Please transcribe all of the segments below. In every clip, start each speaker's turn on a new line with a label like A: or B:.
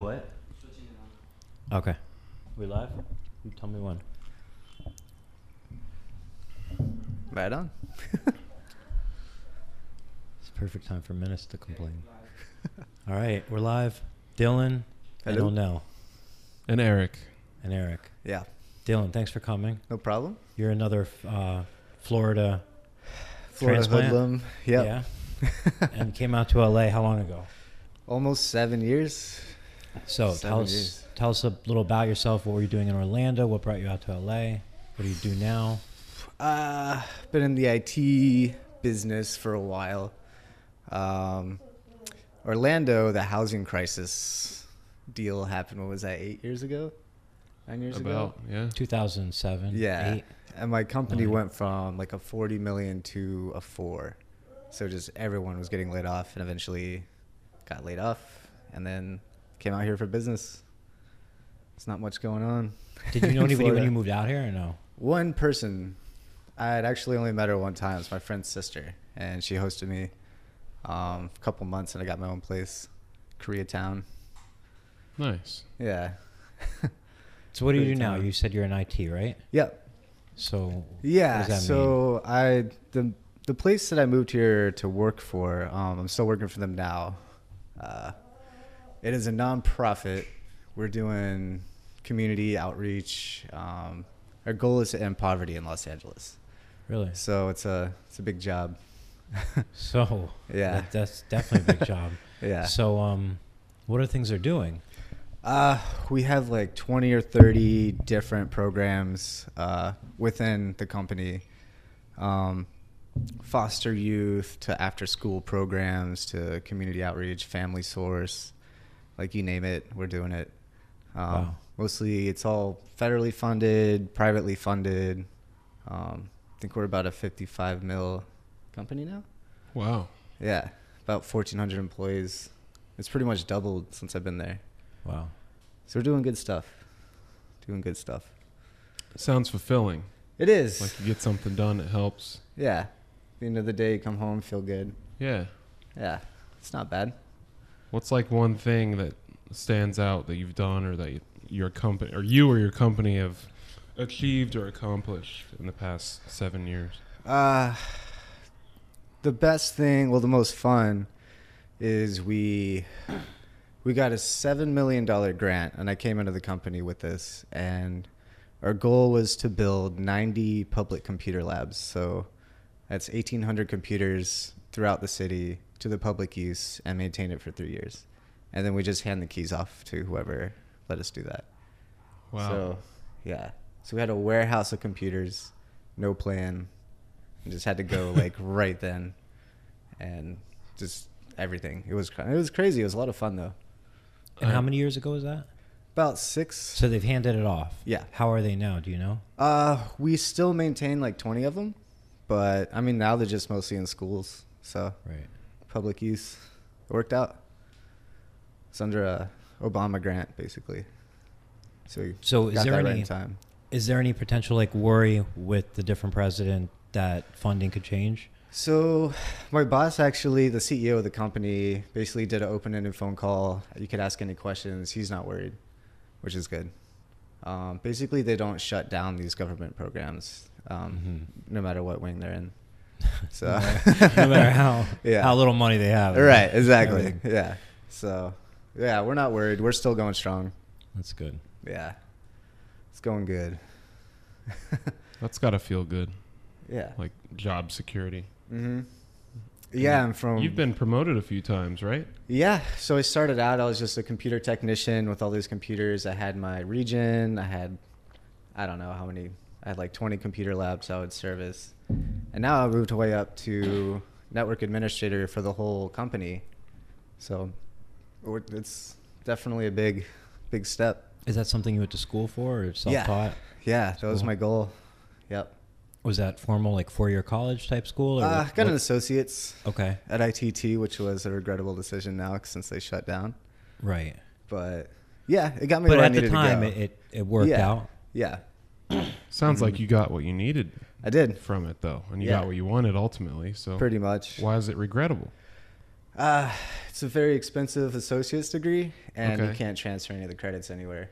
A: What? Okay. We live? You tell me when.
B: Right on.
A: It's perfect time for minutes to complain. All right, we're live. Dylan and
B: Hello.
A: Onel
C: and Eric.
A: and Eric.
B: yeah,
A: Dylan, thanks for coming.
B: no problem.
A: You're another f- uh, Florida
B: Florida
A: Transplant.
B: hoodlum. Yep.
A: yeah, and came out to LA how long ago?
B: Almost seven years.
A: So tell
B: Seven
A: us
B: years.
A: tell us a little about yourself. What were you doing in Orlando? What brought you out to LA? What do you do now?
B: Uh, been in the IT business for a while. Um, Orlando, the housing crisis deal happened. What was that? Eight years ago? Nine years ago?
C: About yeah.
A: 2007.
B: Yeah.
A: eight?
B: And my company
A: Nine.
B: went from like a 40 million to a four. So just everyone was getting laid off and eventually got laid off and then came out here for business. It's not much going on.
A: Did you know
B: in
A: anybody when
B: Florida.
A: you moved out here or no?
B: One person. I had actually only met her one time. It's my friend's sister. And she hosted me um, a couple months and I got my own place, Koreatown.
C: Nice.
B: Yeah.
A: So what do you do
B: Pretty
A: now?
B: tough.
A: You said you're in IT, right?
B: Yep.
A: So
B: Yeah.
A: does that
B: so I the the place that I moved here to work for, um, I'm still working for them now. Uh, it is a nonprofit. We're doing community outreach. Um, our goal is to end poverty in Los Angeles.
A: really,
B: So it's a it's a big job.
A: so
B: Yeah.
A: that, that's definitely a big job.
B: Yeah.
A: So um, what are things they're doing?
B: Uh, we have like 20 or 30 different programs uh, within the company um, foster youth to after school programs to community outreach, family source, like you name it, we're doing it. Um,
A: Wow.
B: Mostly it's all federally funded, privately funded. Um, I think we're about a 55 mil company now.
C: Wow.
B: Yeah, about 1,400 employees. It's pretty much doubled since I've been there.
A: Wow.
B: So we're doing good stuff. Doing good stuff.
C: Sounds fulfilling.
B: It is.
C: Like you get something done, it helps.
B: yeah. At the end of the day, you come home, feel good.
C: Yeah.
B: Yeah. It's not bad.
C: What's like one thing that stands out that you've done or that you, your company or you or your company have achieved or accomplished in the past seven years?
B: Uh, the best thing, well, the most fun is we we got a seven million dollar grant, and I came into the company with this, and our goal was to build ninety public computer labs. So that's eighteen hundred computers throughout the city to the public use, and maintain it for three years, and then we just hand the keys off to whoever let us do that.
C: Wow.
B: So, yeah. So we had a warehouse of computers, no plan. and just had to go like right then, and just everything. It was cra- it was crazy. It was a lot of fun though.
A: And how
C: Uh,
A: many years ago was that?
B: About six.
A: So they've handed it off.
B: Yeah.
A: How are they now? Do you know?
B: Uh, we still maintain like twenty of them, but I mean now they're just mostly in schools. So
A: Right.
B: public use, it worked out. It's under a Obama grant basically. So we
A: So is
B: got
A: there
B: that
A: any
B: right in time?
A: is there any potential like worry with the different president that funding could change?
B: So, my boss actually, the CEO of the company, basically did an open-ended phone call. You could ask any questions. He's not worried, which is good. Um, basically, they don't shut down these government programs,
C: Mm-hmm.
B: um, no matter what wing they're in. So,
A: Mm-hmm. no matter how
B: Yeah.
A: how little money they have.
B: right, exactly.
A: Everything.
B: Yeah. So, yeah, we're not worried. We're still going strong.
A: That's good.
B: Yeah, it's going good.
C: That's gotta feel good.
B: Yeah.
C: Like job security.
B: Mm-hmm. Yeah, I'm from.
C: You've been promoted a few times, right?
B: Yeah, so I started out. I was just a computer technician with all these computers. I had my region. I had, I don't know how many. I had like 20 computer labs I would service, and now I moved way up to network administrator for the whole company. So, we're- it's definitely a big, big step.
A: Is that something you went to school for or self taught?
B: Yeah, that was
A: Cool.
B: my goal. Yep.
A: Was that formal like four year college type school? Or
B: Uh,
A: what-
B: got an
A: what-
B: associate's
A: Okay.
B: at ITT, which was a regrettable decision now since they shut down.
A: Right.
B: But yeah, it got me
A: But
B: where I
A: at the
B: needed
A: time
B: to
A: it,
B: go.
A: it, it worked
B: Yeah.
A: out.
B: Yeah,
C: Sounds like you got what you needed
B: I did
C: from it though, and you
B: Mm-hmm. Yeah.
C: got what you wanted ultimately. So
B: pretty much.
C: why is it regrettable?
B: Uh, it's a very expensive associate's degree, and you
C: Okay.
B: can't transfer any of the credits anywhere.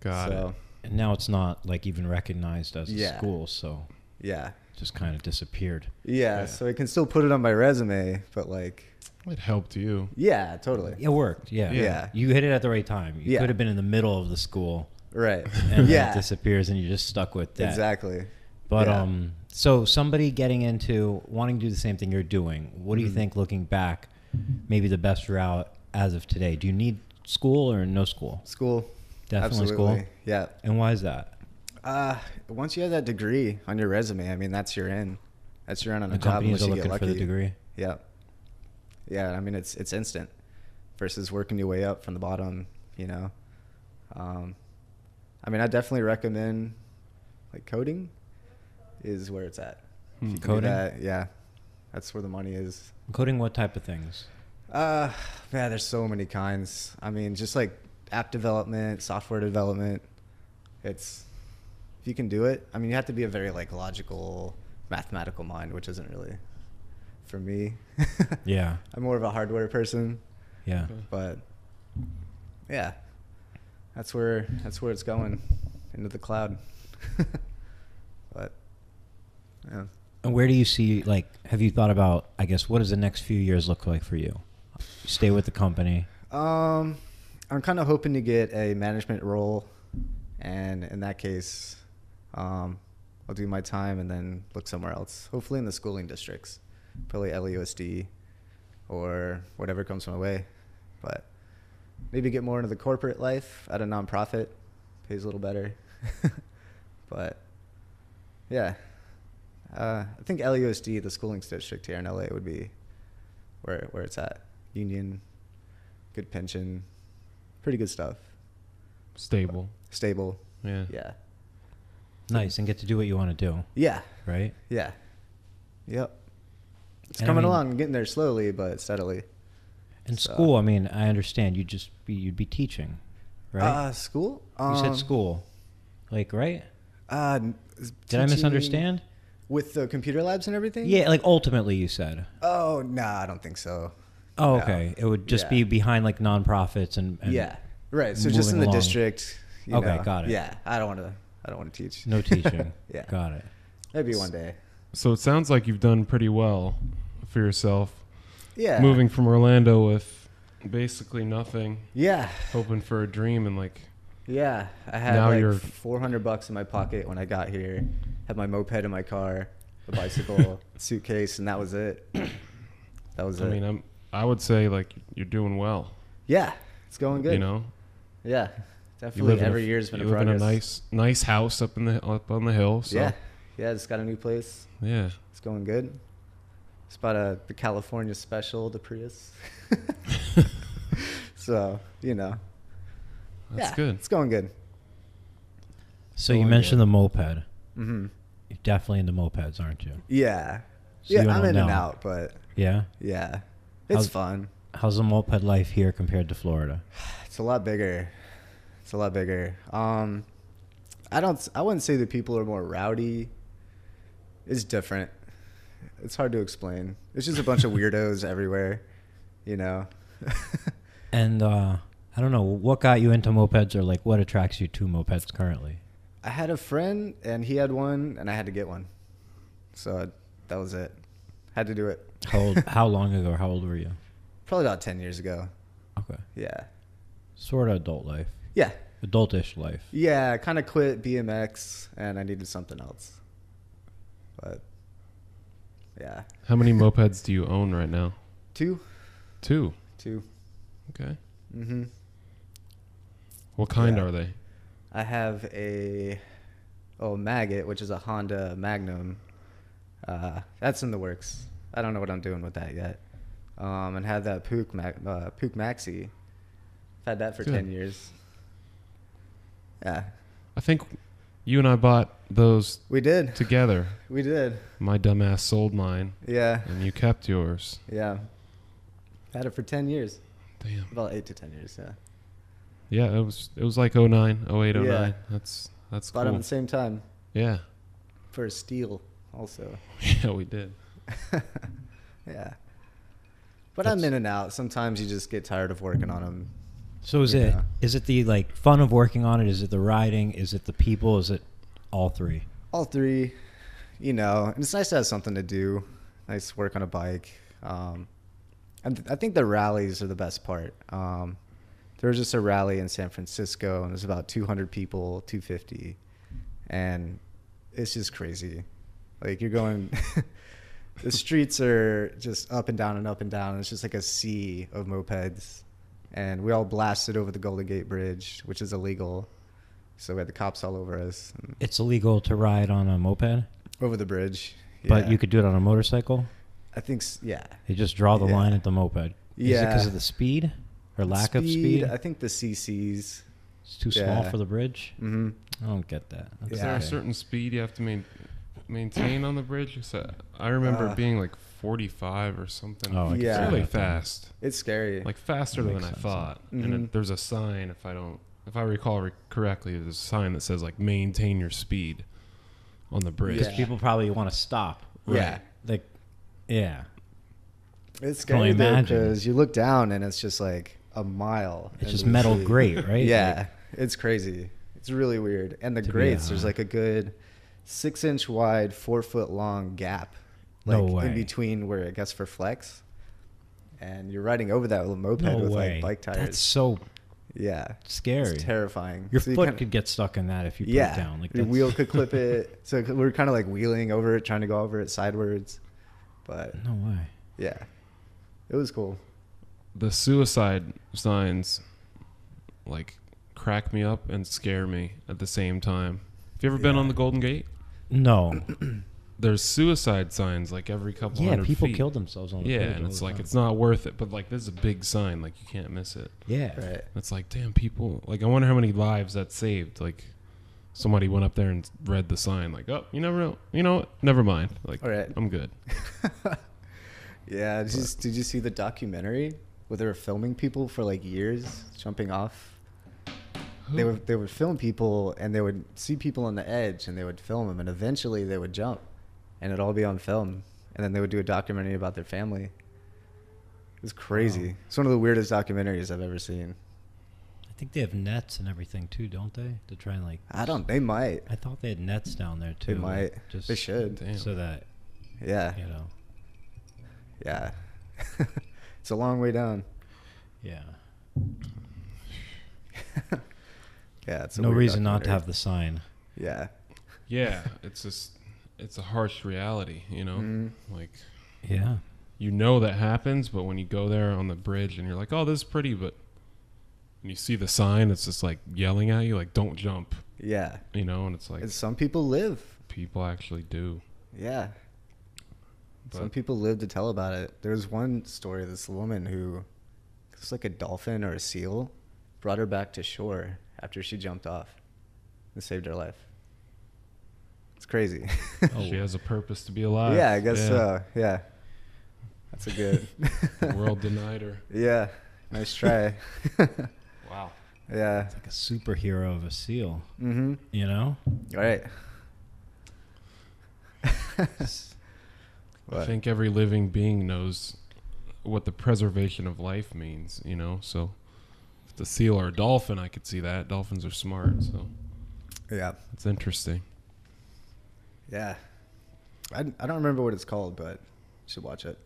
C: Got
B: so,
C: it.
A: And now it's not like even recognized as a
B: Yeah.
A: school, so
B: Yeah.
A: it just kind of disappeared.
B: yeah.
C: Yeah.
B: So I can still put it on my resume, but like,
C: It helped you.
B: yeah, totally.
A: It worked, yeah.
B: Yeah.
A: You hit it at the right time. You
B: Yeah.
A: could have been in the middle of the school
B: Right.
A: and then it
B: yeah.
A: disappears and you're just stuck with that.
B: Exactly.
A: But
B: Yeah.
A: um so somebody getting into wanting to do the same thing you're doing, what do you
B: Mhm.
A: think looking back maybe the best route as of today? Do you need school or no school?
B: School.
A: Definitely
B: Absolutely.
A: school.
B: Yeah.
A: And why is that?
B: Uh, once you have that degree on your resume, I mean, that's your in. That's your in on a
A: the
B: job
A: companies
B: unless
A: are
B: you
A: looking
B: get lucky.
A: for the degree.
B: Yeah. Yeah, I mean it's it's instant versus working your way up from the bottom, you know. Um, I mean I definitely recommend like coding is where it's at. If
C: Hmm.
B: you can do
A: Coding?
B: that, yeah. That's where the money is.
A: Coding what type of things?
B: Uh man, there's so many kinds. I mean, just like app development, software development. It's if you can do it. I mean, you have to be a very like logical, mathematical mind, which isn't really for me.
A: Yeah.
B: I'm more of a hardware person,
A: Yeah.
C: Okay.
B: but yeah. That's where that's where it's going into the cloud. but yeah.
A: And where do you see like have you thought about I guess what does the next few years look like for you? Stay with the company.
B: Um, I'm kind of hoping to get a management role, and in that case, um, I'll do my time and then look somewhere else. Hopefully, in the schooling districts, probably E LUSD or whatever comes my way. But maybe get more into the corporate life at a nonprofit, pays a little better. but yeah, uh, I think LUSD, the schooling district here in LA, would be where where it's at. Union, good pension, pretty good stuff.
C: Stable.
B: Stable.
C: Yeah.
B: Yeah.
A: Nice and get to do what you want to do,
B: Yeah.
A: right?
B: Yeah. Yep. It's
A: And I
B: coming
A: mean-
B: along, getting there slowly but steadily.
A: And
B: So-
A: school, I mean, I understand you'd just be you'd be teaching, right?
B: Uh, school?
A: you
B: Um,
A: said school. Like, right?
B: Uh, n-
A: Did I
B: teaching
A: misunderstand?
B: With the computer labs and everything?
A: Yeah, like ultimately you said.
B: Oh, nah, I don't think so.
A: Oh,
B: No.
A: okay. It would just
B: Yeah.
A: be behind like nonprofits and, and
B: yeah. Right. So just
A: moving
B: in the
A: along.
B: district. You
A: Okay,
B: know.
A: got it.
B: Yeah. I don't want to. I don't want to teach.
A: no teaching.
B: Yeah.
A: Got it.
B: Maybe one day.
C: So it sounds like you've done pretty well for yourself.
B: Yeah.
C: Moving from Orlando with basically nothing,
B: Yeah.
C: hoping for a dream and like
B: Yeah, I had
C: Now
B: like
C: you're-
B: 400 bucks in my pocket when I got here. Had my moped in my car, a bicycle, suitcase, and that was it. That was
C: I
B: it.
C: mean, I'm I would say like you're doing well.
B: yeah, it's going good.
C: You know,
B: yeah,
C: you
B: definitely.
C: in a-
B: Every year's been
C: you
B: a
C: live in
B: progress.
C: a nice nice house up in the up on the hill. So
B: Yeah, yeah, just got a new place.
C: yeah.
B: It's going good. It's about a the California special, the Prius. so you know,
C: that's
B: yeah,
C: good.
B: It's going good.
A: So
C: Oh,
A: you
C: yeah.
A: mentioned the moped.
B: hmm
A: You're definitely into mopeds, aren't you?
B: Yeah,
A: So you
B: yeah, I'm
A: don't
B: in and
A: know.
B: out, but
A: Yeah.
B: yeah, it's
A: How's-
B: fun.
A: How's the moped life here compared to Florida?
B: It's a lot bigger. It's a lot bigger. Um, I don't. I wouldn't say that people are more rowdy. It's different. It's hard to explain. It's just a bunch of weirdos everywhere, you know.
A: And uh, I don't know what got you into mopeds, or like what attracts you to mopeds currently.
B: I had a friend, and he had one, and I had to get one. So that was it. Had to do it.
A: How old, how long ago? How old were you?
B: Probably about ten years ago.
A: Okay.
B: Yeah.
A: Sort of adult life,
B: Yeah.
A: adultish life.
B: Yeah. I kind of quit BMX, and I needed something else. But yeah,
C: How many mopeds do you own right now?
B: two,
C: Two.
B: two.
C: Okay.
B: Mm-hmm.
C: What kind
B: Yeah.
C: are they?
B: I have a oh maggot, which is a Honda Magnum. Uh, that's in the works. I don't know what I'm doing with that yet. Um, and had that Pook Ma- uh, Pook Maxi. I've had that for
C: Good.
B: ten years. Yeah,
C: I think you and I bought those
B: we did.
C: together.
B: We did.
C: My dumbass sold mine,
B: Yeah,
C: and you kept yours.
B: yeah. Had it for ten years,
C: Damn.
B: about eight to ten years. Yeah,
C: Yeah, it was it was like 09, 08, 09.
B: Yeah.
C: That's that's
B: bought them at
C: cool.
B: the same time
C: Yeah.
B: for a steal, also.
C: Yeah, we did.
B: Yeah. But I'm
A: That's-
B: in and out. Sometimes you just get tired of working on them.
A: So is it
B: Yeah.
A: is it the like fun of working on it? Is it the riding? Is it the people? Is it all three?
B: All three, you know, and it's nice to have something to do. Nice to work on a bike. Um, and th- I think the rallies are the best part. Um, there was just a rally in San Francisco, and it was about 200 people, 250, and it's just crazy. Like you're going, the streets are just up and down and up and down. And it's just like a sea of mopeds, and we all blasted over the Golden Gate Bridge, which is illegal. So we had the cops all over us. and-
A: It's illegal to ride on a moped,
B: over the bridge.
A: but
B: yeah.
A: you could do it on a motorcycle.
B: I think, s- yeah.
A: They just draw the
B: Yeah.
A: line at the moped. Is it because
B: Yeah.
A: of the speed or lack of speed? uh,
B: I think the CCs.
A: it's too small
B: yeah.
A: for the bridge.
B: Mm-hmm.
A: I don't get that. That's
C: Is there
B: Yeah.
C: a
A: okay.
C: certain speed you have to main, maintain on the bridge? 'Cause I I remember
B: Uh,
C: being like 45 or something.
A: Oh, I
B: can
C: It's
B: Yeah. see
C: really
A: that.
C: fast.
B: It's scary.
C: Like faster
A: That
C: than
A: makes
C: I
A: sense,
C: thought. And
B: Mhm.
C: it, there's a sign if I don't, if I recall re- correctly, there's a sign that says like maintain your speed on the bridge.
A: Because
B: Yeah.
A: people probably want to stop.
B: Yeah.
A: Like, yeah.
B: It's
A: can only
B: scary
A: imagine.
B: because you look down and it's just like a mile.
A: It's
B: and
A: just
B: you
A: metal
B: see-
A: grate, right?
B: Yeah.
A: Like,
B: it's crazy. It's really weird. And the
A: To be uh,
B: grates, there's
A: high.
B: like a good six inch wide, four foot long gap. Like
A: No way.
B: In between where it gets for flex. And you're riding over that little moped
A: no
B: with
A: way.
B: like bike tires.
A: That's so
B: yeah.
A: scary.
B: It's terrifying.
A: Your
B: So you
A: foot
B: kinda-
A: could get stuck in that if you put
B: yeah,
A: it down. Like
B: your
A: that's-
B: wheel could clip it. So we we're kind of like wheeling over it, trying to go over it sidewards. But
A: no way.
B: yeah, it was cool.
C: The suicide signs like crack me up and scare me at the same time. Have you ever been
B: Yeah.
C: on the Golden Gate?
A: No.
C: There's suicide signs like every couple
A: yeah,
C: hundred
A: people
C: feet.
A: killed themselves on the
C: Yeah,
A: bridge
C: and
A: all
C: it's
A: the
C: like
A: time.
C: it's not worth it. But like this is a big sign, like you can't miss it.
A: yeah.
B: Right.
C: It's like damn people. Like I wonder how many lives that saved. Like somebody went up there and read the sign. Like oh, you never know. You know, what? never mind. Like
B: All right.
C: I'm good.
B: Yeah. Did you, did you see the documentary where they were filming people for like years jumping off? They would they would film people and they would see people on the edge and they would film them and eventually they would jump, and it'd all be on film. And then they would do a documentary about their family. It's crazy. It's one of the weirdest documentaries I've ever seen.
A: I think they have nets and everything too, don't they? To try and like.
B: I don't. They might.
A: I thought they had nets down there too.
B: They might.
A: like, Just
B: they should.
C: Damn.
A: So that
B: Yeah.
A: you know.
B: Yeah. it's a long way down.
A: Yeah.
B: Yeah. It's a
A: no
B: weird
A: reason not to have
B: documentary.
A: the sign.
B: Yeah.
C: Yeah, it's just it's a harsh reality. You know,
B: Mhm.
A: Mm-hmm.
C: like
A: Yeah.
C: you know that happens, but when you go there on the bridge and you're like, oh, this is pretty, but when you see the sign, it's just like yelling at you, like don't jump.
B: Yeah.
C: You know, and it's like
B: And some people live.
C: people actually do.
B: Yeah. some
C: But-
B: people live to tell about it. There was one story of this woman who it was like a dolphin or a seal brought her back to shore after she jumped off and saved her life. It's crazy.
A: Oh.
C: She has a purpose to be alive.
B: yeah, I guess so. Yeah. That's a good.
C: The world denied her.
B: yeah. Nice try.
C: Wow.
B: yeah.
A: Like a superhero of a seal,
B: Mm-hmm.
A: you know?
B: All right.
C: I
B: What?
C: think every living being knows what the preservation of life means, you know? So if the seal or a dolphin, I could see that. Dolphins are smart, so
B: Yeah.
C: it's interesting.
B: Yeah. I, I don't remember what it's called, but you should watch it.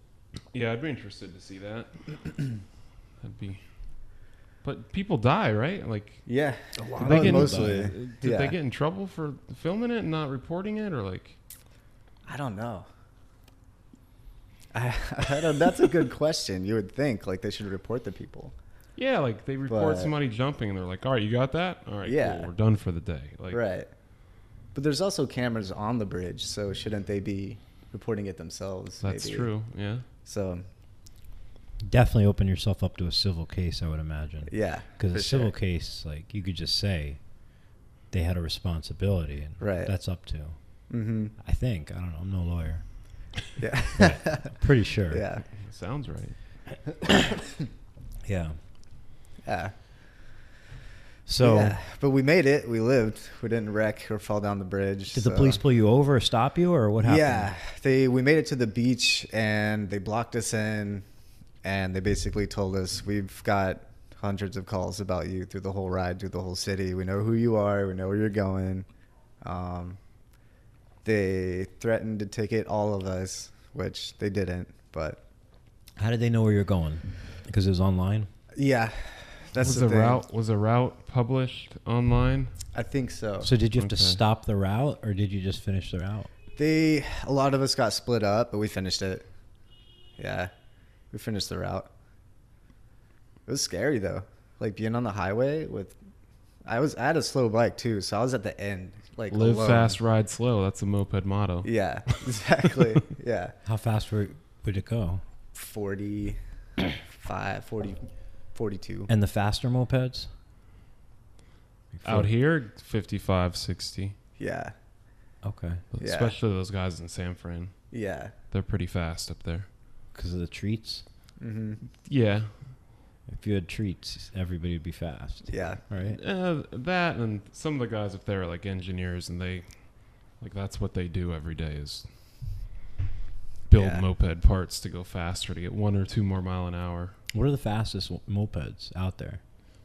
C: Yeah, I'd be interested to see that. That'd be But people die, right? Like
B: Yeah.
A: lot
C: they
A: of
C: get in-
A: people
C: uh,
B: mostly.
A: die.
C: Did
B: yeah.
C: they get in trouble for filming it and not reporting it or like
B: I don't know. I, I don't, that's a good question. You would think like they should report the people.
C: yeah, like they report
B: But-
C: somebody jumping and they're like, "All right, you got that? All right,
B: Yeah.
C: cool. We're done for the day." Like
B: right. But there's also cameras on the bridge, so shouldn't they be reporting it themselves?
C: that's
B: maybe?
C: true. Yeah.
B: So,
A: Definitely open yourself up to a civil case, I would imagine.
B: yeah.
A: Because
B: for
A: a civil
B: sure.
A: case, like, you could just say they had a responsibility, and
B: Right.
A: that's up to.
B: Mm-hmm.
A: I think. I don't know. I'm no lawyer.
B: Yeah.
A: But pretty sure.
B: yeah.
C: Sounds right.
A: Yeah.
B: Yeah.
A: So,
B: Yeah, but we made it. We lived. We didn't wreck or fall down the bridge.
A: did
B: so-
A: the police pull you over or stop you, or what happened?
B: Yeah, they we made it to the beach and they blocked us in, and they basically told us we've got hundreds of calls about you through the whole ride, through the whole city. We know who you are. We know where you're going. Um, they threatened to ticket all of us, which they didn't. But
A: How did they know where you're going? Because it was online.
B: yeah, that's
C: was
B: the,
C: a
B: thing.
C: route was a route published online.
B: I think so.
A: So did you have to
C: Okay.
A: stop the route, or did you just finish the route?
B: They a lot of us got split up, but we finished it. Yeah, we finished the route. It was scary though, like being on the highway with. I was I had a slow bike too, so I was at the end. Like
C: Live
B: alone.
C: fast, ride slow. That's a moped motto.
B: Yeah, exactly. yeah,
A: How fast were, would it go?
B: 45, 40, 42.
A: And the faster mopeds?
C: Out here, 55, 60.
B: Yeah,
A: Okay.
C: But
B: Yeah.
C: Especially those guys in San Fran.
B: yeah.
C: They're pretty fast up there.
A: Because of the treats?
B: hmm
C: Yeah.
A: If you had treats, everybody would be fast,
B: Yeah,
A: right?
C: Uh, that and some of the guys up there are like engineers and they, like, that's what they do every day is build
B: Yeah.
C: moped parts to go faster to get one or two more mile an hour.
A: What are the fastest w- mopeds out there?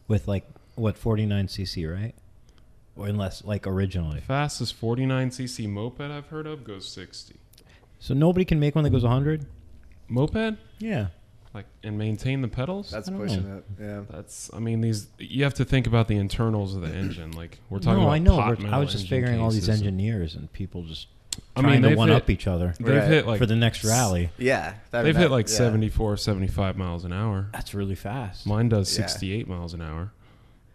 A: With like, what, 49cc, right? Or unless, like, originally.
C: Fastest 49cc moped I've heard of goes 60.
A: So nobody can make one that goes 100?
C: Moped?
A: Yeah.
C: Like, and maintain the pedals?
B: that's
A: I don't
B: pushing
A: know.
B: it. Yeah.
C: That's. I mean, these. You have to think about the internals of the engine. Like we're talking.
A: no,
C: about
A: I know.
C: pot
A: We're- I
C: metal
A: was just
C: engine
A: figuring all these
C: cases.
A: engineers and people just
C: I
A: trying
C: mean,
A: to
C: they've
A: one
C: hit-
A: up each other
C: They've
B: Right.
C: hit like.
A: for the next rally.
B: Yeah, that
C: they've hit
B: meant-
C: like
B: yeah.
C: 74, 75 miles an hour.
A: That's really fast.
C: Mine does
B: Yeah.
C: 68 miles an hour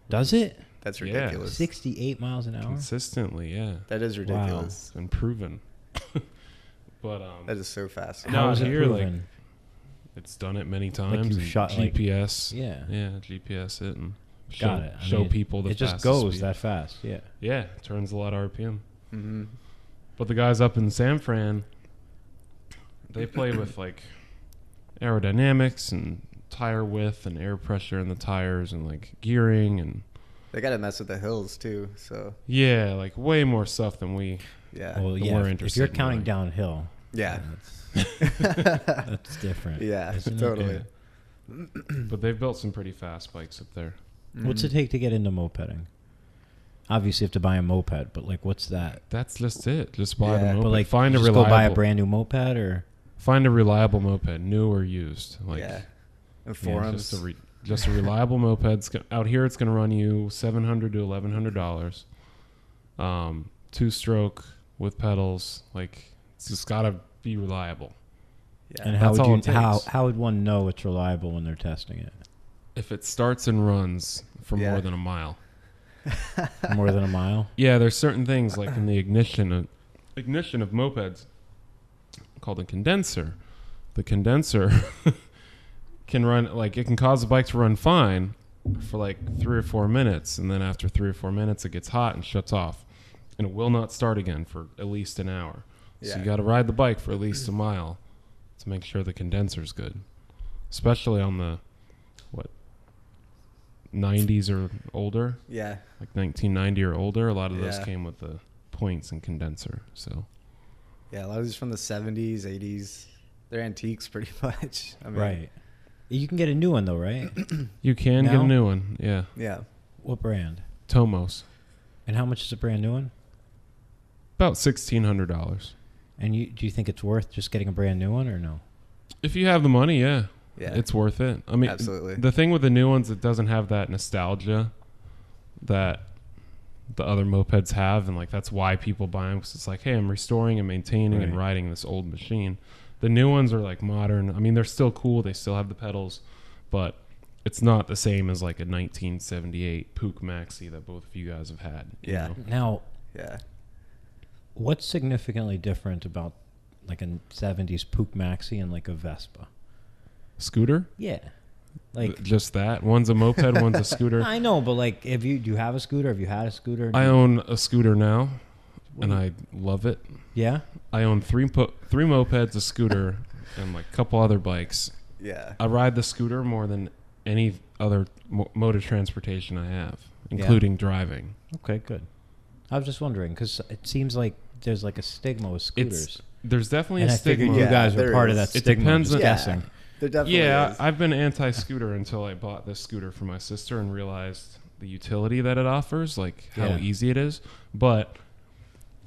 A: Does it?
B: That's
C: Yeah.
B: ridiculous.
A: 68 miles an hour?
C: consistently. Yeah,
B: That is ridiculous.
C: it's been proven. but um,
B: That is so fast.
C: No,
A: How is it
C: here, like,
A: proven?
C: it's done it many times.
A: you
C: and
A: shot, like-
C: GPS.
A: yeah.
C: yeah, GPS it and show,
A: Got it. I
C: show
A: mean,
C: people the
A: It just
C: fastest
A: goes
C: speed.
A: that fast. Yeah.
C: Yeah, turns a lot of RPM.
B: hmm
C: But the guys up in San Fran, they play with like aerodynamics and tire width and air pressure in the tires and like gearing and
B: They got to mess with the hills too. So
C: yeah, like way more stuff than we.
B: yeah,
A: Well,
C: And
A: yeah.
C: we're
A: if- If,
C: interested
A: you're
C: in,
A: counting
C: like-
A: downhill,
B: yeah,
A: that's, that's different.
B: yeah,
A: isn't it?
B: totally.
C: but they've built some pretty fast bikes up there.
A: What's
B: Mm.
A: it take to get into mopeding? Obviously, you have to buy a moped, but like, what's that?
C: That's just it. Just buy
B: Yeah.
C: them.
B: But,
A: But like,
C: find a
A: just
C: reliable.
A: go buy a brand new moped, or
C: Find a reliable moped, new or used. Like
B: yeah, and
C: yeah,
B: forums.
C: just a re- just a reliable moped. It's go- out here, it's going to run you seven hundred to eleven hundred dollars. Um, two stroke with pedals. Like it's just got to be reliable.
B: yeah.
A: and how
C: That's
A: would
C: all
A: you
C: it
A: how
C: takes.
A: how would one know it's reliable when they're testing it
C: If it starts and runs for
B: Yeah.
C: more than a mile.
A: more than a mile?
C: Yeah, there's certain things like in the ignition of, ignition of mopeds called a condenser. The condenser can run like it can cause the bike to run fine for like 3 or 4 minutes and then after 3 or 4 minutes it gets hot and shuts off and it will not start again for at least an hour. So
B: Yeah.
C: you got to ride the bike for at least a mile to make sure the condenser's good. Especially on the what 90s or older
B: yeah,
C: like 1990 or older. A lot of those
B: Yeah.
C: came with the points and condenser. So
B: yeah. A lot of these from the '70s, '80s. They're antiques, pretty much. I mean,
A: Right. You can get a new one though, right?
C: you can get
A: Now?
C: a new one. Yeah,
B: Yeah,
A: what brand?
C: Tomos
A: And how much is a brand new one?
C: about sixteen hundred dollars.
A: And you do you think it's worth just getting a brand new one or no?
C: If you have the money, yeah,
B: yeah.
C: it's worth it. I mean,
B: Absolutely.
C: The thing with the new ones, it doesn't have that nostalgia that the other mopeds have, and like that's why people buy them because it's like, hey, I'm restoring and maintaining and
A: Right.
C: riding this old machine. The new ones are like modern. I mean, they're still cool. They still have the pedals, but it's not the same as like a 1978 Pook Maxi that both of you guys have had. you
B: Yeah.
C: know?
A: Now,
B: yeah,
A: what's significantly different about like a '70s Pook Maxi and like a Vespa?
C: Scooter,
A: Yeah, like
C: Th- just that. One's a moped. one's a scooter.
A: I know, but like, if you do you have a scooter? Have you had a scooter?
C: I own a scooter now,
A: What
C: and
A: do
C: I love it.
A: yeah.
C: I own three po- three mopeds, a scooter, and like a couple other bikes.
B: yeah,
C: I ride the scooter more than any other mo- mode of transportation I have, including driving.
A: Okay, good. I was just wondering because it seems like there's like a stigma with scooters,
C: There's definitely
A: and
C: a
A: I
C: stigma.
A: figured you
B: Yeah,
A: guys were
B: there
A: part
B: is.
A: of that
C: It
A: stigma. I'm
C: depends
A: just
C: on-
B: Yeah.
A: guessing.
B: There definitely
C: Yeah,
B: is.
C: I've been anti scooter until I bought this scooter for my sister and realized the utility that it offers, like how
A: Yeah.
C: easy it is. But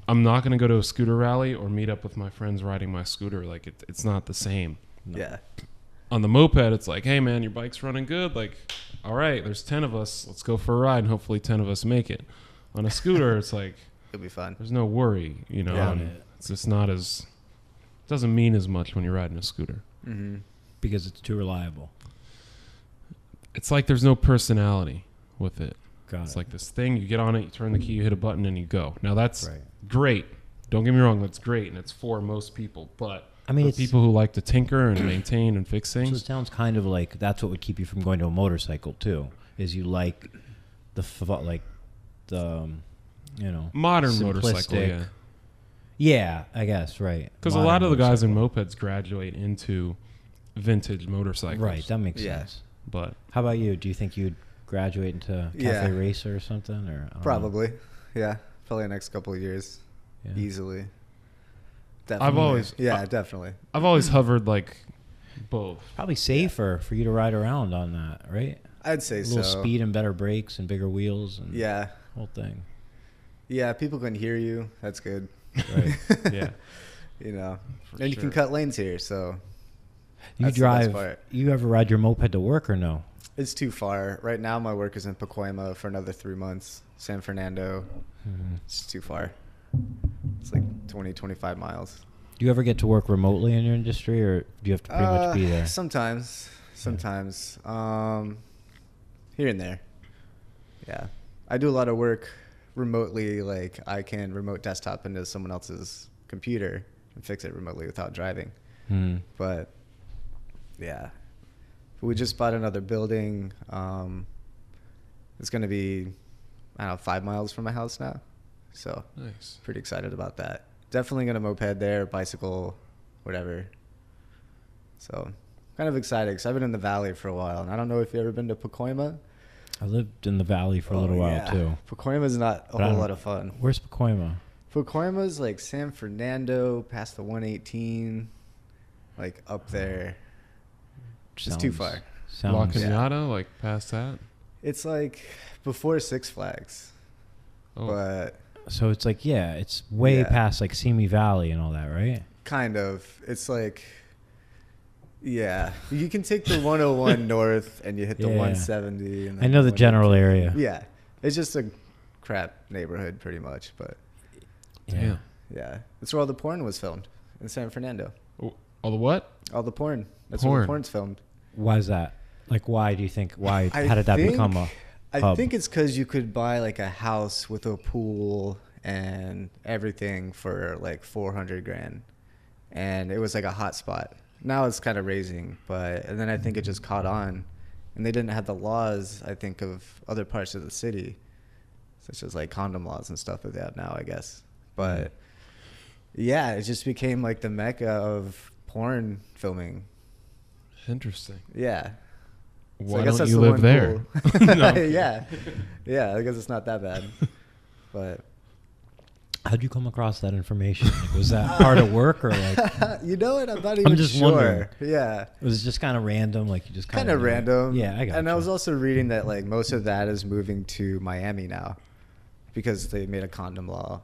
C: I'm not going to go to a scooter rally or meet up with my friends riding my scooter. Like, it, it's not the same.
B: yeah.
C: On the moped, it's like, hey, man, your bike's running good. Like, all right, there's 10 of us. Let's go for a ride, and hopefully 10 of us make it. On a scooter, it's like,
B: It'll be fun.
C: there's no worry, you know?
B: Yeah.
C: and It's just not as, doesn't mean as much when you're riding a scooter.
B: Mm-hmm.
A: because it's too reliable.
C: It's like there's no personality with it.
A: Got
C: It's
A: it.
C: like this thing. You get on it, you turn the key, you hit a button, and you go. Now that's
A: right.
C: great. Don't get me wrong, that's great, and it's for most people. But
A: I mean,
C: for
A: it's,
C: people who like to tinker and maintain and fix
A: so
C: things,
A: it sounds kind of like that's what would keep you from going to a motorcycle too. Is you like the f- like the um, you know
C: modern motorcycle,
A: simplistic. yeah
C: yeah.
A: I guess right
C: Because a
A: Modern
C: lot of the guys
A: motorcycle.
C: in mopeds graduate into vintage motorcycles,
A: right that makes
B: Yeah.
A: sense.
C: But
A: How about you? Do you think you'd graduate into cafe
B: Yeah.
A: racer or something or I don't know.
B: Probably. Yeah. Probably the next couple of years.
A: Yeah.
B: Easily. Definitely.
C: always-
B: Yeah,
C: I-
B: definitely.
C: I've always
B: Hmm.
C: hovered like both.
A: Probably safer for you to ride around on that, right?
B: I'd say
A: A little
B: so.
A: speed and better brakes and bigger wheels and
B: Yeah.
A: whole thing.
B: Yeah, people can hear you. That's good.
A: Right.
C: Yeah,
B: You know.
C: for
B: and you can
C: sure.
B: cut lanes here, so
A: You
B: That's the best
A: drive.
B: part.
A: You ever ride your moped to work or no?
B: it's too far. Right now my work is in Pacoima for another three months. San Fernando. It's too far. It's like 20, 25 miles.
A: Do you ever get to work remotely in your industry, or do you have to pretty
B: Uh,
A: much be there?
B: Sometimes. Sometimes. Um, here and there. Yeah. I do a lot of work remotely. Like, I can remote desktop into someone else's computer and fix it remotely without driving.
A: Hmm.
B: But, yeah. We just bought another building. Um, it's going to be, I don't know, five miles from my house now. So,
C: Nice.
B: pretty excited about that. Definitely gonna moped there, bicycle, whatever. So kind of excited because I've been in the valley for a while, and I don't know if you've ever been to Pacoima.
A: I lived in the valley for a
B: Oh,
A: little while
B: yeah.
A: too.
B: Pacoima's not a
A: But I
B: whole
A: don't-
B: lot of fun.
A: Where's Pacoima?
B: Pacoima's like San Fernando, past the 118, like up there. Just too
A: Sounds-
B: far.
C: La
A: Sounds.
B: Yeah.
C: Cañada, like past that.
B: It's like before Six Flags,
C: Oh,
B: but
A: So it's like yeah, it's way
B: Yeah.
A: past like Simi Valley and all that, right?
B: kind of. It's like. Yeah, you can take the 101 north and you hit the
A: Yeah.
B: 170. And
A: I know the
B: then 118.
A: general area.
B: Yeah. It's just a crap neighborhood pretty much, but
A: Yeah.
B: yeah. That's where all the porn was filmed in San Fernando.
C: All Oh, the what?
B: All the porn. That's where
C: Porn.
B: the porn's filmed.
A: Why is that? Like, why do you think? Why?
B: I
A: how did that
B: think-
A: become a?
B: I
A: Hub.
B: think it's cuz you could buy like a house with a pool and everything for like 400 grand. And it was like a hot spot. Now it's kind of raising, but and then I think it just caught on. And they didn't have the laws, I think, of other parts of the city, such as like condom laws and stuff that they have now, I guess.
A: Mm.
B: But yeah, it just became like the mecca of porn filming.
C: Interesting.
B: Yeah. So
C: Why don't you live there?
B: cool-
C: No, I'm kidding.
B: yeah. Yeah, I guess it's not that bad. But
A: How'd you come across that information? Like, was that part of work or like
B: you know what? I'm not
A: I'm
B: even
A: just
B: sure.
A: wondering.
B: Yeah.
A: was it just kind of random? Like you just
B: Kind
A: kind
B: of random.
A: Yeah, I got.
B: And I was also reading that like most of that is moving to Miami now because they made a condom law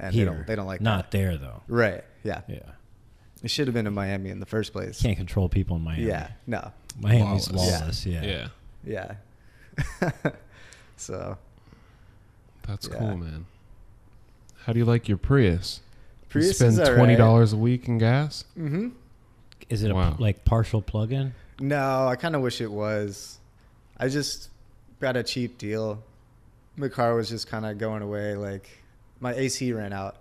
B: and
A: here.
B: they don't they don't like
A: not there though.
B: that. Right. Yeah.
A: Yeah,
B: It should have been in Miami in the first place.
A: can't control people in Miami.
B: Yeah. No.
A: Miami's
C: Lawless.
A: lawless. Yeah.
C: yeah.
B: Yeah. so
C: That's
B: Yeah.
C: cool, man. How do you like your Prius?
B: Prius
C: you
B: is
C: spend
B: all right.
C: twenty dollars a week in gas.
B: Mhm.
A: Is it a
C: Wow.
A: like partial plug-in?
B: No, I kind of wish it was. I just got a cheap deal. My car was just kind of going away. Like my AC ran out.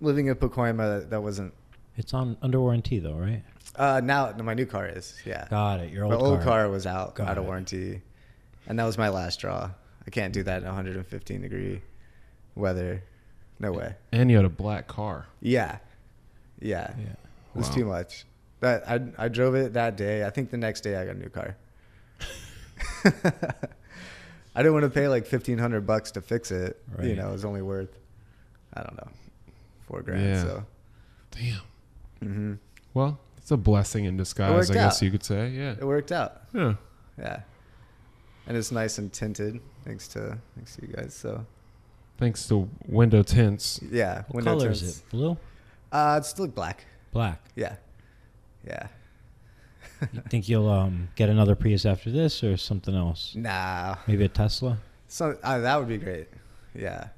B: Living in Pacoima, that wasn't.
A: It's on under warranty though, right?
B: Uh, now my new car is. Yeah,
A: Got it. Your old,
B: my old
A: car.
B: car was out,
A: Got
B: out of
A: it.
B: warranty, and that was my last draw. I can't do that in 115 degree weather. No way.
C: And you had a black car.
B: Yeah, yeah.
A: Yeah.
B: It was
C: Wow.
B: too much. That I I drove it that day. I think the next day I got a new car. I didn't want to pay like fifteen hundred bucks to fix it. You
A: Right.
B: know, it was only worth I don't know four grand.
C: Yeah.
B: So
C: Damn.
B: hmm
C: Well, It's a blessing in disguise,
B: worked
C: I guess
B: out.
C: you could say. Yeah.
B: It worked out.
C: Yeah.
B: Yeah. And it's nice and tinted thanks to thanks to you guys. So
C: Thanks to window tints.
B: yeah,
A: What
B: window
A: color is
B: tints.
A: it? Blue?
B: Uh, it's still black.
A: Black.
B: Yeah, yeah.
A: You think you'll um, get another Prius after this or something else?
B: Nah,
A: Maybe a Tesla?
B: so uh, that would be great. Yeah,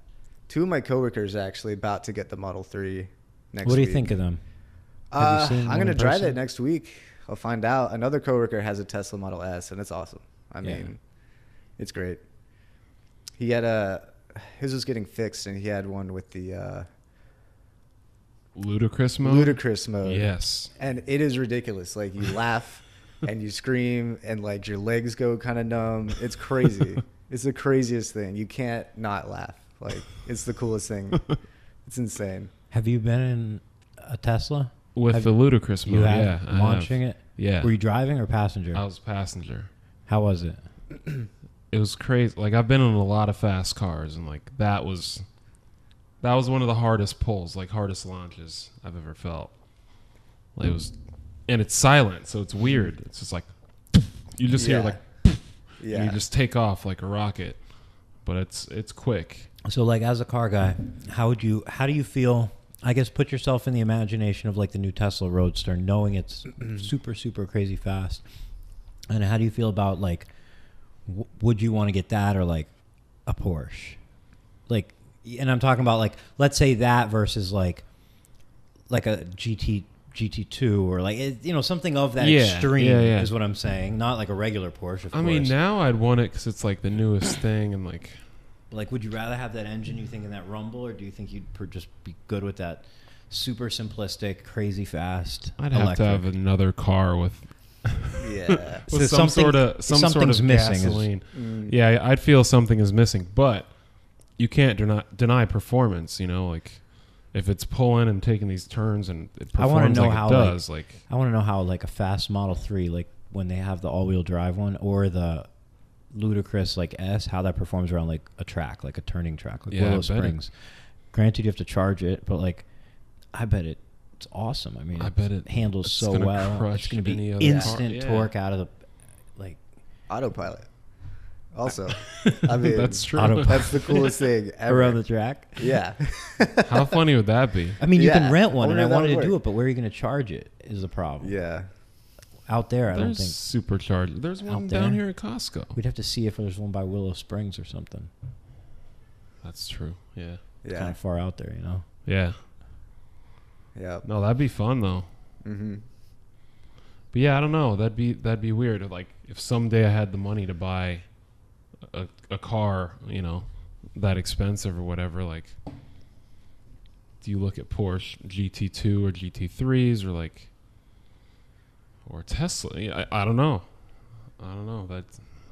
B: two of my coworkers are actually about to get the Model Three next.
A: what do you
B: week.
A: think of them?
B: Uh,
A: Have you seen
B: I'm
A: one
B: gonna
A: in
B: drive
A: person?
B: it next week. I'll find out. Another coworker has a Tesla Model S, and it's awesome. I
A: Yeah.
B: mean, it's great. He had a his was getting fixed, and he had one with the uh,
C: Ludicrous mode.
B: ludicrous mode.
C: Yes.
B: and it is ridiculous. Like you laugh and you scream, and like your legs go kind of numb. It's crazy. it's the craziest thing. You can't not laugh. Like it's the coolest thing. It's insane.
A: Have you been in a Tesla?
C: With
A: Have
C: the ludicrous mode.
A: You have
C: yeah.
A: launching it?
C: Yeah. Uh,
A: Were you driving or passenger?
C: I was passenger.
A: How was it?
C: It was crazy. Like I've been in a lot of fast cars, and like that was, that was one of the hardest pulls, like hardest launches I've ever felt. Like, it was, and it's silent, so it's weird. It's just like, you just hear
B: Yeah.
C: like,
B: Yeah.
C: and you just take off like a rocket, but it's it's quick.
A: So, like, as a car guy, how would you? How do you feel? I guess put yourself in the imagination of like the new Tesla Roadster, knowing it's super, super crazy fast. And how do you feel about like? W- would you want to get that or like a Porsche? Like, and I'm talking about like, let's say that versus like, like a GT GT2 or like it, you know something of that
C: Yeah,
A: extreme
C: yeah, yeah.
A: is what I'm saying. Not like a regular Porsche. Of
C: I mean,
A: course.
C: now I'd want it because it's like the newest thing, and like
A: Like, would you rather have that engine you think in that rumble, or do you think you'd per- just be good with that super simplistic, crazy fast?
C: I'd have to have another car with
B: yeah.
A: So
C: with some
A: something-
C: sort of some sort
A: something's
C: of
A: missing is-
C: gasoline.
B: Mm.
C: Yeah, I- I'd feel something is missing, but you can't deny, deny performance. You know, like if it's pulling and taking these turns and it
A: I wanna
C: performs
A: know
C: like
A: how,
C: it does, like,
A: I want to know how, like, a fast Model Three, like when they have the all-wheel drive one, or the ludicrous like S, how that performs around like a track, like a turning track, like
C: Yeah, I
A: Willow
C: bet it-
A: Springs. Granted, you have to charge it, but like, I bet it. It's awesome. I mean,
C: I bet it-
A: handles
C: it's
A: so
C: gonna
A: well. It's
C: crush
A: going to
C: any
A: be
C: other car.
A: instant
C: Yeah.
A: torque out of the, like,
B: Autopilot. Also, I mean,
C: that's true.
A: autopilot.
B: That's the coolest thing ever.
A: around the track.
B: yeah.
C: how funny would that be?
A: I mean, you
B: Yeah.
A: can rent one, and
B: I
A: I
B: wonder if that
A: wanted
B: would
A: to do
B: work.
A: it, but where are you going to charge it? Is the problem.
B: yeah.
A: Out there, I don't
C: There's
A: think
C: supercharged. There's one
A: Out
C: down
A: there.
C: here at Costco.
A: we'd have to see if there's one by Willow Springs or something.
C: That's true. Yeah.
A: It's Kind
B: Yeah.
A: of far out there, you know.
C: Yeah.
B: Yeah.
C: No, that'd be fun though.
B: Mm-hmm.
C: But yeah, I don't know. That'd be that'd be weird. Like if someday I had the money to buy a a car, you know, that expensive or whatever. Like, do you look at Porsche GT2 or GT3s or like or Tesla? Yeah, I, I don't know. I don't know. That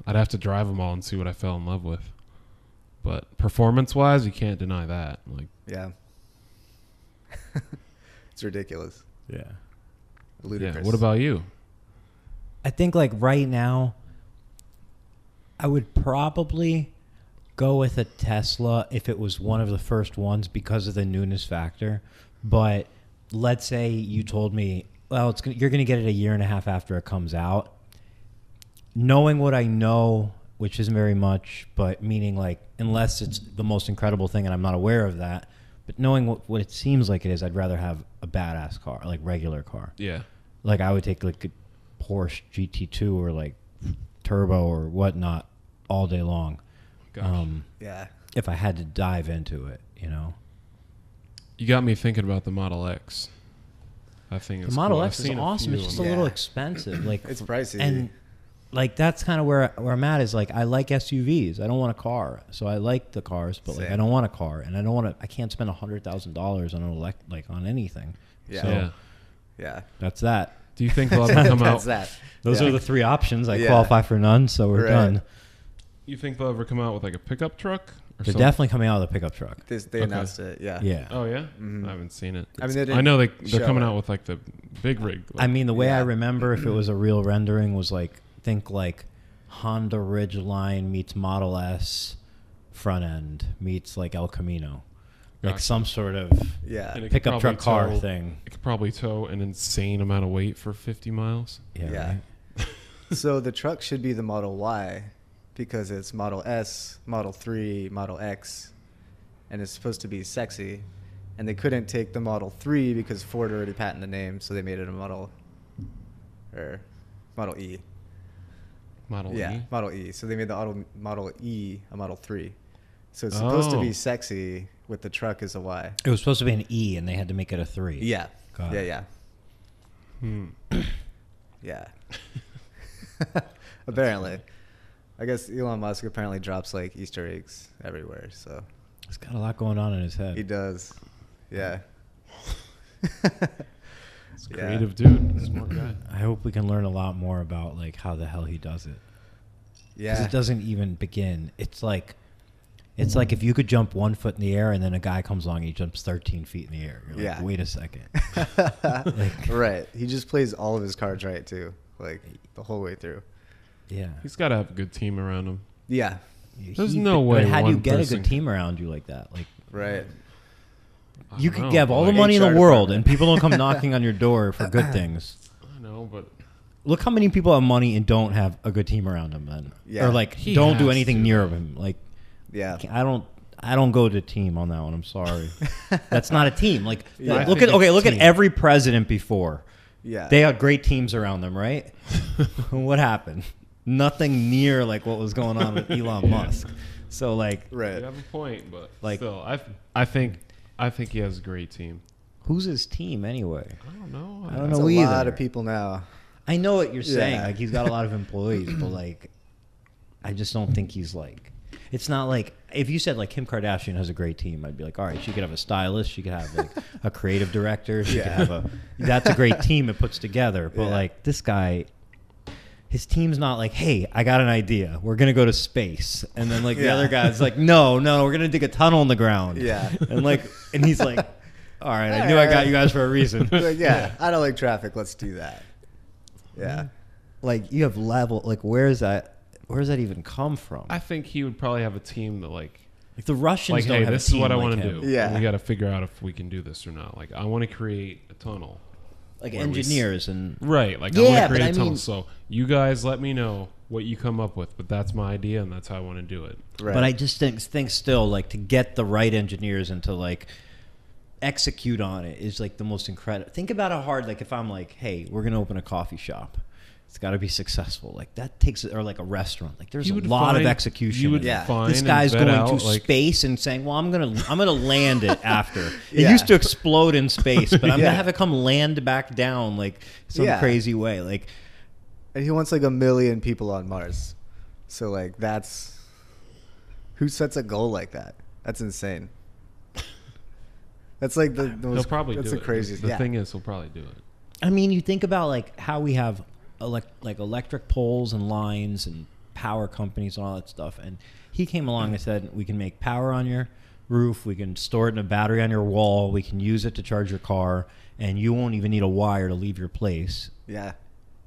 C: I'd have to drive them all and see what I fell in love with. But performance wise, you can't deny that. Like,
B: Yeah. it's ridiculous.
A: Yeah.
B: Ludicrous.
C: yeah. What about you?
A: I think like right now, I would probably go with a Tesla if it was one of the first ones because of the newness factor. But let's say you told me, well, it's gonna, you're going to get it a year and a half after it comes out. Knowing what I know, which isn't very much, but meaning like unless it's the most incredible thing and I'm not aware of that, but knowing what, what it seems like it is, I'd rather have a badass car, like regular car
C: Yeah.
A: like I would take like a Porsche GT2 or like turbo or whatnot all day long.
C: Gosh.
A: Um,
B: Yeah.
A: if I had to dive into it, you know,
C: You got me thinking about the Model X. I think
A: the
C: it's
A: Model
C: cool.
A: X
C: I've
A: is
C: seen a
A: awesome.
C: few
A: It's just
C: of
A: a
B: them.
A: little
B: Yeah.
A: expensive. Like
B: It's pricey.
A: and like that's kind of where where I'm at is like I like SUVs. I don't want a car, so I like the cars, but like
B: Same.
A: I don't want a car, and I don't want to. I can't spend a hundred thousand dollars on an elect like on anything.
B: Yeah.
A: So
C: them. yeah.
B: yeah.
A: that's that.
C: Do you think they'll ever come
B: That's
C: out?
B: that.
A: Those
B: Yeah.
A: are the three options. I
B: Yeah.
A: qualify for none, so we're
B: Right.
A: done.
C: You think they'll ever come out with like a pickup truck? Or
A: They're
C: something?
A: definitely coming out of the pickup truck.
B: This, they
C: Okay.
B: announced it. Yeah.
A: Yeah.
C: Oh yeah,
A: Mm-hmm.
B: Mhm.
C: I haven't seen it.
B: I mean, they
C: I
B: didn't
C: know they
B: show
C: they're coming
B: it.
C: out with like the big rig.
A: I mean, the way I
B: Yeah.
A: remember if it was a real rendering was like think like Honda Ridgeline meets Model S front end meets like El Camino. like
C: Gotcha.
A: some sort of
C: And
B: Yeah.
C: it could
A: pickup
C: probably
A: truck car
C: tow-
A: thing.
C: It could probably tow an insane amount of weight for 50 miles.
A: Yeah.
B: Yeah.
A: right?
B: so the truck should be the Model Y because it's Model S, Model 3, Model X, and it's supposed to be sexy. And they couldn't take the Model 3 because Ford already patented the name, so they made it a Model or Model E.
C: Model
B: yeah,
C: E.
B: Model E. So they made the auto, Model E a Model 3. So it's supposed to
C: Oh.
B: be sexy with the truck as a Y.
A: It was supposed to be an E, and they had to make it a three.
B: Yeah.
A: Got
B: yeah,
A: it.
B: yeah.
C: Hmm.
B: Yeah. apparently. I guess Elon Musk apparently drops like Easter eggs everywhere, so
A: He's got a lot going on in his head.
B: he does. Yeah.
C: It's
B: Yeah.
C: creative dude. Smart guy.
A: I hope we can learn a lot more about like how the hell he does it. 'Cause
B: Yeah.
A: it doesn't even begin. It's like, it's like if you could jump one foot in the air and then a guy comes along and he jumps 13 feet in the air. You're like,
B: Yeah.
A: wait a second. Like-
B: right. He just plays all of his cards right too, like the whole way through.
A: Yeah.
C: He's got to have a good team around him.
B: Yeah.
C: There's
A: He-
C: no way
A: But how do you
C: one
A: get a
C: person-
A: good team around you like that? Like,
B: Right.
C: I
A: you
C: don't
A: could
C: know,
A: have all the
C: like-
A: money in the
B: HR
A: world, and
B: department.
A: people don't come knocking on your door for good things.
C: I know, but
A: Look how many people have money and don't have a good team around them. Then,
B: Yeah.
A: or like
C: He
A: don't do
C: has
A: anything
C: to.
A: near of him. Like,
B: Yeah.
A: I don't, I don't go to team on that one. I'm sorry, that's not a team. Like,
B: Yeah.
A: like,
B: I
A: look
C: think
A: at okay,
C: it's
A: look at
C: team.
A: every president before.
B: Yeah.
A: They had great teams around them, right? what happened? Nothing near like what was going on with Elon
C: Yeah.
A: Musk. So like,
B: right.
C: you have a point. But
A: Like-
C: still, I I think I think he has a great team.
A: who's his team anyway?
C: I don't know.
A: I don't
B: That's
A: know
B: a
A: either.
B: lot of people now.
A: I know what you're saying.
B: Yeah.
A: Like he's got a lot of employees, but like, I just don't think he's like. It's not like if you said like Kim Kardashian has a great team, I'd be like, all right, she could have a stylist, she could have like a creative director, she
B: Yeah.
A: could have a. That's a great team it puts together. But
B: Yeah.
A: like this guy, his team's not like, hey, I got an idea, we're gonna go to space, and then like the
B: Yeah.
A: other guy's like, no, no, we're gonna dig a tunnel in the ground.
B: Yeah.
A: and like, and he's like, all right, I knew I got you guys for a reason.
B: Like, yeah, I don't like traffic. Let's do that. Yeah.
A: like you have level like where is that where does that even come from
C: I think he would probably have a team that like
A: like the russians
C: like
A: don't
C: hey
A: have
C: this
A: a
C: is
A: team
C: what i
A: like
C: want to
A: him.
C: do
B: Yeah.
C: and we got to figure out if we can do this or not like i want to create a tunnel
A: like
C: Where we s-
A: engineers and
C: right like i
A: Yeah,
C: want
A: but
C: to create
A: I
C: a tunnel
A: mean-
C: so you guys let me know what you come up with but that's my idea and that's how i want to do it
B: Right.
A: Mm-hmm. but i just think think still like to get the right engineers and to like execute on it is like the most incredible think about how hard like if i'm like hey we're gonna open a coffee shop it's got to be successful like that takes or like a restaurant like there's a
C: You would
A: lot of
C: find-
A: execution
C: you would
A: in it.
B: Yeah.
C: find
A: this
C: and
A: guy's
C: vet
A: going
C: out,
A: to
C: like,
A: space and saying, "Well, I'm gonna I'm gonna land it after it
B: Yeah.
A: used to explode in space, but I'm
B: Yeah.
A: gonna have it come land back down like some
B: Yeah.
A: crazy way." Like,
B: And he wants like a million people on Mars. So like that's who sets a goal like that? That's insane. That's like the, the
C: he'll
B: most,
C: probably
B: that's
C: do
B: the
C: it.
B: craziest.
C: the
B: yeah.
C: thing is he'll probably do it
A: I mean, you think about like how we have elect like electric poles and lines and power companies and all that stuff, and he came along and said, "We can make power on your." Roof, we can store it in a battery on your wall. We can use it to charge your car, and you won't even need a wire to leave your place.
B: yeah.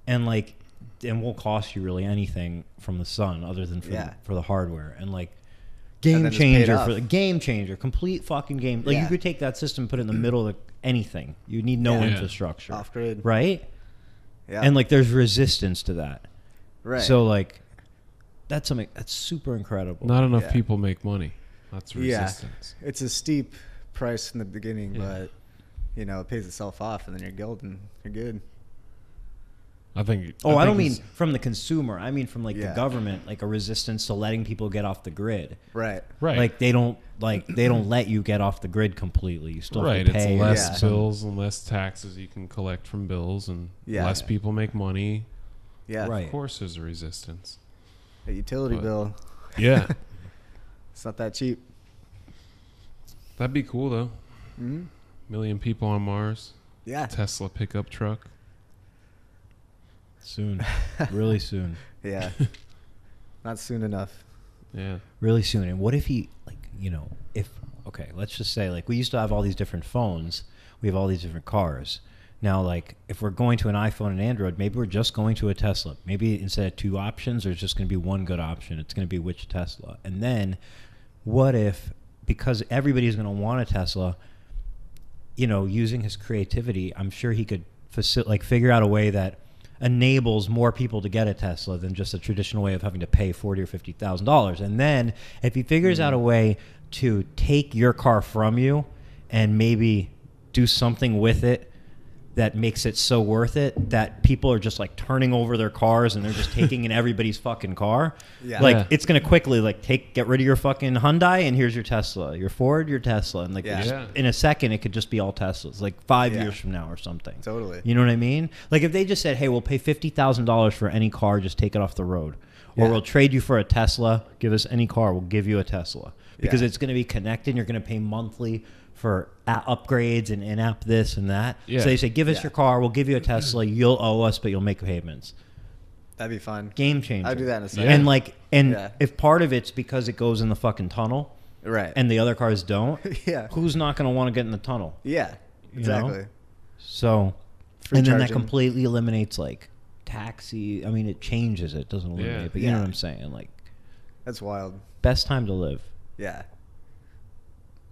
A: and like and won't cost you really anything from the sun other than for,
B: Yeah.
A: the, for the hardware and like
B: then
A: game
B: it's paid
A: changer
B: off.
A: for the game changer complete fucking game like
B: Yeah.
A: you could take that system put it in the middle of anything you need no
B: Yeah.
C: Yeah.
A: infrastructure
B: Off grid.
A: right
B: Yeah.
A: and like there's resistance to that
B: right.
A: so like that's something that's super incredible
C: not enough
B: Yeah.
C: people make money that's
B: Yeah.
C: resistance
B: it's a steep price in the beginning,
C: Yeah.
B: but you know, it pays itself off and then you're golden. You're good.
C: i think
A: oh i,
C: think
A: don't mean
C: he's-
A: from the consumer i mean from like
B: Yeah.
A: the government like a resistance to letting people get off the grid
B: Right.
C: right
A: like they don't like they don't let you get off the grid completely you still
C: right
A: have to pay
C: it's
A: or
B: Yeah.
C: less
A: some-
C: bills and less taxes you can collect from bills and
B: Yeah.
C: less people make money
B: Yeah.
A: Right.
C: of course there's a resistance
B: A utility
C: But-
B: bill.
C: yeah
B: It's not that cheap.
C: that'd be cool though
A: Mm-hmm.
B: hmm
C: million people on mars
B: Yeah.
C: tesla pickup truck
A: Soon. really soon.
B: Yeah. not soon enough.
C: yeah
A: Really soon. And what if he, like, you know, if, okay, let's just say, like, we used to have all these different phones, we have all these different cars. Now, like, if we're going to an iPhone and Android, maybe we're just going to a Tesla. Maybe instead of two options, there's just going to be one good option. It's going to be which Tesla. And then what if because everybody's going to want a Tesla, you know, using his creativity, I'm sure he could faci- like figure out a way that enables more people to get a Tesla than just a traditional way of having to pay forty or fifty thousand dollars. And then if he figures out a way to take your car from you and maybe do something with it that makes it so worth it that people are just like turning over their cars and they're just taking in everybody's fucking car.
B: Yeah.
A: Like
C: Yeah.
A: it's gonna quickly like take get rid of your fucking Hyundai and here's your Tesla, your Ford, your Tesla, and like
B: Yeah.
A: just-
C: Yeah.
A: in a second it could just be all Teslas, like five
B: Yeah.
A: years from now or something.
B: Totally.
A: You know what I mean? Like if they just said, "Hey, we'll pay fifty thousand dollars for any car, just take it off the road, or
B: Yeah.
A: we'll trade you for a Tesla. Give us any car, we'll give you a Tesla because
B: Yeah.
A: it's going to be connected. and You're going to pay monthly for a- upgrades and in-app this and that.
C: Yeah.
A: So they say, "Give us
B: Yeah.
A: your car, we'll give you a Tesla. You'll owe us, but you'll make payments."
B: That'd be fun.
A: Game changer.
B: I'll do that in a second.
A: And like, and
B: Yeah.
A: if part of it's because it goes in the fucking tunnel,
B: Right.
A: and the other cars don't,
B: yeah.
A: who's not going to want to get in the tunnel?
B: Yeah.
A: You know?
B: Exactly.
A: So,
B: Free
A: and then that
B: charging.
A: completely eliminates like taxi. I mean, it changes it, doesn't eliminate,
C: Yeah.
A: it, but you know
B: Yeah.
A: what I'm saying? Like,
B: That's wild.
A: best time to live
B: Yeah.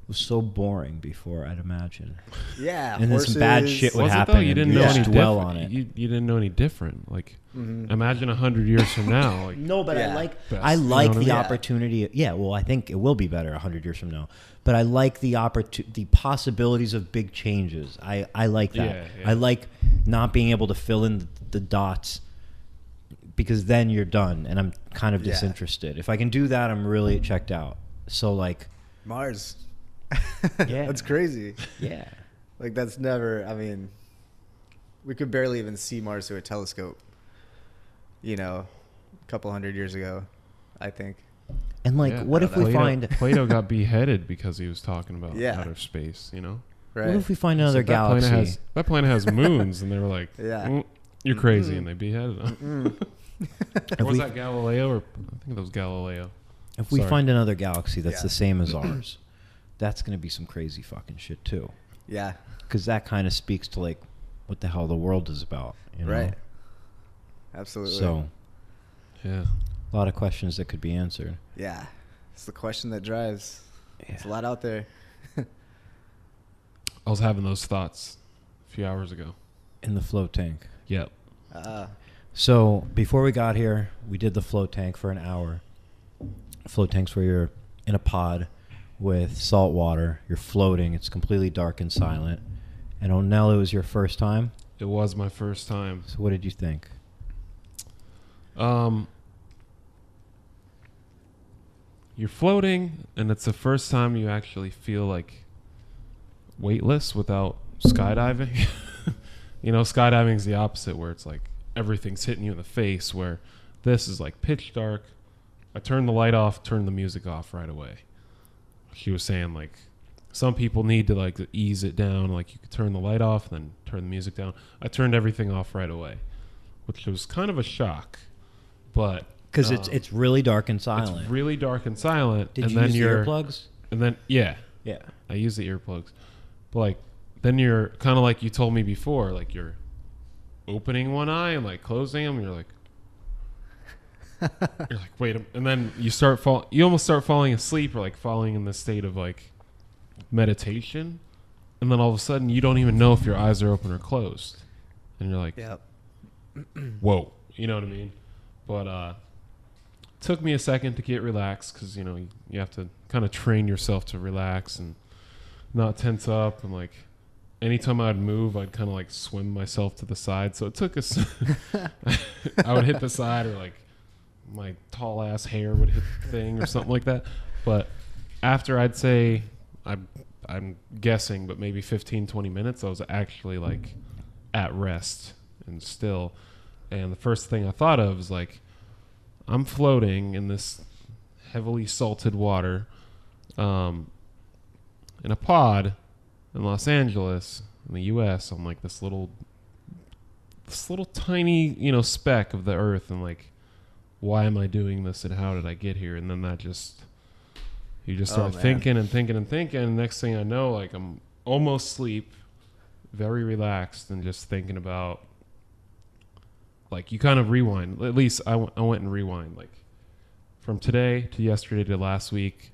A: It was so boring before. I'd imagine.
B: Yeah.
A: And then some bad
B: horses.
A: shit would
C: was
A: happen
C: it though? You
A: and
C: didn't
B: you
C: know
B: just
C: any
A: dwell
C: different.
A: on it. Mm-hmm.
C: You, you didn't know any different. Like,
B: Mhm.
C: imagine a hundred years from now. Like,
A: No, but I
B: Yeah.
A: like
C: Best,
A: I
C: you know
A: like
C: what I
A: the
C: mean?
B: Yeah.
A: opportunity. Yeah, well, I think it will be better hundred years from now. But I like the opportu- the possibilities of big changes. I I like that.
C: Yeah, yeah.
A: I like not being able to fill in the, the dots because then you're done, and I'm kind of
B: Yeah.
A: disinterested. If I can do that, I'm really checked out. So like,
B: Mars.
A: Yeah.
B: That's crazy.
A: yeah,
B: Like that's never. I mean, we could barely even see Mars through a telescope. You know, a couple hundred years ago, I think.
A: and like,
C: yeah,
A: what
C: I
A: if
C: don't
A: we
C: know.
A: find
C: Plato got beheaded because he was talking about
B: Yeah.
C: outer space? You know,
B: Right.
A: what if we find another
C: So that planet
A: galaxy?
C: has- that planet has moons, and they were like,
B: Yeah.
C: "Mm, you're crazy,"
A: Mm-hmm.
C: and they beheaded him.
B: Mm.
A: If
C: Or was
A: we-
C: that Galileo? Or I think that was Galileo.
A: If we
C: Sorry.
A: find another galaxy that's
B: Yeah.
A: the same as ours, that's gonna be some crazy fucking shit too.
B: yeah.
A: because that kind of speaks to like what the hell the world is about, you know?
B: Right. Absolutely.
A: So
C: Yeah,
A: a lot of questions that could be answered.
B: Yeah. It's the question that drives. It's a lot out there.
C: I was having those thoughts a few hours ago.
A: In the float tank.
C: Yep.
B: Uh,
A: So before we got here, we did the float tank for an hour. Float tanks where you're in a pod with salt water, you're floating. It's completely dark and silent. And Onell, it was your first time.
C: It was my first time.
A: So what did you think?
C: Um, you're floating, and it's the first time you actually feel like weightless without skydiving. you know, skydiving is the opposite, where it's like everything's hitting you in the face. Where this is like pitch dark. I turn the light off, turn the music off right away. She was saying like some people need to like ease it down. Like you could turn the light off, then turn the music down. I turned everything off right away, which was kind of a shock, but
A: Because it's
C: Um,
A: Uh, it's really dark and silent.
C: it's really dark and silent.
A: did
C: and
A: you
C: then
A: use the
C: you're,
A: earplugs?
C: And then yeah,
A: Yeah.
C: I use the earplugs. But like then you're kind of like you told me before, like you're opening one eye and like closing them. And you're like, you're like wait, a-" and then you start fall. You almost start falling asleep or like falling in the state of like meditation, and then all of a sudden you don't even know if your eyes are open or closed, and you're like,
B: yep.
C: whoa you know what i mean but uh took me a second to get relaxed because you know you, you have to kind of train yourself to relax and not tense up and like anytime i'd move i'd kind of like swim myself to the side so it took us i would hit the side or like my tall ass hair would hit the thing or something like that but after i'd say i'm i'm guessing but maybe 15 20 minutes i was actually like at rest and still and the first thing I thought of is like, I'm floating in this heavily salted water, um, in a pod in Los Angeles, in the U.S. I'm like this little, this little tiny, you know, speck of the earth, and like, why am I doing this, and how did I get here? And then that just, you just
B: Oh,
C: start
B: man.
C: thinking and thinking and thinking, and next thing I know, like I'm almost asleep, very relaxed, and just thinking about like you kind of rewind at least I went- I went and rewind like from today to yesterday to last week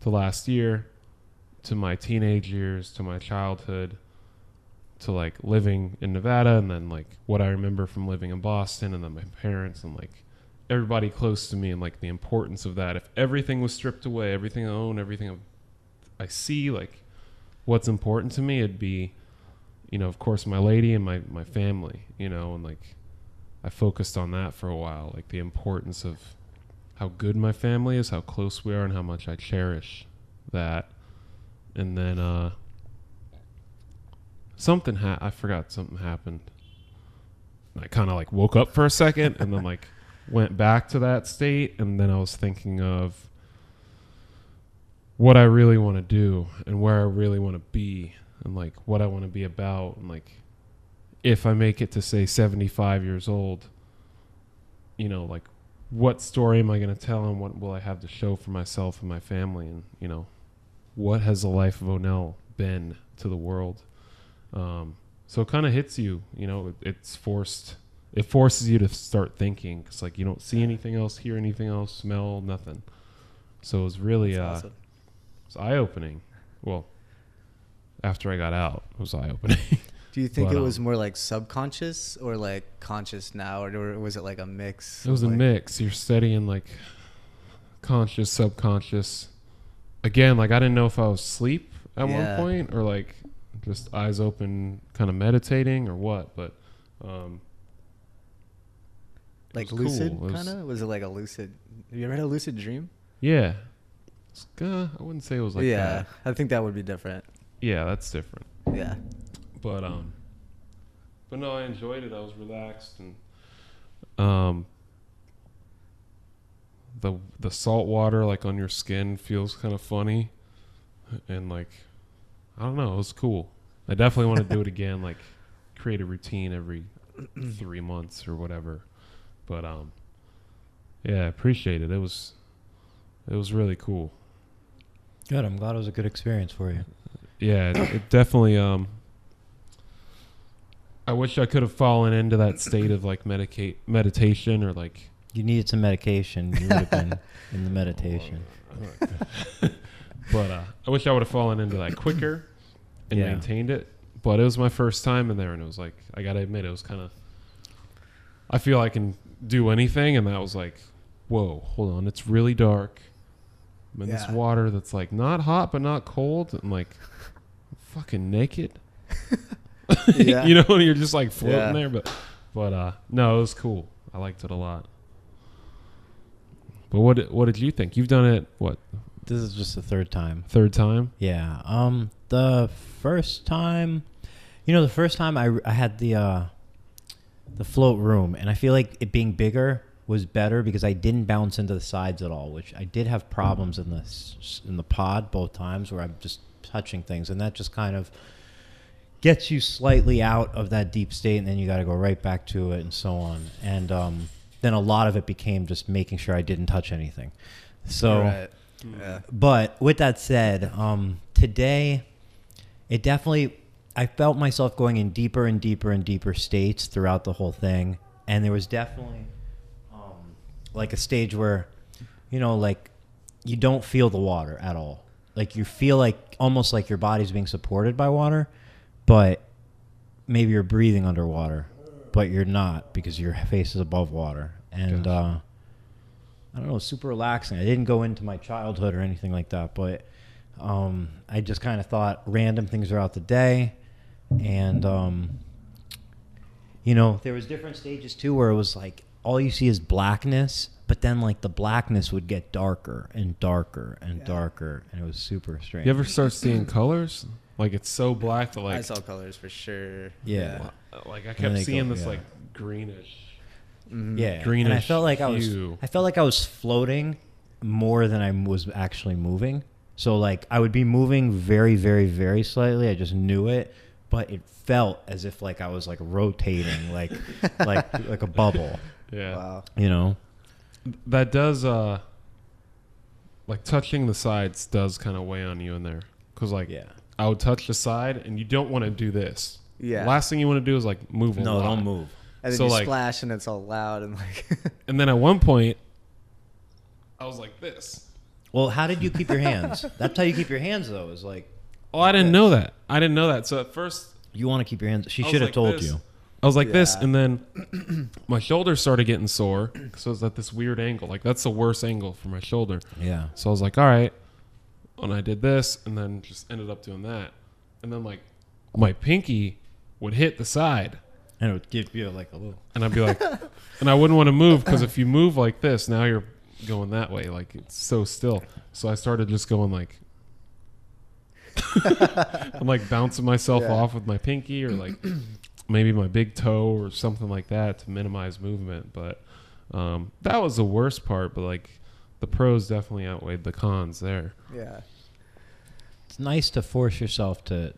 C: to last year to my teenage years, to my childhood, to like living in Nevada, and then like what I remember from living in Boston, and then my parents, and like everybody close to me, and like the importance of that. If everything was stripped away, everything I own, everything I see, like what's important to me, it'd be, you know, of course, my lady and my my family, you know, and like I focused on that for a while, like the importance of how good my family is, how close we are, and how much I cherish that. And then uh, something ha- I forgot something happened. And I kind of like woke up for a second, and then like went back to that state, and then I was thinking of what I really want to do and where I really want to be, and like what I want to be about, and like if I make it to say seventy five years old, you know, like what story am I going to tell and what will I have to show for myself and my family? And, you know, what has the life of O'Neill been to the world? Um, so it kind of hits you, you know, it, it's forced, it forces you to start thinking because, like, you don't see anything else, hear anything else, smell nothing. So it was really, uh,
D: awesome.
C: it's eye opening. Well, after I got out, it was eye opening.
B: Do you think
C: But,
A: uh,
B: it was
C: um,
B: more like subconscious or like conscious now, or was it like a mix?
C: It was
B: of,
C: a
B: like-
C: mix. You're studying like conscious, subconscious. Again, like I didn't know if I was asleep at
B: Yeah.
C: one point or like just eyes open, kind of meditating or what. But um, it
B: like
C: was cool.
B: lucid
C: It was-
B: kind of. Was it like a lucid? Have you ever had a lucid dream?
C: Yeah, It's kinda- I wouldn't say it was like
B: yeah,
C: that.
B: I think that would be different.
C: Yeah, that's different.
B: Yeah,
C: but um but no i enjoyed it i was relaxed and um the the salt water like on your skin feels kind of funny and like i don't know it was cool i definitely want to do it again like create a routine every three months or whatever but um yeah i appreciate it it was it was really cool
A: Good. I'm glad it was a good experience for you.
C: yeah it, it definitely um i wish i could have fallen into that state of like medicate meditation or like
A: You needed some medication. You would have been in the meditation.
C: but uh i wish i would have fallen into that quicker and
A: Yeah.
C: maintained it but it was my first time in there and it was like i gotta admit it was kind of i feel i can do anything and that was like whoa hold on it's really dark i'm in this
B: Yeah.
C: water that's like not hot but not cold and like fucking naked
B: yeah.
C: you know, you're just like floating
B: Yeah.
C: there. But but uh no, it was cool. I liked it a lot. But what what did you think? You've done it what
A: This is just the third time.
C: third time?
A: Yeah. Um. The first time, you know, the first time I I had the uh, the float room, and I feel like it being bigger was better because I didn't bounce into the sides at all, which I did have problems in the s- in the pod both times where I'm just touching things, and that just kind of gets you slightly out of that deep state, and then you got to go right back to it, and so on. And um, then a lot of it became just making sure I didn't touch anything. So
B: Right.
C: mm,
B: Yeah.
A: but with that said, um, today it definitely I felt myself going in deeper and deeper and deeper states throughout the whole thing, and there was definitely um, like a stage where you know like you don't feel the water at all. Like you feel like almost like your body's being supported by water, but maybe you're breathing underwater, but you're not because your face is above water. And
C: Gotcha.
A: uh, I don't know, it's super relaxing. I didn't go into my childhood or anything like that, but um, I just kind of thought random things throughout the day, and um, you know, there was different stages too where it was like all you see is blackness, but then like the blackness would get darker and darker and
B: Yeah.
A: darker, and it was super strange.
C: You ever start seeing colors? Like it's so black that like
B: I saw colors for sure.
A: Yeah.
C: like I
A: And
C: kept
A: they
C: seeing
A: go-
C: this
A: yeah.
C: like greenish.
B: Mhm.
A: yeah and i
C: Greenish
A: felt like i was
C: hue.
A: i felt like i was floating more than i m- was actually moving so like i would be moving very very very slightly i just knew it but it felt as if like i was like rotating like like like a bubble
C: Yeah.
B: Wow.
A: you know
C: That does uh like touching the sides does kind of weigh on you in there cuz like
A: yeah
C: I would touch the side and you don't want to do this.
B: Yeah.
C: Last thing you want to do is like move a
A: no
C: lot.
A: don't move
B: and then
C: so,
B: you
C: like-
B: splash and it's all loud and like.
C: And then at one point, I was like this.
A: well how did you keep your hands that's how you keep your hands though is like
C: Oh, I didn't know that. I didn't know that. So at first,
A: You want to keep your hands. She
C: I was
A: should have
C: like
A: told
C: this.
A: you.
C: I was like this,
B: Yeah.
C: and then my shoulder started getting sore. So it's at this weird angle. Like that's the worst angle for my shoulder.
A: Yeah.
C: So I was like, all right. And I did this, and then just ended up doing that. And then like my pinky would hit the side,
A: And it would give you like a little.
C: and I'd be like, and I wouldn't want to move because if you move like this, now you're going that way. Like it's so still. So I started just going like. I'm like bouncing myself
B: Yeah.
C: off with my pinky or like maybe my big toe or something like that to minimize movement. But um, that was the worst part. But like the pros definitely outweighed the cons there.
B: Yeah.
A: It's nice to force yourself to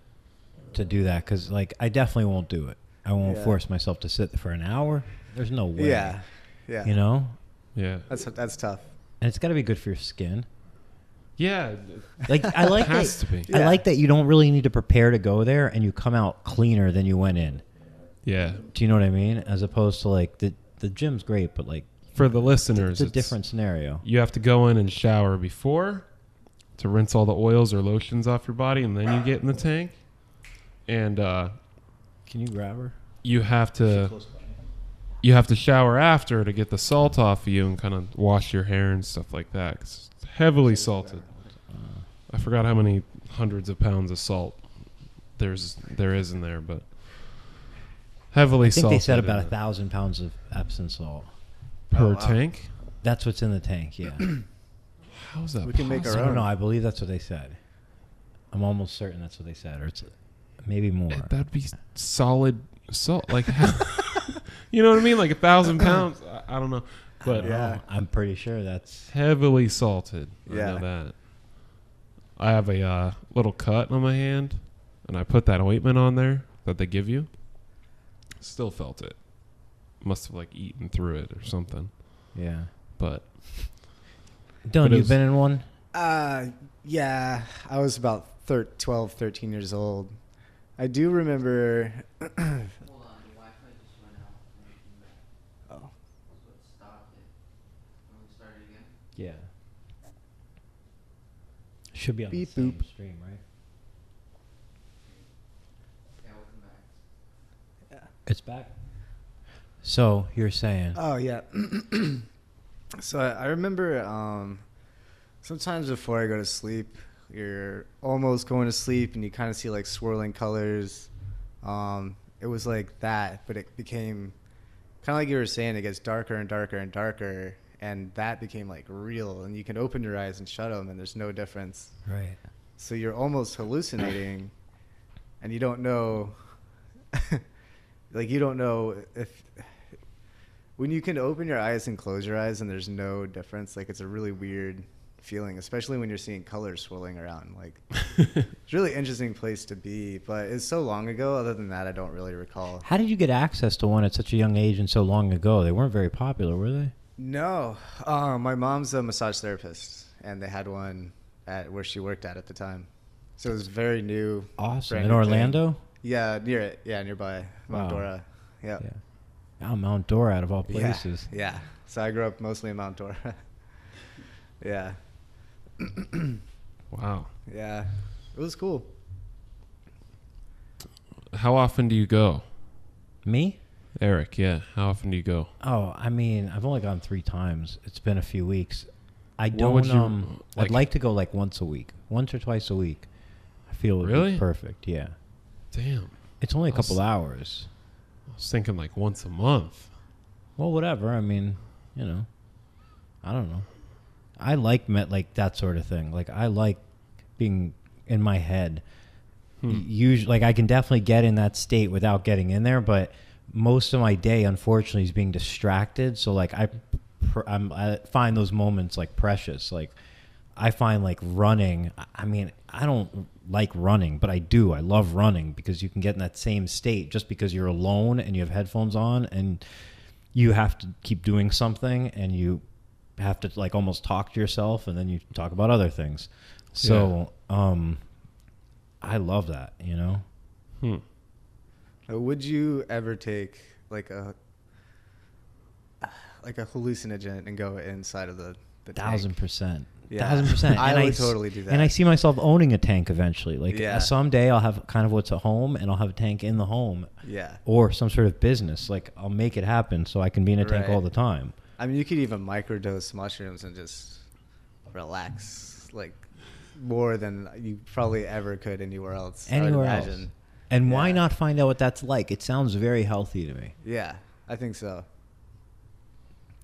A: to do that because like I definitely won't do it. I won't
B: Yeah.
A: force myself to sit for an hour. There's no way.
B: Yeah. Yeah.
A: You know,
C: Yeah.
B: That's that's tough.
A: and it's got to be good for your skin.
C: Yeah. it
A: Like I like
C: has
A: that.
C: to be.
A: I
B: Yeah.
A: like that you don't really need to prepare to go there, and you come out cleaner than you went in.
C: Yeah.
A: Do you know what I mean? As opposed to like the the gym's great, but like
C: For the listeners,
A: it's a different scenario.
C: You have to go in and shower before to rinse all the oils or lotions off your body, and then you get in the tank. And uh,
A: Can you grab her?
C: you have to you have to shower after to get the salt off of you and kind of wash your hair and stuff like that. 'cause it's heavily salted. I forgot how many hundreds of pounds of salt there's there is in there, but heavily
A: I think
C: salted.
A: they said
C: in
A: about a
C: it.
A: thousand pounds of Epsom salt.
C: per
B: Oh, wow.
C: tank.
A: That's what's in the tank. Yeah.
C: How is that?
B: We can make
A: I
B: our
A: don't
B: own.
A: know. I believe that's what they said. I'm almost certain that's what they said, or it's maybe more.
C: Eh, That'd be solid salt. Like, you know what I mean? Like a thousand pounds. I, I don't know, but
B: Yeah.
A: I'm pretty sure that's.
C: heavily salted. I know
B: Yeah.
C: that. I have a uh, little cut on my hand, and I put that ointment on there that they give you. Still felt it. Must have like eaten through it or something.
A: Yeah.
C: But
A: Dylan,
C: But it
A: you've
C: was-
A: been in one.
B: Uh, yeah, I was about thir- 12, 13 years old. I do remember.
D: Hold on, um, the Wi-Fi just went out. and it came back.
B: Oh,
D: That's what stopped it. Want me to start it again?
A: Yeah. Should be on
B: Beep
A: the same
B: boop.
A: stream, right?
D: Yeah, we'll come back.
A: It's back. So you're saying
B: oh yeah. so I, I remember um, sometimes before I go to sleep, you're almost going to sleep and you kind of see like swirling colors. Um, it was like that, but it became kind of like you were saying, it gets darker and darker and darker. And that became like real, and you can open your eyes and shut them, and there's no difference.
A: right?
B: So you're almost hallucinating, and you don't know, like you don't know if when you can open your eyes and close your eyes and there's no difference. Like it's a really weird feeling, especially when you're seeing colors swirling around. Like it's a really interesting place to be, but it's so long ago. Other than that, I don't really recall.
A: How did you get access to one at such a young age and so long ago? They weren't very popular, were they?
B: No, uh, my mom's a massage therapist, and they had one at where she worked at at the time. So it was very new.
A: Awesome.
B: brand
A: In
B: new thing.
A: Orlando?
B: Yeah, near it. Yeah, nearby Mount
A: Wow.
B: Dora. Yeah.
A: Yeah. Oh, Mount Dora out of all
B: Yeah,
A: places.
B: Yeah. So I grew up mostly in Mount Dora. yeah.
C: wow,
B: Yeah. It was cool.
C: how often do you go,
A: Me?
C: Eric? Yeah, how often do you go?
A: Oh, I mean, I've only gone three times. It's been a few weeks. I
C: What
A: don't.
C: would you,
A: um,
C: like-
A: I'd like to go like once a week, once or twice a week. I feel it would
C: Really?
A: be perfect. Yeah,
C: Damn,
A: it's only a
C: I'll s-
A: couple hours.
C: I was thinking like once a month.
A: Well, whatever. I mean, you know, I don't know. I like met like that sort of thing. Like I like being in my head. Usually, like I can definitely get in that state without getting in there, but most of my day, unfortunately, is being distracted. So like I, pr- I'm, I find those moments like precious. Like I find like running. I- I mean, I don't like running, but I do. I love running because you can get in that same state just because you're alone and you have headphones on and you have to keep doing something and you have to like almost talk to yourself and then you talk about other things. So, um I love that, you know.
C: Hmm.
B: Uh, Would you ever take like a like a hallucinogen and go inside of the the tank?
A: Thousand percent.
B: Yeah.
A: thousand percent.
B: I
A: and
B: would
A: s-
B: totally do that.
A: And I see myself owning a tank eventually. Like
B: Yeah.
A: uh, someday I'll have kind of what's a home, and I'll have a tank in the home
B: Yeah.
A: or some sort of business. Like I'll make it happen, so I can be in a tank
B: Right.
A: all the time.
B: I mean, you could even microdose mushrooms and just relax like more than you probably ever could anywhere else. I would
A: Anywhere else.
B: imagine.
A: And why
B: Yeah.
A: not find out what that's like? It sounds very healthy to me.
B: Yeah, I think so.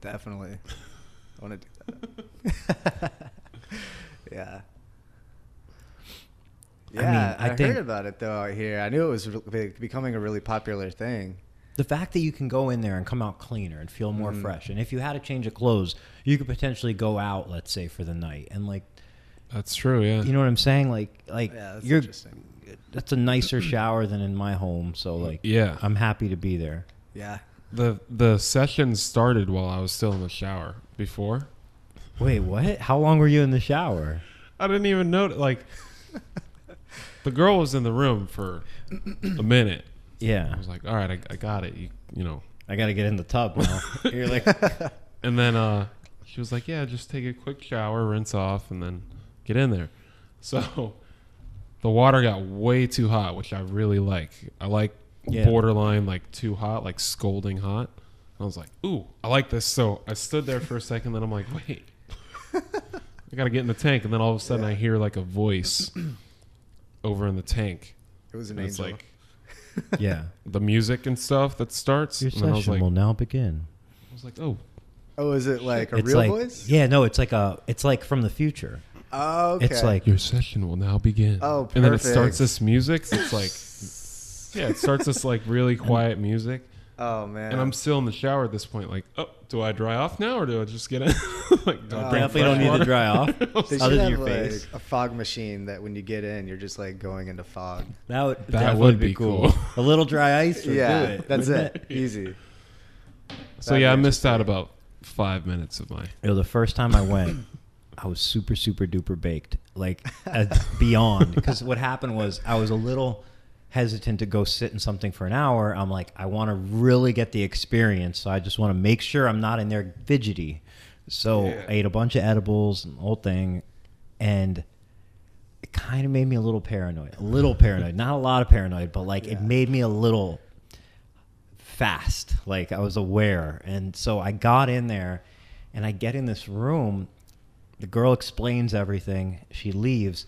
B: Definitely. I want to do that. yeah.
A: I mean,
B: Yeah, I,
A: I think-
B: heard about it though out here. I knew it was re- be- becoming a really popular thing.
A: The fact that you can go in there and come out cleaner and feel more
B: Mhm.
A: fresh, and if you had a change of clothes, you could potentially go out, let's say, for the night, and like,
C: That's true. Yeah.
A: you know what I'm saying? Like, like
B: Yeah, that's
A: you're
B: interesting.
A: that's a nicer shower than in my home. So like,
C: yeah.
A: I'm happy to be there.
B: Yeah.
C: the the session started while I was still in the shower. Before
A: Wait, what? How long were you in the shower?
C: I didn't even know. Like the girl was in the room for a minute. I
A: Yeah,
C: was like, all right, I, I got it. You you know.
A: I gotta get in the tub now. You're like,
C: And then uh, she was like, yeah, just take a quick shower, rinse off, and then get in there. So the water got way too hot, which I really like. I like
A: Yeah.
C: borderline like too hot, like scolding hot. And I was like, ooh, I like this. So I stood there for a second, then I'm like, wait, I gotta get in the tank. And then all of a sudden, I hear like a voice over in the tank.
B: It was an
C: And it's
B: angel.
C: like
A: yeah,
C: the music and stuff that starts.
A: your
C: and then I was
A: session
C: like,
A: will now begin.
C: I was like, oh,
B: oh, is it like a
A: it's
B: real
A: like,
B: voice?
A: yeah, no, it's like a, it's like from the future.
B: Oh, okay.
A: It's like
C: Your session will now begin.
B: Oh,
C: And then it
B: perfect.
C: starts this music. so It's like, yeah, it starts this like really quiet music.
B: oh man.
C: And I'm still in the shower at this point. Like, oh, do I dry off now or do I just get in? like, do I
B: Oh,
C: bring
A: definitely
C: fresh
A: don't need
C: water?
A: to dry off.
B: They
A: Other
B: should
A: than
B: have
A: your
B: like
A: face.
B: a fog machine that when you get in, you're just like going into fog.
A: That would
C: That
A: definitely
C: would be cool.
A: a little dry ice. Would
B: yeah,
A: do it.
B: that's
A: wouldn't
B: it. Easy.
C: So yeah, I
B: That'd be
C: missed out
B: interesting.
C: about five minutes of my.
A: Yo, the first time I went, I was super, super duper baked, like uh, beyond. Because what happened was I was a little hesitant to go sit in something for an hour. I'm like, I want to really get the experience, so I just want to make sure I'm not in there fidgety. So
C: Yeah.
A: I ate a bunch of edibles and the whole thing, and it kind of made me a little paranoid, a little paranoid, not a lot of paranoid, but like
B: Yeah.
A: it made me a little fast. Like I was aware. And so I got in there and I get in this room. The girl explains everything. She leaves.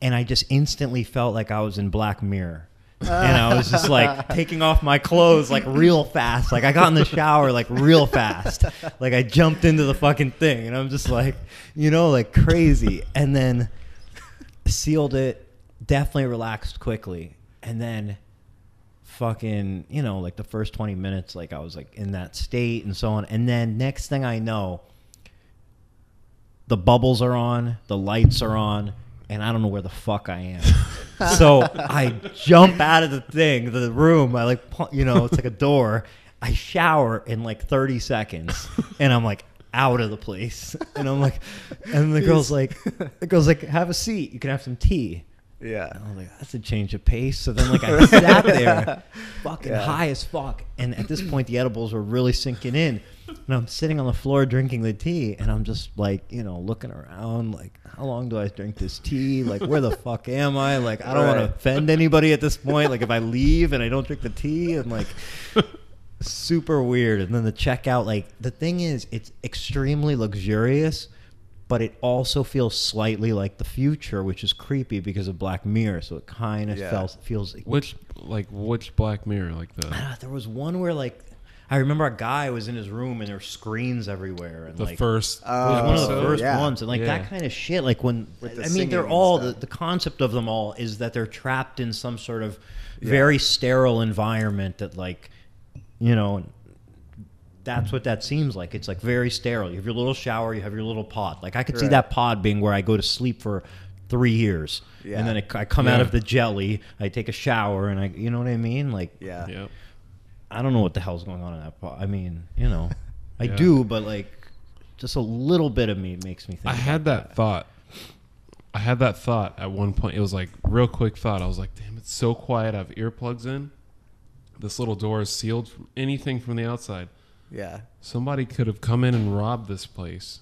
A: And I just instantly felt like I was in Black Mirror. And I was just like taking off my clothes like real fast. Like I got in the shower like real fast. Like I jumped into the fucking thing. And I'm just like, you know, like crazy. And then sealed it, definitely relaxed quickly. And then fucking, you know, like the first 20 minutes, like I was like in that state and so on. And then next thing I know, the bubbles are on, the lights are on, and I don't know where the fuck I am. so I jump out of the thing, the room. I like, pu- you know, it's like a door. I shower in like 30 seconds, and I'm like out of the place. And I'm like, and the girl's like, the girl's like, have a seat. You can have some tea.
B: Yeah.
A: And I was like, that's a change of pace. So then, like, I sat there, fucking
B: Yeah.
A: high as fuck. And at this point, the edibles were really sinking in. And I'm sitting on the floor drinking the tea, and I'm just like, you know, looking around, like, how long do I drink this tea? Like, where the fuck am I? Like, I don't want
B: Right.
A: to offend anybody at this point. Like, if I leave and I don't drink the tea, and like, super weird. And then the checkout, like, the thing is, it's extremely luxurious but it also feels slightly like the future, which is creepy because of Black Mirror. So it kind of
B: Yeah.
A: felt feels.
C: Which like which Black Mirror? Like the
A: Ah, there was one where like I remember a guy was in his room and there were screens everywhere and
C: the
A: like it
C: first.
A: was
B: Uh,
A: one of the
C: episode?
A: first
B: yeah.
A: ones and like
C: Yeah.
A: that kind of shit. Like when
B: With the
A: I mean,
B: singing
A: they're
B: and
A: all the,
B: stuff.
A: the concept of them all is that they're trapped in some sort of very sterile environment that like you know that's what that seems like. It's like very sterile. You have your little shower, you have your little pod. Like I could see
B: Right.
A: that pod being where I go to sleep for three years,
B: Yeah.
A: and then it, I come out
C: Yeah.
A: of the jelly, I take a shower, and I, you know what I mean? Like
B: Yeah.
C: Yeah.
A: I don't know what the hell's going on in that pod. I mean, you know, I
C: Yeah.
A: do, but like just a little bit of me makes me think.
C: I had that thought. I had that thought at one point. It was like real quick thought. I was like, "Damn, it's so quiet. I have earplugs in. This little door is sealed from anything from the outside.
B: Yeah.
C: Somebody could have come in and robbed this place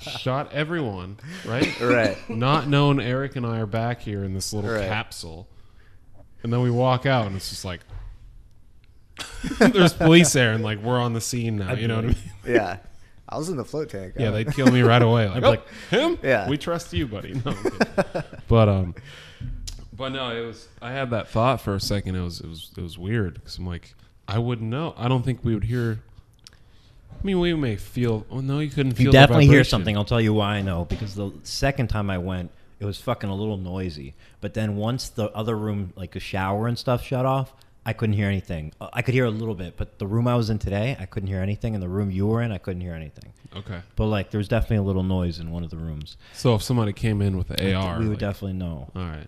C: shot everyone, right?
B: right.
C: Not known Eric and I are back here in this little
B: Right.
C: capsule. And then we walk out and it's just like there's police there and like we're on the scene now, you know what I mean?
B: Yeah. I was in the float tank.
C: Yeah,
B: I
C: they'd kill me right away. Like,
A: I'd be
C: "Oh,
A: like,
C: him?
B: Yeah.
C: We trust you, buddy. No, I'm kidding. but um but no, it was I had that thought for a second. It was it was it was weird cuz I'm like I wouldn't know. I don't think we would hear I mean, we may feel. Oh no, you couldn't
A: If you
C: feel. the
A: definitely hear
C: vibration.
A: something, I'll tell you why I know. Because the second time I went, it was fucking a little noisy. But then once the other room, like the shower and stuff, shut off, I couldn't hear anything. Uh, I could hear a little bit, but the room I was in today, I couldn't hear anything. And the room you were in, I couldn't hear anything.
C: Okay.
A: But like, there was definitely a little noise in one of the rooms.
C: So if somebody came in with the AR,
A: we would
C: like, uh,
A: definitely know.
C: All right.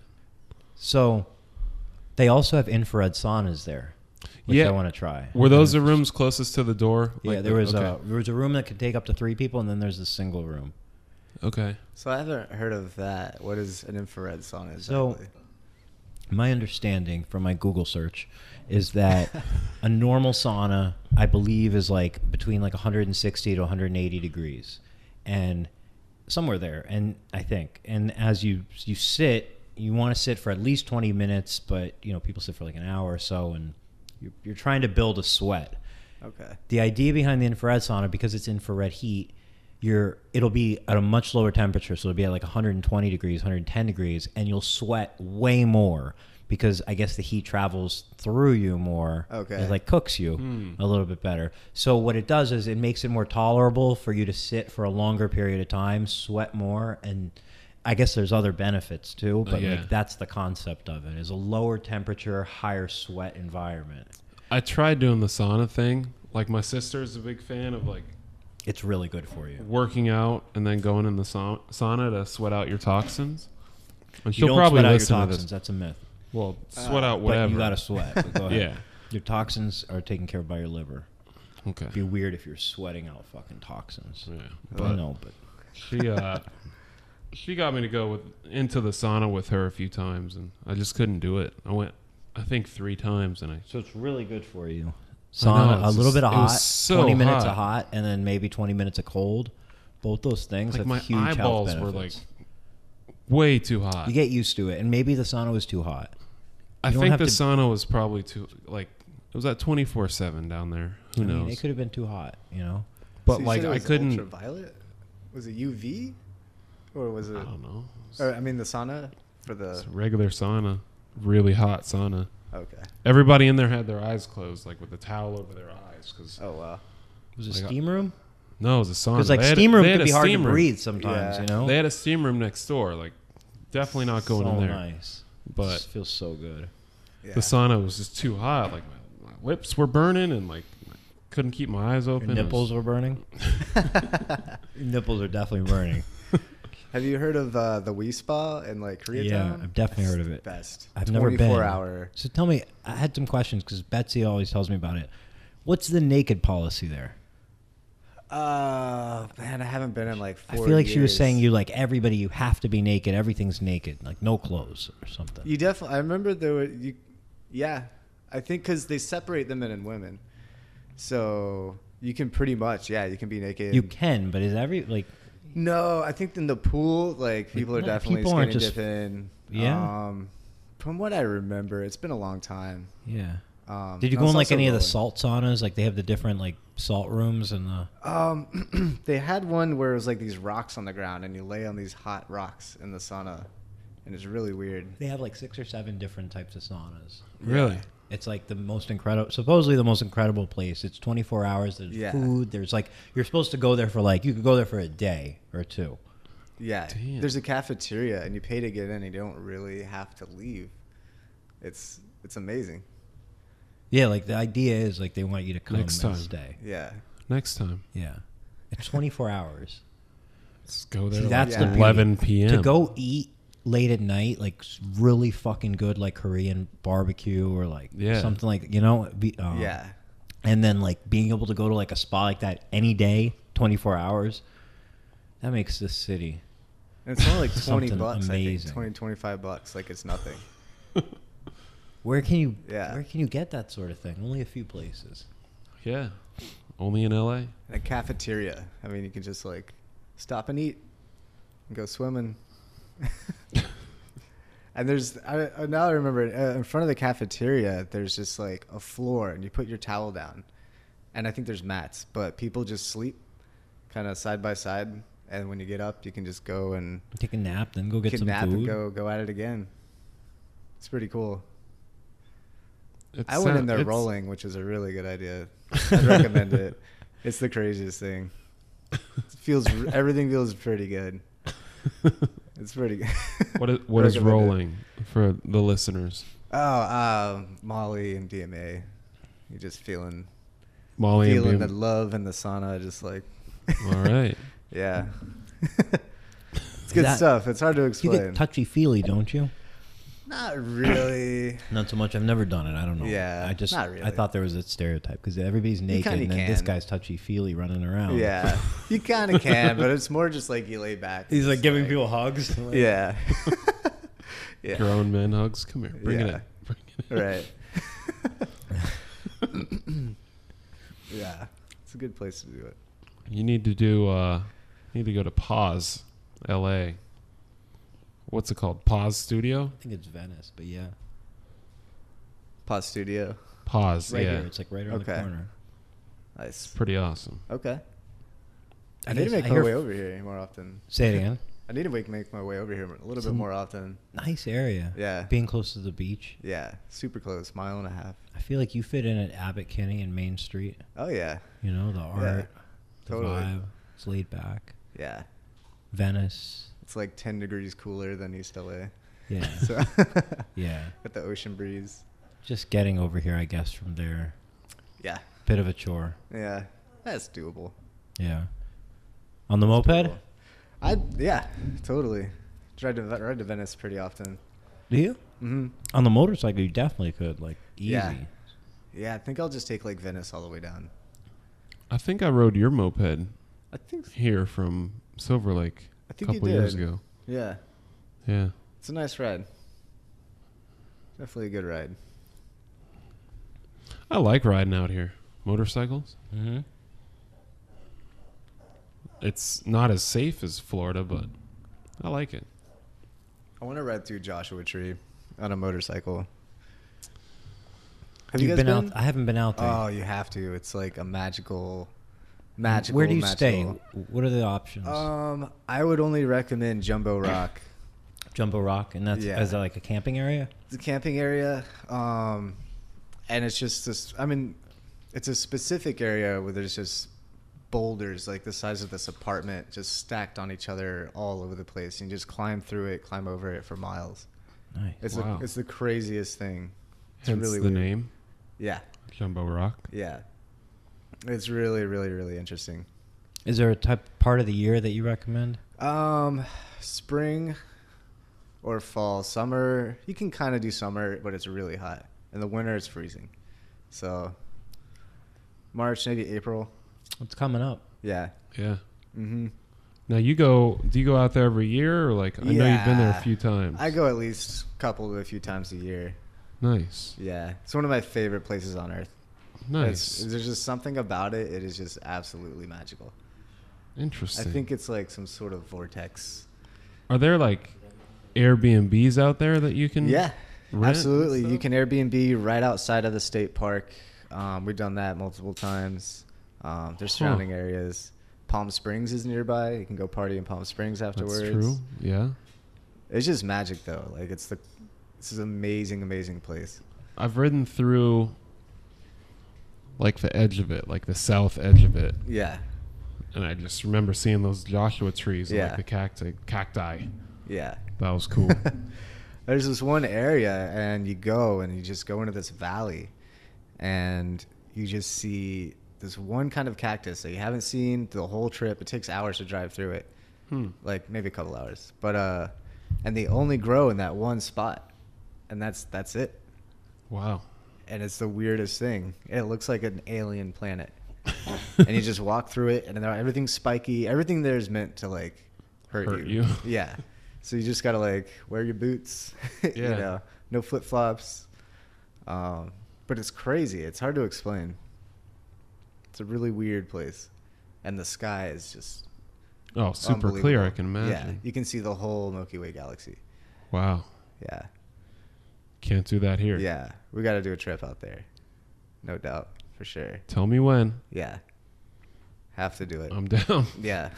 A: So they also have infrared saunas there, which
C: Yeah.
A: I want to try.
C: Were those the rooms closest to the door?
A: Yeah,
C: Like
A: there
C: the-
A: was uh,
C: okay.
A: a there was a room that could take up to three people, and then there's a single room.
C: Okay.
B: So I haven't heard of that. What is an infrared sauna
A: So-
B: exactly?
A: My understanding from my Google search is that a normal sauna, I believe, is like between like 160 to 180 degrees, and somewhere there. And I think, and as you you sit, you want to sit for at least 20 minutes, but you know people sit for like an hour or so, and you're, you're trying to build a sweat.
B: okay.
A: The idea behind the infrared sauna, because it's infrared heat, you're it'll be at a much lower temperature, so it'll be at like 120 degrees, 110 degrees, and you'll sweat way more because I guess the heat travels through you more.
B: Okay.
A: it like cooks you a little bit better. So what it does is it makes it more tolerable for you to sit for a longer period of time, sweat more, and I guess there's other benefits too. But
C: yeah.
A: like that's the concept of it is a lower temperature, higher sweat environment.
C: I tried doing the sauna thing. Like my sister's a big fan of like
A: It's really good for you.
C: working out and then going in the sa- sauna to sweat out your toxins. And
A: You
C: she'll
A: don't
C: probably
A: sweat out your
C: listen
A: toxins.
C: to this.
A: That's a myth.
C: Well, sweat out
A: But
C: whatever.
A: you gotta sweat. But go ahead.
C: yeah.
A: Your toxins are taken care of by your liver.
C: Okay.
A: It'd be weird if you're sweating out fucking toxins.
C: Yeah.
A: I
C: But
A: know, but
C: she uh she got me to go with into the sauna with her a few times and I just couldn't do it. I went I think 3 times and I
A: so it's really good for you.
C: I
A: Sauna,
C: know,
A: a
C: it's
A: little
C: just-
A: bit of
C: it was
A: hot,
C: so
A: twenty minutes
C: hot.
A: of hot, and then maybe twenty minutes of cold. Both those things
C: like
A: have
C: my
A: huge health
C: eyeballs were like
A: benefits.
C: way too hot.
A: you get used to it, and maybe the sauna was too hot.
C: I
A: you don't
C: think
A: have
C: the
A: to-
C: sauna was probably too like it was at 24/7 down there. Who
A: I
C: knows?
A: mean, it could have been too hot, you know.
C: but
B: So you
C: like
B: said it
C: I
B: was
C: couldn't
B: Ultraviolet? Was it UV? Or was it?
C: I
A: Oh.
C: don't know.
B: Or, I mean, the sauna for the.
C: It's a regular sauna, really hot sauna.
B: Okay.
C: Everybody in there had their eyes closed like with a towel over their eyes cuz
B: Oh wow.
A: Was it
C: Like, uh,
A: steam room?
C: no, it was a sauna.
A: Because like
C: They had-
A: steam room
C: they had
A: could
C: a
A: be hard
C: steam
A: to
C: room.
A: breathe sometimes,
B: Yeah.
A: you know.
C: They had a steam room next door. Like, definitely not going
A: so
C: in there.
A: Nice,
C: But
A: Just feels so good.
B: Yeah.
C: the sauna was just too hot. Like my, my lips were burning and like couldn't keep my eyes open.
A: Your nipples were burning. Your nipples are definitely burning.
B: Have you heard of uh, the Wii Spa in like Koreatown?
A: Yeah, I've definitely
B: It's
A: heard of
B: the
A: it.
B: Best.
A: I've never been.
B: 24 hour.
A: So tell me, I had some questions because Betsy always tells me about it. What's the naked policy there?
B: Uh, man, I haven't been in like.
A: I
B: Four
A: feel like she was
B: years.
A: saying you like everybody, you have to be naked. Everything's naked, like no clothes or something.
B: You definitely. I remember there were you. Yeah, I think because they separate the men and women, so you can pretty much yeah you can be naked.
A: You can, but is every like
B: No, I think in the pool, like people are
A: no,
B: definitely
A: people
B: skinny
A: aren't just-
B: dipping.
A: Yeah.
B: Um, from what I remember, it's been a long time.
A: yeah?
B: Um,
A: Did you
B: I
A: go
B: was
A: in like
B: also
A: any of the
B: rolling.
A: salt saunas? Like they have the different like salt rooms and the
B: Um, they had one where it was like these rocks on the ground, and you lay on these hot rocks in the sauna, and it's really weird.
A: they have like six or seven different types of saunas.
C: Really?
A: It's like the most incredible, supposedly the most incredible place. It's 24 hours. There's
B: Yeah.
A: food. There's like, you're supposed to go there for like, you could go there for a day or two.
B: Yeah,
C: Damn.
B: there's a cafeteria, and you pay to get in, and you don't really have to leave. It's it's amazing.
A: Yeah, like the idea is like they want you to come
C: Next
A: and
C: time.
A: stay.
B: Yeah,
C: Next time,
A: Yeah. It's 24 hours.
C: let's go
A: See,
C: there. like,
A: that's
B: the beauty.
C: 11 p.m.
A: To go eat late at night, like s- really fucking good, like Korean barbecue or like
C: Yeah.
A: something like, you know? Be, uh,
B: yeah,
A: And then like being able to go to like a spa like that any day, 24 hours, that makes this city.
B: and it's only like twenty
A: Something
B: bucks. I
A: amazing.
B: think 20, 25 bucks. Like it's nothing.
A: Where can you
B: Yeah.
A: where can you get that sort of thing? Only a few places.
C: Yeah. Only in L.A.
B: And a cafeteria. I mean, you can just like stop and eat and go swimming. and there's I, I- now I remember uh, in front of the cafeteria there's just like a floor and you put your towel down, and I think there's mats, but people just sleep kind of side by side, and when you get up you can just go and
A: Take a nap, then go get
B: get
A: some
B: nap and
A: food.
B: go go at it again. It's pretty cool.
C: It
B: I went in
C: sound-
B: there
C: it's-
B: rolling, which is a really good idea. I'd recommend it. It's the craziest thing. It feels everything feels pretty good. It's pretty good.
C: What is, what is
B: Recommend it.
C: rolling for the listeners?
B: Oh, uh, Molly and DMA. You're just feeling
C: Molly
B: feeling
C: and
B: the
C: Bam.
B: love and the sauna, just like
C: All right.
B: yeah. it's good
A: That-
B: stuff. It's hard to
A: You
B: explain.
A: get touchy feely, don't you?
B: Not really.
A: Not so much. I've never done it. I don't know.
B: Yeah,
A: I just
B: not
A: I
B: really.
A: thought there was a stereotype because everybody's naked
B: kinda
A: and then this
B: can.
A: guy's touchy feely running around.
B: yeah, you kind of can, but it's more just like you lay back. and
A: He's like
B: just,
A: giving people hugs.
B: Yeah. yeah.
C: Grown men hugs. Come here. Bring it
B: Yeah.
C: in. Bring it in.
B: Right. yeah. It's a good place to do it.
C: You need to do. Uh, you need to go to Pause, L.A. What's it called? Pause Studio.
A: I think it's Venice, but yeah,
B: Pod Studio.
C: Pause.
A: it's right
C: yeah.
A: here. It's like right around
B: Okay.
A: the corner.
B: Nice.
C: Pretty awesome.
B: Okay. I
A: It
B: need to
A: is.
B: make
A: I
B: my
A: hear-
B: way over here more often.
A: Say it again.
B: I need to make, make my way over here a little bit
A: Some-
B: more often.
A: Nice area.
B: Yeah.
A: Being close to the beach.
B: Yeah. Super close. Mile and a half.
A: I feel like you fit in at Abbott Kinney and Main Street.
B: Oh, yeah.
A: You know the art, the
B: totally.
A: vibe. It's laid back.
B: Yeah.
A: Venice.
B: It's like 10 degrees cooler than East LA.
A: Yeah.
B: So,
A: yeah.
B: with the ocean breeze.
A: Just getting over here, I guess, from there.
B: Yeah.
A: Bit of a chore.
B: Yeah. That's doable.
A: Yeah. On the moped?
B: Cool. I yeah, totally. Ride to ride to Venice pretty often.
A: Do you?
B: hmm
A: On the motorcycle, you definitely could. Like, easy.
B: Yeah. Yeah, I think I'll just take like Venice all the way down.
C: I think I rode your moped
B: I think.
C: here from Silver Lake
B: I
C: a
B: think you
C: couple years
B: did.
C: ago.
B: Yeah,
C: Yeah.
B: it's a nice ride. Definitely a good ride.
C: I like riding out here. Motorcycles.
A: Mm-hmm.
C: It's not as safe as Florida, but I like it.
B: I want to ride through Joshua Tree on a motorcycle. Have
A: You've
B: you guys
A: been, out? I haven't been out there.
B: Oh, you have to. It's like a magical, magical.
A: Where do you stay?
B: magical.
A: What are the options?
B: Um, I would only recommend Jumbo Rock.
A: Jumbo Rock, and that's
B: yeah.
A: is that like a camping area?
B: It's a camping area, um, and it's just this. I mean, it's a specific area where there's just boulders like the size of this apartment just stacked on each other all over the place. You can just climb through it, climb over it for miles.
A: Nice.
B: It's
C: Wow.
B: the, it's the craziest thing. It's
C: Hence
B: really
C: the
B: weird.
C: name,
B: Yeah,
C: Jumbo Rock.
B: yeah. It's really, really, really interesting.
A: Is there a type part of the year that you recommend?
B: Um, spring or fall, summer. You can kind of do summer, but it's really hot. In the winter, it's freezing. So March, maybe April.
A: What's coming up?
B: Yeah.
C: Yeah.
B: Mm-hmm.
C: Now you go. Do you go out there every year, or like I know you've been there a
B: Yeah.
C: few times.
B: I go at least a couple to a few times a year.
C: Nice,
B: Yeah, it's one of my favorite places on earth. It's-
C: nice,
B: there's just something about it. It is just absolutely magical. I
C: interesting.
B: think it's like some sort of vortex.
C: Are there like Airbnbs out there that you can?
B: Yeah,
C: rent and
B: absolutely. You
C: stuff?
B: can Airbnb right outside of the state park. Um, we've done that multiple times. Um, there's
C: Huh.
B: surrounding areas. Palm Springs is nearby. You can go party in Palm Springs afterwards.
C: That's true. Yeah,
B: It's just magic though. Like it's the this is amazing, amazing place.
C: I've ridden through like the edge of it, like the south edge of it,
B: Yeah,
C: and I just remember seeing those Joshua trees, and,
B: Yeah.
C: like the cacti. Cacti.
B: yeah.
C: That was cool.
B: There's this one area, and you go and you just go into this valley, and you just see this one kind of cactus that you haven't seen the whole trip. It takes hours to drive through it.
C: hmm.
B: like maybe a couple hours but uh and they only grow in that one spot and that's that's it
C: Wow.
B: and it's the weirdest thing it looks like an alien planet and you just walk through it and then everything's spiky everything there is meant to like hurt,
C: Hurt
B: you.
C: you.
B: yeah so you just gotta like wear your boots you
C: Yeah.
B: know no flip-flops um but it's crazy it's hard to explain it's a really weird place and the sky is just
C: Oh, super clear. I
B: unbelievable.
C: can
B: Yeah,
C: imagine.
B: you can see the whole Milky Way galaxy.
C: Wow.
B: Yeah,
C: Can't do that here.
B: yeah. We got to do a trip out there, no doubt for sure.
C: Tell me when.
B: Yeah, have to do it.
A: Um.
C: I'm down.
B: yeah,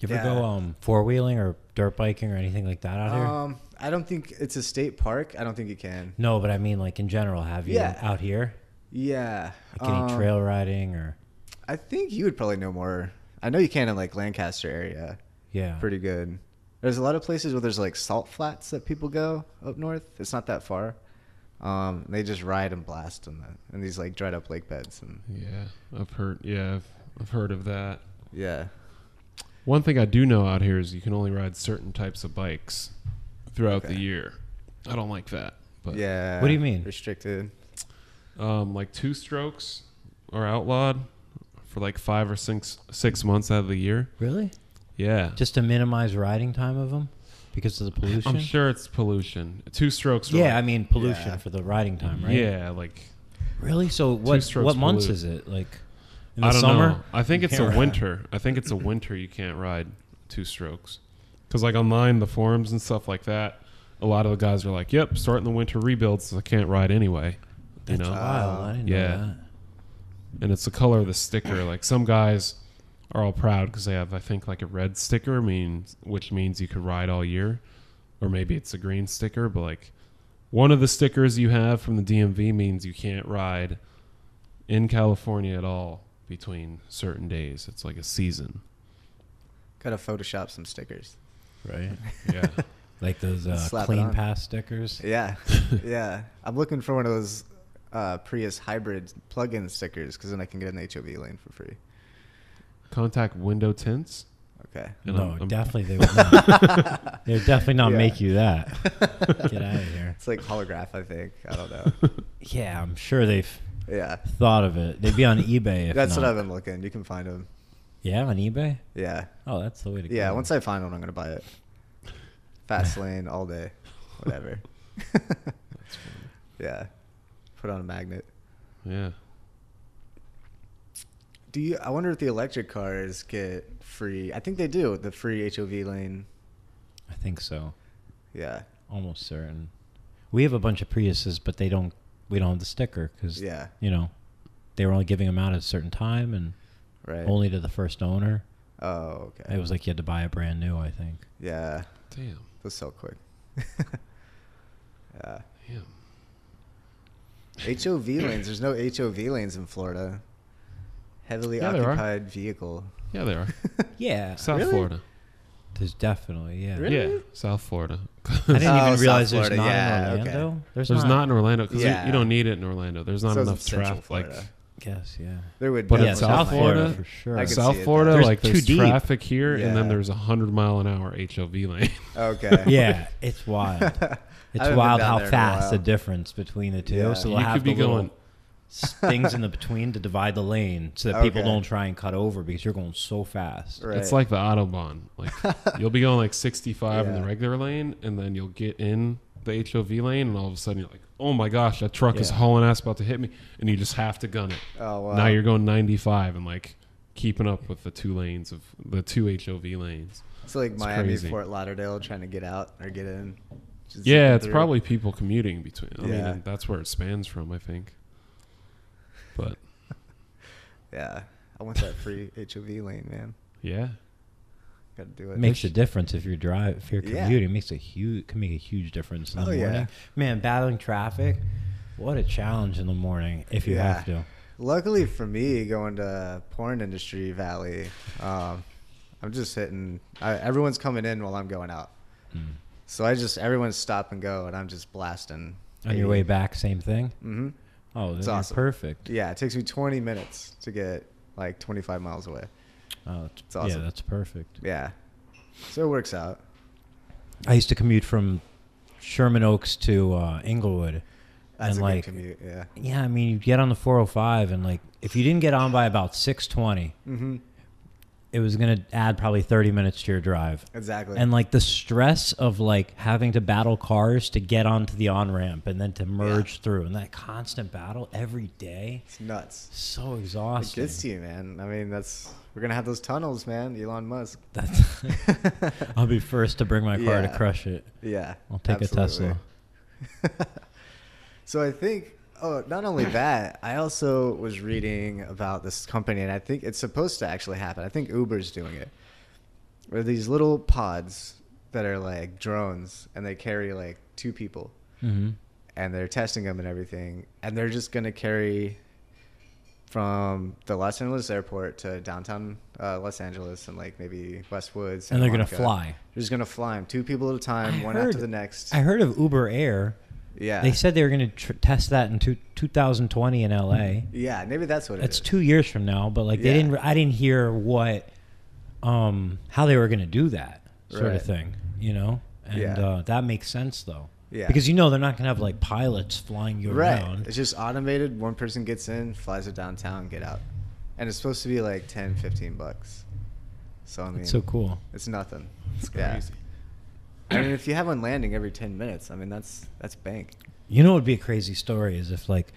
A: You ever
B: Yeah.
A: go um, four wheeling or dirt biking or anything like that out here?
B: um, I don't think it's a state park. I don't think you can.
A: no, but I mean, like in general, have you
B: Yeah.
A: out here?
B: Yeah,
A: Like any
B: um,
A: trail riding or
B: I think you would probably know more. I know you can in like Lancaster area,
A: yeah?
B: pretty good. There's a lot of places where there's like salt flats that people go up north. It's not that far. Um, they just ride and blast in, the, in these like dried up lake beds and
C: Yeah, I've heard. Yeah, I've, I've heard of that.
B: yeah,
C: One thing I do know out here is you can only ride certain types of bikes throughout the
B: Okay.
C: year. I don't like that. But
B: yeah.
A: What do you mean?
B: Restricted.
C: um, like two strokes are outlawed for like five or six six months out of the year.
A: Really?
C: Yeah.
A: Just to minimize riding time of them because of the pollution.
C: I'm sure it's pollution. Two strokes. are
A: Yeah, I
C: like-
A: mean pollution
B: Yeah.
A: for the riding time, right?
C: Yeah, like
A: Really? So what?
C: strokes
A: What months
C: pollute.
A: is it? Like in the
C: I don't
A: summer?
C: know. I think
A: You
C: it's
A: can't
C: a
A: ride.
C: winter. I think it's a winter you can't ride two strokes. Because like online, the forums and stuff like that, a lot of the guys are like, "Yep, starting the winter rebuilds. I can't ride anyway." You
A: That's
C: know,
A: wild. I didn't
C: Yeah.
A: know that.
C: and it's the color of the sticker. Like some guys are all proud because they have, I think, like a red sticker, means which means you could ride all year, or maybe it's a green sticker. But like one of the stickers you have from the DMV means you can't ride in California at all between certain days. It's like a season.
B: Gotta Photoshop some stickers.
A: Right.
C: Yeah,
A: Like those uh,
B: Slap it
A: clean
B: on.
A: pass stickers.
B: Yeah, yeah. I'm looking for one of those uh, Prius hybrid plug-in stickers because then I can get an HOV lane for free.
C: contact window tints.
B: Okay.
C: And
A: no,
C: I'm- I'm-
A: definitely they would not. they would definitely not
B: Yeah.
A: make you that. Get out of here.
B: It's like holograph, I think. I don't know.
A: Yeah, I'm sure they've
B: yeah.
A: thought of it. They'd be on eBay if
B: That's
A: not.
B: what I've been looking. You can find them.
A: Yeah, on eBay.
B: Yeah.
A: Oh, that's the way to go.
B: Yeah, once I find one, I'm gonna buy it. Fast lane all day, whatever. yeah, put on a magnet.
C: Yeah,
B: Do you? I wonder if the electric cars get free. I think they do the free HOV lane.
A: I think so.
B: Yeah,
A: Almost certain. We have a bunch of Priuses, but they don't. We don't have the sticker because
B: yeah,
A: you know they were only giving them out at a certain time and
B: right.
A: only to the first owner.
B: oh, okay.
A: It was like you had to buy a brand new. I think.
B: yeah,
C: damn,
B: that's so quick. yeah,
C: damn.
B: HOV lanes. There's no HOV lanes in Florida. Heavily
C: Yeah, there are.
B: occupied vehicle.
C: Yeah, they are.
A: Yeah,
C: South
B: Really?
C: Florida.
A: there's definitely yeah.
B: Really?
C: Yeah, South Florida.
A: I didn't
B: Oh,
A: even
B: South
A: realize
B: Florida,
A: there's not
B: yeah,
A: in
B: okay.
A: Orlando. There's,
C: There's not,
A: not.
C: in Orlando because
B: Yeah.
C: you, don't need it in Orlando. There's not
B: So it's in
C: enough
B: Central
C: traffic. Like
B: Florida.
A: Guess yeah.
B: There would.
C: But in
A: yeah,
B: definitely
C: South
B: be-
C: Florida,
A: for sure.
B: I could
C: South
B: see it
C: Florida,
B: there.
A: There's
C: like
A: too
C: there's
A: deep.
C: traffic here, and then
B: Yeah.
C: there's a hundred mile an hour HOV lane.
B: Okay.
A: yeah, it's wild. It's
B: haven't
A: wild
B: been down
A: how
B: there in a
A: fast the
B: while.
A: difference between the two.
B: Yeah.
A: So
B: You
A: they'll
C: you
A: have
C: could be
A: the little
C: going.
A: s- things in the between to divide the lane so that people
B: Okay.
A: don't try and cut over because you're going so fast.
B: Right.
C: It's like the autobahn. Like you'll be going like 65 in the
B: Yeah.
C: regular lane, and then you'll get in the HOV lane, and all of a sudden you're like, "Oh my gosh, that truck is
A: Yeah.
C: hauling ass, about to hit me!" And you just have to gun it.
B: Oh wow.
C: Now you're going 95 and like keeping up with the two lanes of the two HOV lanes.
B: It's like
C: It's
B: Miami,
C: crazy.
B: Fort Lauderdale, trying to get out or get in. Just
C: Yeah,
B: zipping
C: it's
B: through.
C: probably people commuting between. I
B: Yeah.
C: mean, that's where it spans from, I think. But
B: Yeah, I want that free HOV lane, man.
C: yeah,
B: Got to do it.
A: It makes a difference if you're drive if you're
B: Yeah.
A: commuting. It makes a huge can make a huge difference in the
B: Oh, yeah.
A: morning. Man, battling traffic, what a challenge in the morning if you
B: Yeah.
A: have to.
B: Luckily for me, going to porn industry valley, um, I'm just hitting. I, everyone's coming in while I'm going out,
A: Mm.
B: so I just everyone's stop and go, and I'm just blasting.
A: On your way back, same thing.
B: Mm-hmm.
A: Oh, that's
B: It's awesome.
A: perfect.
B: Yeah, it takes me 20 minutes to get like 25 miles away.
A: Oh,
B: It's awesome.
A: Yeah, that's perfect.
B: Yeah, so it works out.
A: I used to commute from Sherman Oaks to uh, Inglewood.
B: That's
A: And,
B: a
A: like,
B: good commute. Yeah.
A: Yeah, I mean, you get on the 405, and like, if you didn't get on by about 6:20,
B: Mm-hmm.
A: it was gonna add probably 30 minutes to your drive.
B: Exactly.
A: And like the stress of like having to battle cars to get onto the on ramp and then to merge through, and that constant battle every day,
B: it's nuts.
A: so
B: It
A: exhausting.
B: gets to you, man. I mean, that's We're gonna have those tunnels, man. Elon Musk.
A: That's, I'll be first to bring my car to
B: Yeah.
A: crush it.
B: Yeah.
A: I'll take a Tesla.
B: Tesla. so I think oh, not only that, I also was reading about this company and I think it's supposed to actually happen. I think Uber's doing it. Where these little pods that are like drones and they carry like two people
A: Mm-hmm.
B: and they're testing them and everything and they're just going to carry from the Los Angeles airport to downtown uh, Los Angeles and like maybe Westwood Santa
A: And they're gonna
B: Monica.
A: fly.
B: They're just going to fly them two people at a time,
A: I
B: one
A: heard-
B: after the next.
A: I heard of Uber Air.
B: Yeah.
A: They said they were going to tr- test that in two, 2020 in LA.
B: Yeah, maybe that's what
A: That's
B: it is.
A: two years from now, but like they
B: Yeah.
A: didn't. I didn't hear what, um, how they were going to do that sort
B: Right.
A: of thing. You know, and
B: Yeah.
A: uh, that makes sense though.
B: Yeah.
A: Because you know they're not going to have like pilots flying you
B: right.
A: around.
B: It's just automated. One person gets in, flies it downtown, get out. And it's supposed to be like 10, 15 bucks. So I mean,
A: It's so cool.
B: it's nothing.
C: It's
B: Yeah.
C: crazy.
B: I mean, if you have one landing every 10 minutes, I mean, that's that's bank.
A: You know, what would be a crazy story is if like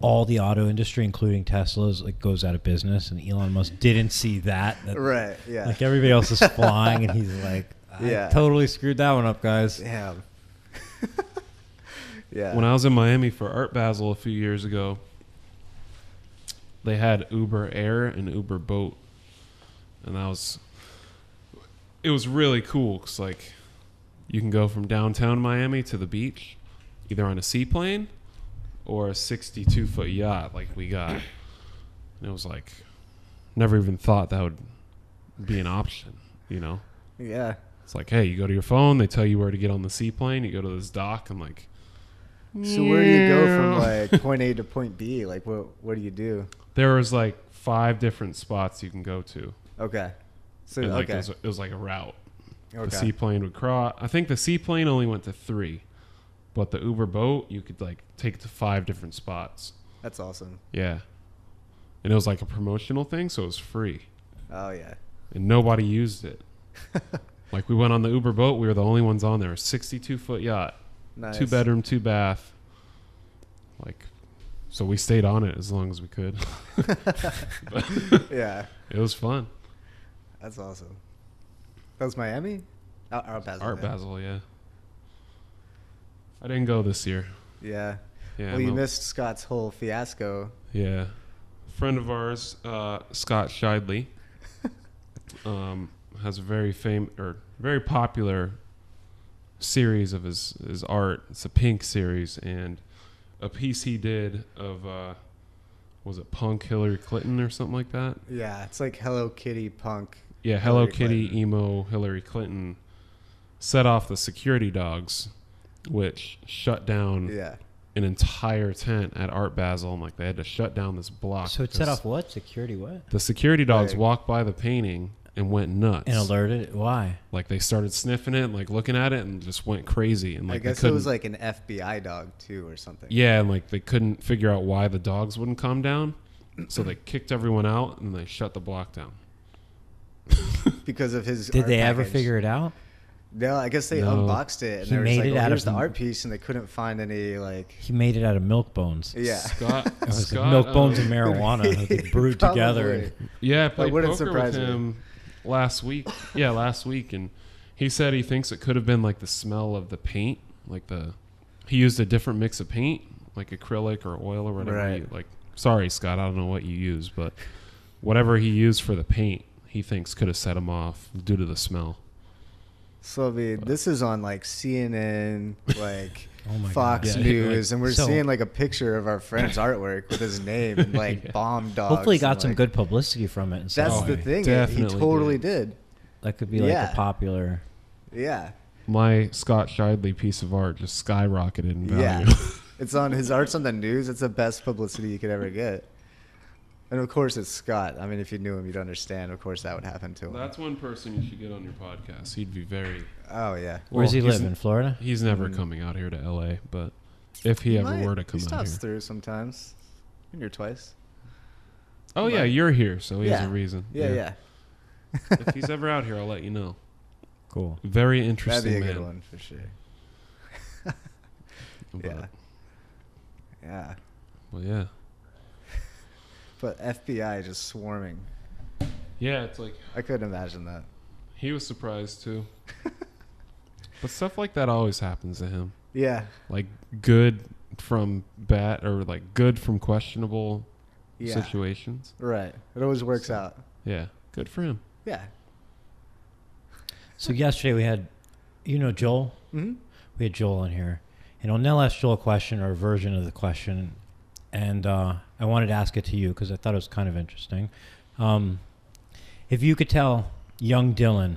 A: all the auto industry, including Tesla's, like goes out of business, and Elon Musk didn't see that. that-
B: Right, yeah.
A: Like everybody else is flying, and he's like, I
B: Yeah.
A: totally screwed that one up, guys.
B: Damn. yeah.
C: When I was in Miami for Art Basel a few years ago, they had Uber Air and Uber Boat, and that was it was really cool because like you can go from downtown Miami to the beach either on a seaplane or a 62 foot yacht like we got. And it was like never even thought that would be an option, you know.
B: yeah.
C: It's like, hey, you go to your phone, they tell you where to get on the seaplane, you go to this dock, and like,
B: So where do you go from
C: "Meow."
B: like point A to point B? Like what what do you do?
C: there was like five different spots you can go to,
B: Okay. So
C: and like it
B: okay.
C: was, it was like a route. The
B: okay.
C: seaplane would cross. I think the seaplane only went to three, but the Uber boat you could like take to five different spots.
B: That's awesome.
C: Yeah, and it was like a promotional thing, so it was free,
B: Oh yeah.
C: and nobody used it. like we went on the Uber boat, we were the only ones on there. Sixty-two foot yacht.
B: Nice.
C: two bedroom, two bath. Like, so we stayed on it as long as we could.
B: Yeah.
C: It was fun.
B: That's awesome. That was Miami? Uh, Art Basel.
C: Art
B: yeah.
C: Basel, yeah. I didn't go this year.
B: Yeah.
C: Yeah,
B: well, you
C: no-
B: missed Scott's whole fiasco.
C: Yeah, friend of ours, uh, Scott Shidley, um, has a very fame or very popular series of his his art. It's a pink series, and a piece he did of uh, was it punk Hillary Clinton or something like that.
B: Yeah, it's like Hello Kitty punk.
C: Yeah, Hello
B: Hillary
C: Kitty
B: Clinton.
C: emo Hillary Clinton set off the security dogs, which shut down
B: Yeah.
C: an entire tent at Art Basel. And like they had to shut down this block.
A: So it set
C: because
A: off what security? What?
C: The security dogs
B: Like-
C: walked by the painting and went nuts.
A: And alerted it. Why?
C: like they started sniffing it, and like looking at it, and just went crazy. And like
B: I guess
C: they
B: it
C: couldn't,
B: was like an FBI dog too or something.
C: yeah, and like they couldn't figure out why the dogs wouldn't calm down. So they kicked everyone out and they shut the block down.
B: Because of his
A: Did
B: art
A: they ever
B: package.
A: figure it out?
B: No, I guess they
C: No.
B: unboxed it and
A: He
B: they were
A: made
B: just like,
A: it
B: well,
A: out
B: here's
A: of-
B: the art piece and they couldn't find any like
A: He made it out of milk bones.
B: Yeah.
C: Scott,
A: It was like
C: Scott
A: milk bones
C: um,
A: and marijuana that they brewed
B: Probably.
A: together. and-
C: Yeah, I played
B: wouldn't
C: poker with
B: surprise me.
C: him last week. Yeah, last week, and he said he thinks it could have been like the smell of the paint, like the he used a different mix of paint, like acrylic or oil or whatever.
B: Right.
C: you- like, sorry, Scott, I don't know what you use, but whatever he used for the paint, he thinks could have set him off due to the smell.
B: So I mean, this is on like CNN, like
A: Oh my
B: Fox
A: God. Yeah,
B: News,
A: like,
B: and we're
A: so-
B: seeing like a picture of our friend's artwork with his name and like bomb dogs.
A: Hopefully, he got
B: and,
A: some
B: like-
A: good publicity from it. And stuff.
B: That's
C: Oh,
B: the
C: he
B: thing. it- He
C: definitely
B: totally did.
A: That could be like
B: Yeah.
A: a popular.
B: Yeah,
C: My Scott Shidley piece of art just skyrocketed in value.
B: yeah. it's on his art's on the news. It's the best publicity you could ever get. And of course, it's Scott. I mean, if you knew him, you'd understand. Of course, that would happen to him.
C: That's one person you should get on your podcast. He'd be very.
B: oh yeah.
A: Where's
C: Well,
A: he
C: he's-
A: live in Florida?
C: He's never
B: Mm.
C: coming out here to LA, but if he ever
B: Might-
C: were to come
B: he
C: out
B: stops
C: here.
B: through sometimes. Been here twice.
C: Oh yeah,
B: But-
C: you're here, so he has
B: Yeah.
C: a reason.
B: Yeah, yeah.
C: if he's ever out here, I'll let you know.
A: Cool.
C: Very
B: That'd
C: interesting
B: be a good
C: man.
B: one for sure.
C: But,
B: Yeah. Yeah.
C: Well, yeah.
B: But FBI just swarming.
C: Yeah, it's like
B: I couldn't imagine that.
C: he was surprised too. but stuff like that always happens to him.
B: Yeah.
C: Like good from bad or like good from questionable
B: Yeah.
C: situations.
B: Right. It always works out.
C: Yeah. Good for him.
B: Yeah.
A: So yesterday we had, you know, Joel.
B: hmm
A: We had Joel on here, and Onell asked Joel a question or a version of the question, and uh, I wanted to ask it to you because I thought it was kind of interesting. Um, if you could tell young Dylan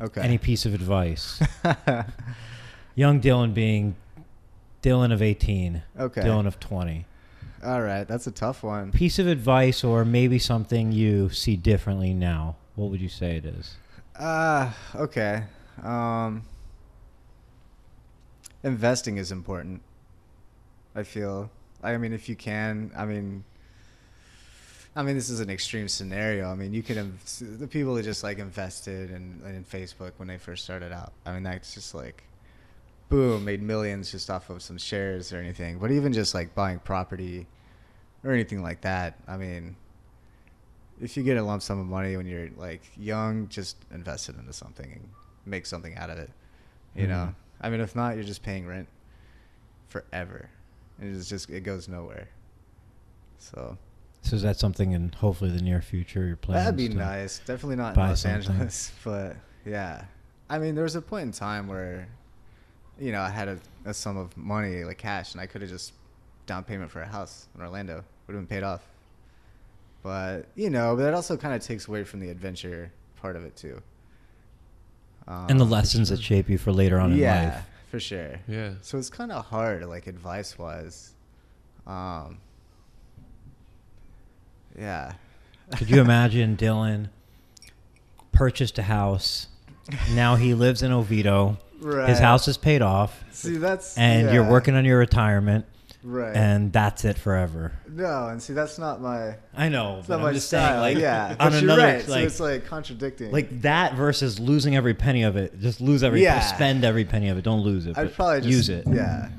B: Okay.
A: any piece of advice, young Dylan being Dylan of eighteen,
B: okay.
A: Dylan of twenty,
B: All right. That's a tough one.
A: piece of advice or maybe something you see differently now, what would you say it is?
B: Ah, okay. Um, investing is important. I feel. I mean, if you can, I mean, I mean, this is an extreme scenario. I mean, you can inv- the people that just like invested in in Facebook when they first started out. I mean, that's just like, boom, made millions just off of some shares or anything. But even just like buying property, or anything like that. I mean, if you get a lump sum of money when you're like young, just invest it into something and make something out of it. You know,
A: Mhm.
B: I mean, if not, you're just paying rent forever, and it's just it goes nowhere. So
A: So is that something in hopefully the near future you're planning?
B: that'd be nice. Definitely not in
A: buy
B: Los
A: something.
B: Angeles, but yeah. I mean, there was a point in time where, you know, I had a, a sum of money, like cash, and I could have just down payment for a house in Orlando. Would have been paid off. But you know, but it also kind of takes away from the adventure part of it too. Um,
A: And the lessons that shape you for later on in
B: yeah,
A: life.
B: for sure.
C: Yeah.
B: So it's kind of hard, like advice wise. Um, yeah.
A: Could you imagine Dylan purchased a house? Now he lives in Oviedo.
B: right.
A: His house is paid off,
B: See, that's
A: and
B: yeah,
A: you're working on your retirement,
B: right.
A: and that's it forever.
B: no, and see, that's not my
A: I know.
B: that's
A: But
B: not
A: I'm
B: my
A: just saying,
B: style.
A: like,
B: yeah,
A: on
B: but
A: another,
B: you're right. so
A: like,
B: it's like contradicting.
A: like that versus losing every penny of it. Just lose every,
B: Yeah.
A: spend every penny of it. Don't lose it.
B: I'd
A: but
B: probably just
A: use it.
B: Yeah,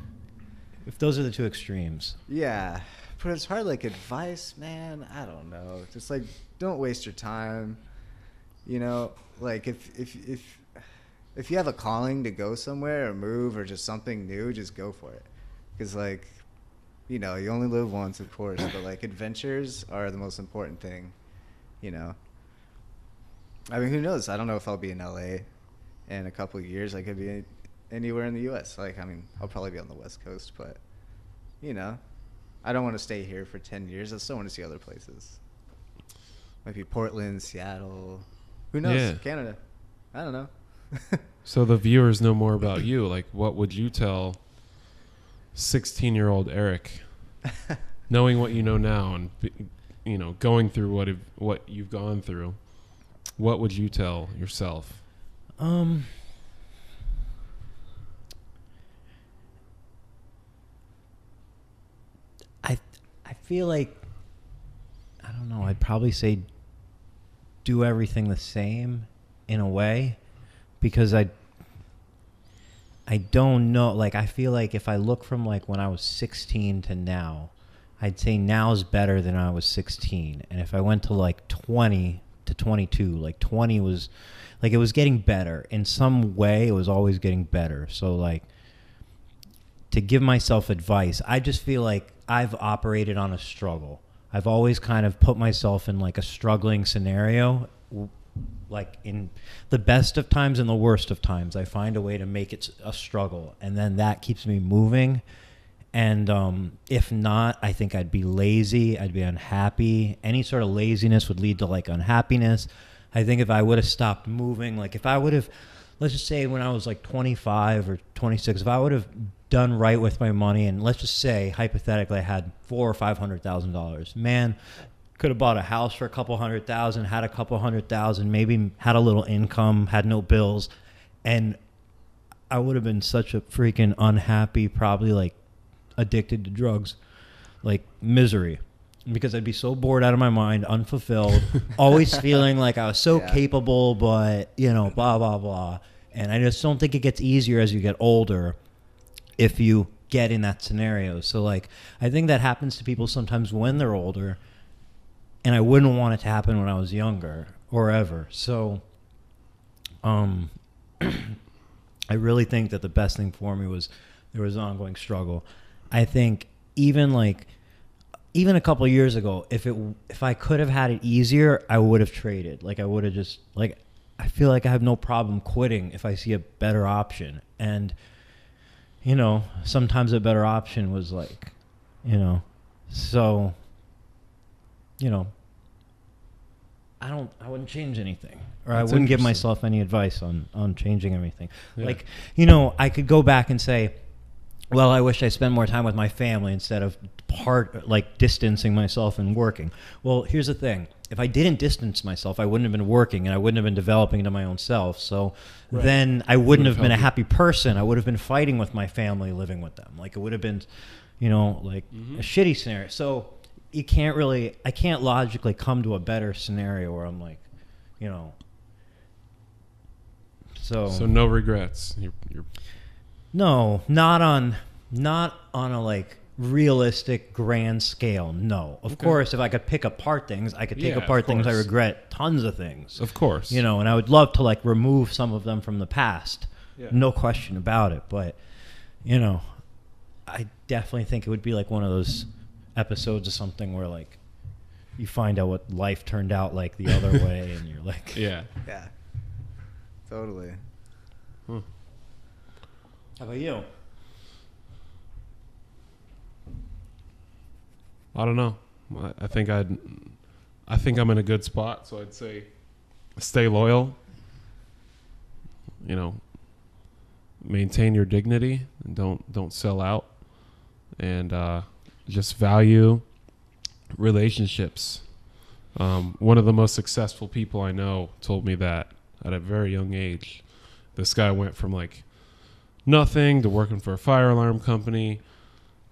A: If those are the two extremes.
B: yeah, but it's hard. Like advice, man. I don't know. Just like don't waste your time. You know, like if if if if you have a calling to go somewhere or move or just something new, just go for it. Because like, you know, you only live once, of course. But like, adventures are the most important thing. You know. I mean, who knows? I don't know if I'll be in LA in a couple of years. I could be anywhere in the U.S. Like, I mean, I'll probably be on the West Coast, but you know, I don't want to stay here for ten years. I still want to see other places. Might be Portland, Seattle. Who knows?
C: Yeah.
B: Canada. I don't know.
C: So the viewers know more about you. Like, what would you tell 16 year old Eric, knowing what you know now and, be- you know, going through what, have, what you've gone through? What would you tell yourself?
A: Um, I I feel like I don't know. I'd probably say do everything the same in a way because I I don't know. Like I feel like if I look from like when I was 16 to now, I'd say now is better than I was 16. And if I went to like 20 to 22, like 20 was like it was getting better in some way. It was always getting better. So like to give myself advice, I just feel like I've operated on a struggle. I've always kind of put myself in like a struggling scenario, w- like in the best of times and the worst of times. I find a way to make it s- a struggle, and then that keeps me moving. And um, if not, I think I'd be lazy. I'd be unhappy. Any sort of laziness would lead to like unhappiness. I think if I would have stopped moving, like if I would have, let's just say when I was like 25 or 26, if I would have done right with my money, and let's just say hypothetically I had four or five hundred thousand dollars, man, could have bought a house for a couple hundred thousand, had a couple hundred thousand, maybe had a little income, had no bills, and I would have been such a freaking unhappy, probably like addicted to drugs, like misery, because I'd be so bored out of my mind, unfulfilled, always feeling like I was so
B: Yeah.
A: capable, but you know, blah blah blah. And I just don't think it gets easier as you get older if you get in that scenario. So like I think that happens to people sometimes when they're older and I wouldn't want it to happen when I was younger or ever. So, um, I really think that the best thing for me was there was an ongoing struggle. I think even like even a couple years ago, if it if I could have had it easier, I would have traded. Like I would have just like I feel like I have no problem quitting if I see a better option. And you know, sometimes a better option was like, you know, so you know, I don't I wouldn't change anything. Or I
C: That's
A: wouldn't give
C: interesting.
A: myself any advice on on changing anything.
C: Yeah.
A: Like, you know, I could go back and say, well, I wish I spent more time with my family instead of part like distancing myself and working. Well, here's the thing. If I didn't distance myself, I wouldn't have been working and I wouldn't have been developing into my own self. So
C: Right.
A: then I wouldn't
C: Would've
A: have been a
C: helped
A: happy person. I would have been fighting with my family, living with them. Like it would have been, you know, like
C: Mhm.
A: a shitty scenario. So you can't really I can't logically come to a better scenario where I'm like, you know. So
C: So no regrets. You're, you're
A: no, not on not on a like realistic grand scale. No. Of
C: Okay.
A: course, if I could pick apart things, I could take
C: Yeah, of
A: apart things I
C: course.
A: regret tons of things.
C: of course.
A: You know, and I would love to like remove some of them from the past.
C: Yeah.
A: No question about it, but you know, I definitely think it would be like one of those episodes of something where like you find out what life turned out like the other way and you're like
C: Yeah.
B: Yeah. Totally.
C: Hmm.
A: How about you?
C: I don't know. I- I think I'd. I think I'm in a good spot, so I'd say, stay loyal. You know, maintain your dignity and don't don't sell out, and uh, just value relationships. Um, one of the most successful people I know told me that at a very young age. This guy went from like nothing to working for a fire alarm company,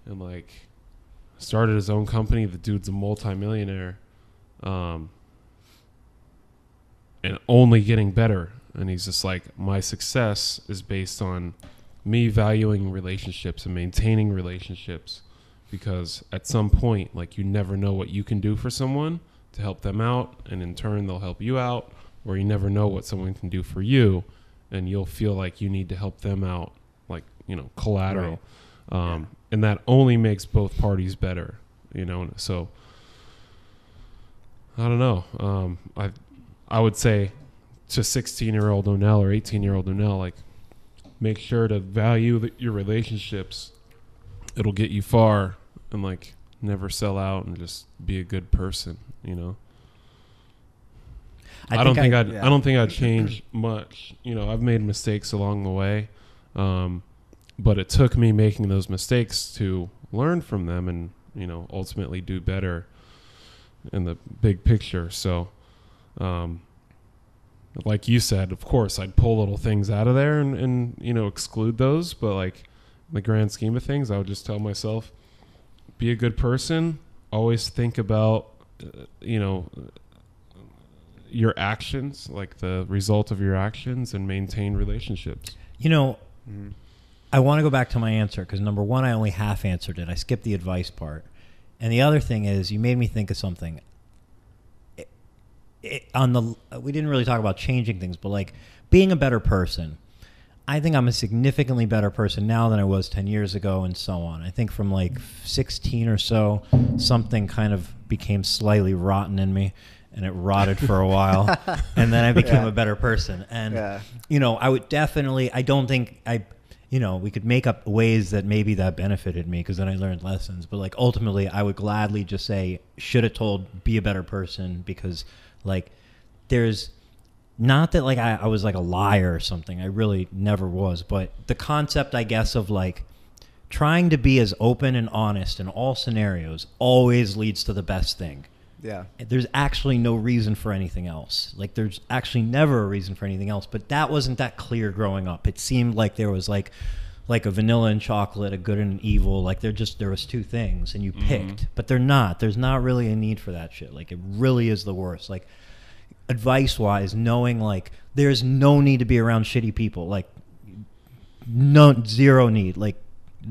C: and like started his own company. The dude's a multimillionaire, um, and only getting better. And he's just like, my success is based on me valuing relationships and maintaining relationships, because at some point, like you never know what you can do for someone to help them out, and in turn they'll help you out, or you never know what someone can do for you, and you'll feel like you need to help them out, like you know, collateral
A: Right.
C: um, and that only makes both parties better you know and so i don't know um, i i would say to 16 year old O'Neill or 18 year old O'Neill, like make sure to value the, your relationships it'll get you far and like never sell out and just be a good person you know I, don't think I, would
B: yeah.
C: I don't think I'd change much. You know, I've made mistakes along the way, um, but it took me making those mistakes to learn from them and you know ultimately do better in the big picture. So, um, like you said, of course, I'd pull little things out of there and, and you know exclude those, but like in the grand scheme of things, I would just tell myself, be a good person. Always think about uh, you know your actions, like the result of your actions, and maintain relationships.
A: You know,
B: Mhm.
A: I want to go back to my answer because number one, I only half answered it. I skipped the advice part, and the other thing is, you made me think of something. It, it, on the we didn't really talk about changing things, but like being a better person. I think I'm a significantly better person now than I was 10 years ago, and so on. I think from like 16 or so, something kind of became slightly rotten in me, and it rotted for a while, and then I became
B: Yeah.
A: a better person. And
B: Yeah.
A: you know, I would definitely. I don't think I, you know, we could make up ways that maybe that benefited me because then I learned lessons. But like ultimately, I would gladly just say, should have told, be a better person because like there's not that like I, I was like a liar or something. I really never was. But the concept, I guess, of like trying to be as open and honest in all scenarios always leads to the best thing
B: Yeah.
A: there's actually no reason for anything else. Like there's actually never a reason for anything else. But that wasn't that clear growing up. It seemed like there was like like a vanilla and chocolate, a good and an evil. Like there just there was two things and you picked.
C: Mhm.
A: But they're not. There's not really a need for that shit. Like it really is the worst. Like advice wise, knowing like there's no need to be around shitty people. Like no zero need. Like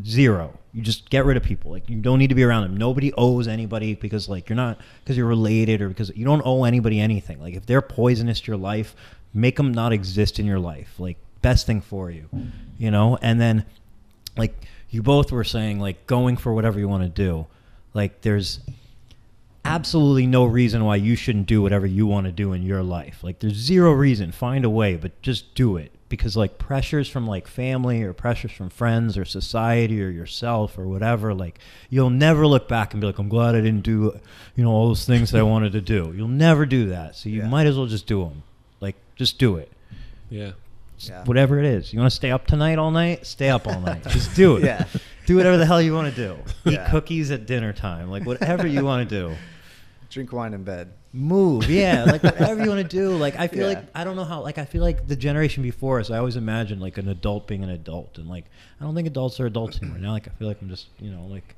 A: zero. You just get rid of people. Like you don't need to be around them. Nobody owes anybody because like you're not because you're related or because you don't owe anybody anything. Like if they're poisonous to your life, make them not exist in your life. Like best thing for you, you know. And then like you both were saying like going for whatever you want to do. Like there's absolutely no reason why you shouldn't do whatever you want to do in your life. Like there's zero reason. Find a way, but just do it because like pressures from like family or pressures from friends or society or yourself or whatever like you'll never look back and be like I'm glad I didn't do you know all those things that I wanted to do. You'll never do that. So you
B: Yeah.
A: might as well just do them. Like just do it.
C: Yeah.
B: Yeah.
A: Whatever it is. You want to stay up tonight all night? Stay up all night. Just do it.
B: Yeah.
A: Do whatever the hell you want to do.
B: Yeah.
A: Eat cookies at dinner time. Like whatever you want to do
B: Drink wine in bed.
A: move yeah like whatever you want to do like i feel
B: Yeah.
A: like i don't know how like i feel like the generation before us i always imagine like an adult being an adult and like i don't think adults are adults anymore now like i feel like i'm just you know like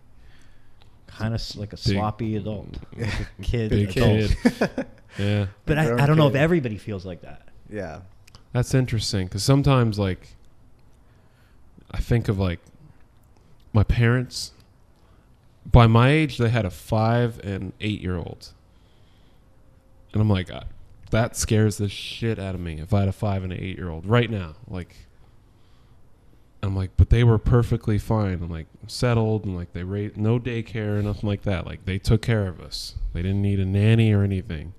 A: kind of like a sloppy adult like a kid
C: Big
A: adult.
C: kid. Yeah.
A: but I,
B: Grown
A: I don't know if
B: kid.
A: everybody feels like that
B: Yeah.
C: That's interesting because sometimes, like, I think of like my parents. By my age, they had a five and eight year old, and I'm like, I- that scares the shit out of me. If I had a five and an eight year old right now, like, I'm like, but they were perfectly fine and like settled and like they raised no daycare or nothing like that. Like they took care of us. They didn't need a nanny or anything,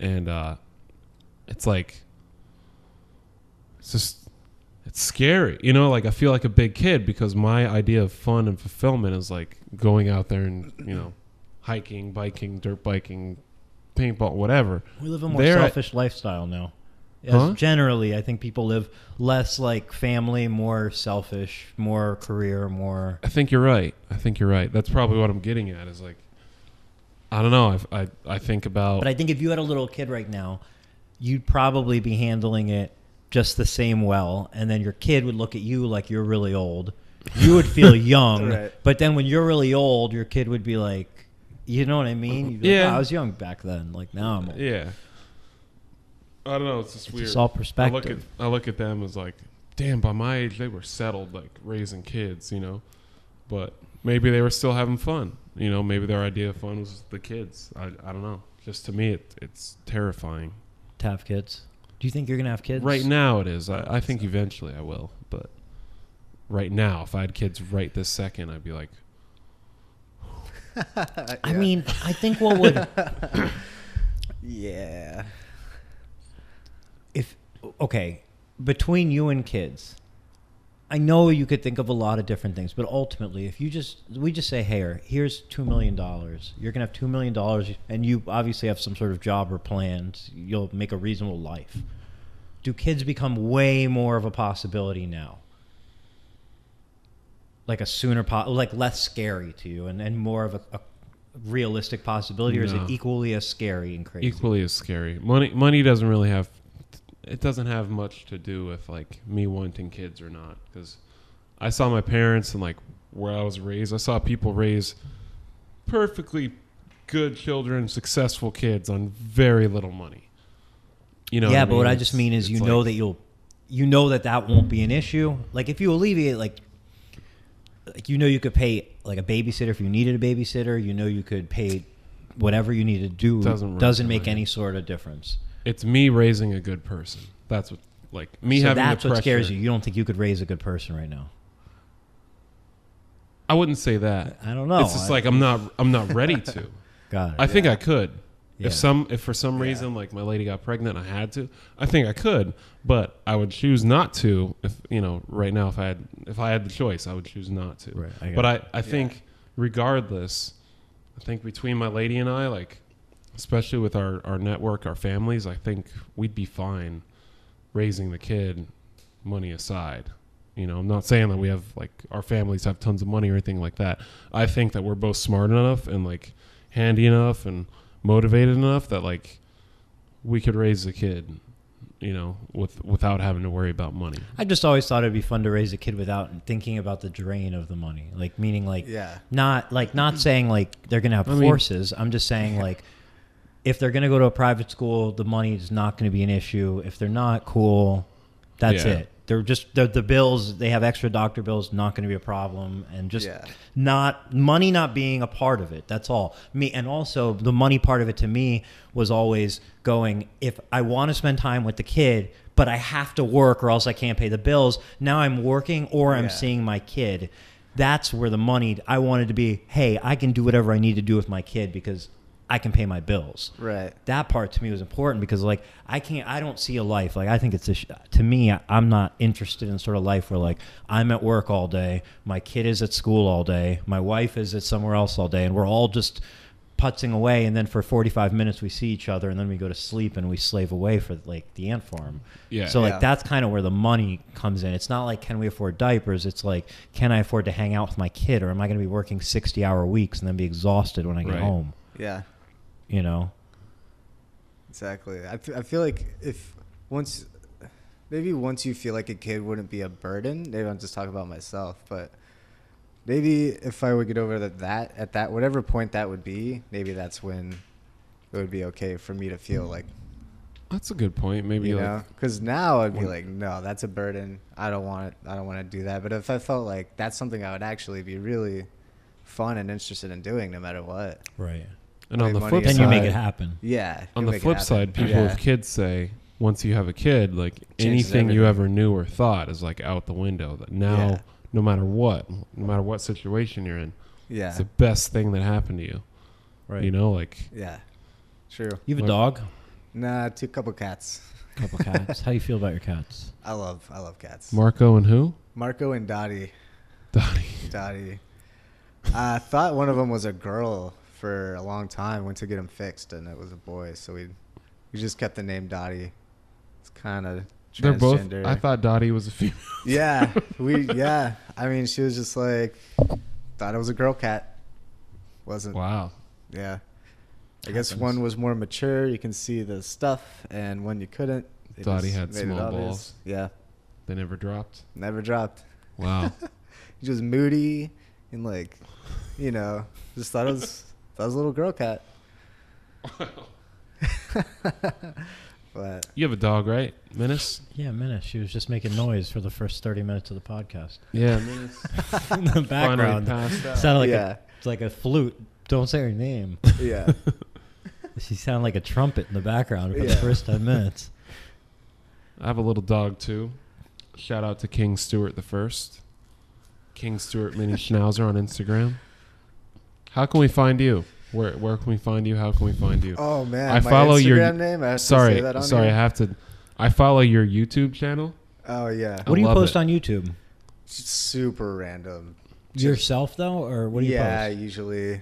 C: and uh, it's like it's just it's scary you know like i feel like a big kid because my idea of fun and fulfillment is like going out there and you know hiking biking dirt biking paintball whatever
A: we live a more
C: They're-
A: selfish lifestyle now As
C: Huh?
A: generally i think people live less like family more selfish more career more
C: i think you're right i think you're right that's probably what i'm getting at is like i don't know i i, I think about
A: But I think if you had a little kid right now, you'd probably be handling it just the same well, and then your kid would look at you like you're really old. You would feel young,
B: Right.
A: but then when you're really old, your kid would be like, you know what I mean? You'd be like,
C: Yeah.
A: "Oh, I was young back then. Like now I'm old.
C: yeah i don't know it's just
A: It's
C: weird
A: just all
C: I look at
A: perspective.
C: I look at them as like, damn, by my age they were settled, like raising kids, you know. But maybe they were still having fun, you know. Maybe their idea of fun was the kids. I, I don't know. Just to me, it, it's terrifying.
A: To have kids. Do you think you're gonna have kids
C: right now, it is. I, I think eventually I will, but right now, if I had kids right this second, I'd be like,
A: I mean, I think what would
B: Yeah.
A: if okay between you and kids i know you could think of a lot of different things but ultimately if you just we just say hey here's two million dollars you're gonna have two million dollars and you obviously have some sort of job or plans you'll make a reasonable life do kids become way more of a possibility now like a sooner po- like less scary to you and, and more of a, a realistic possibility or is
C: No.
A: it equally as scary and crazy
C: equally as scary. Money money doesn't really have it doesn't have much to do with like me wanting kids or not cuz I saw my parents and like where I was raised. I saw people raise perfectly good children, successful kids on very little money. You know
A: yeah,
C: I
A: but what
C: mean?
A: I just
C: It's-
A: mean is you
C: it's
A: know
C: like-
A: that you'll, you know that that won't be an issue. Like if you alleviate, like, like you know you could pay like a babysitter if you needed a babysitter. You know you could pay whatever you need to do.
C: Doesn't
A: Doesn't,
C: really
A: make
C: matter.
A: any sort of difference.
C: it's me raising a good person. That's what like me
A: so
C: having
A: that's
C: the
A: what scares
C: pressure-
A: you. You don't think you could raise a good person right now?
C: I wouldn't say that.
A: I don't know.
C: it's just
A: I-
C: like I'm not I'm not ready to.
A: God,
C: I think I could.
A: Yeah.
C: If some if for some reason like my lady got pregnant and I had to, I think I could, but I would choose not to if you know, right now if I had if I had the choice, I would choose not to.
A: Right, I got
C: but I, I think regardless, I think between my lady and I, like especially with our, our network, our families, I think we'd be fine raising the kid money aside. You know, I'm not saying that we have like our families have tons of money or anything like that. I think that we're both smart enough and like handy enough and motivated enough that like we could raise a kid, you know, with without having to worry about money.
A: I just always thought it'd be fun to raise a kid without thinking about the drain of the money. Like meaning like
B: Yeah.
A: not like not saying like they're gonna have
C: I mean-
A: horses. I'm just saying like if they're gonna go to a private school, the money is not gonna be an issue. If they're not cool, that's
C: Yeah.
A: it. they're just they're, the bills they have extra doctor bills not going to be a problem and just
B: Yeah.
A: not money not being a part of it that's all me and also the money part of it to me was always going if i want to spend time with the kid but i have to work or else i can't pay the bills now i'm working or i'm
B: Yeah.
A: seeing my kid that's where the money i wanted to be hey i can do whatever i need to do with my kid because i can pay my bills
B: Right.
A: that part to me was important because like I can't I don't see a life like I think it's a sh- to me I, I'm not interested in sort of life where like I'm at work all day my kid is at school all day my wife is at somewhere else all day and we're all just putzing away and then for 45 minutes we see each other and then we go to sleep and we slave away for like the ant farm
C: Yeah.
A: so like
B: Yeah.
A: that's kind of where the money comes in it's not like can we afford diapers it's like can I afford to hang out with my kid or am I going to be working 60 hour weeks and then be exhausted when I get
C: Right.
A: home
B: Yeah.
A: you know
B: Exactly. I fe- I feel like if once, maybe once you feel like a kid wouldn't be a burden, maybe I'm just talking about myself, but maybe if I would get over that, that at that, whatever point that would be, maybe that's when it would be okay for me to feel like,
C: That's a good point. Maybe
B: you
C: like,
B: know, because now I'd be
C: when-
B: like, no, that's a burden. I don't want it. I don't want to do that. But if I felt like that's something I would actually be really fun and interested in doing no matter what.
A: right
C: and on
B: Wait,
C: the
B: money
C: flip
A: then
C: side,
A: you make it happen
B: Yeah.
C: on
B: you
C: the
B: make it
C: flip
B: happen.
C: side, people
B: Yeah.
C: with kids say once you have a kid, like
B: Changes
C: anything you
B: everything.
C: ever knew or thought is like out the window. That now,
B: Yeah.
C: no matter what, no matter what situation you're in,
B: Yeah.
C: it's the best thing that happened to you.
A: right
C: You know, like
B: yeah. True.
A: You have a
C: Like-
A: dog,
B: Nah, two couple cats.
A: a couple cats. How do you feel about your cats?
B: I love I love cats.
C: Marco and who?
B: Marco and Dottie.
C: Donnie.
B: Dottie. I thought one of them was a girl for a long time. Went to get him fixed, and it was a boy. So we we just kept the name Dottie. It's kind of transgender.
C: They're both. I thought Dottie was a female.
B: yeah, we yeah. I mean, she was just like thought it was a girl cat. Wasn't.
C: wow.
B: Yeah. I guess
A: Happens.
B: one was more mature. You can see the stuff, and one you couldn't. They
C: Dottie
B: just
C: had
B: made it
C: small
B: obvious.
C: balls.
B: Yeah,
C: They never dropped.
B: never dropped.
C: Wow.
B: He was moody and like, you know, just thought it was thought it was a little girl cat. but
C: you have a dog, right? Menace.
A: Yeah, Minna. She was just making noise for the first thirty minutes of the podcast.
C: Yeah, Menace.
A: In the
C: Finally
A: background,
C: passed out.
A: sounded like
B: yeah,
A: a it's like a flute. Don't say her name.
B: yeah,
A: She sounded like a trumpet in the background for the
B: Yeah.
A: first ten minutes.
C: I have a little dog too. Shout out to King Stuart the First. King Stuart Mini Schnauzer on Instagram. How can we find you? Where where can we find you? How can we find you?
B: Oh man,
C: I
B: my
C: follow
B: Instagram
C: your-
B: name. I have to
C: sorry,
B: say that on
C: sorry, I
B: here?
C: have to. I follow your YouTube channel.
B: Oh yeah,
C: I
A: What do you
C: love
A: post
C: it.
A: on YouTube?
B: super random.
A: Yourself though, or what do you
B: yeah,
A: post?
B: usually,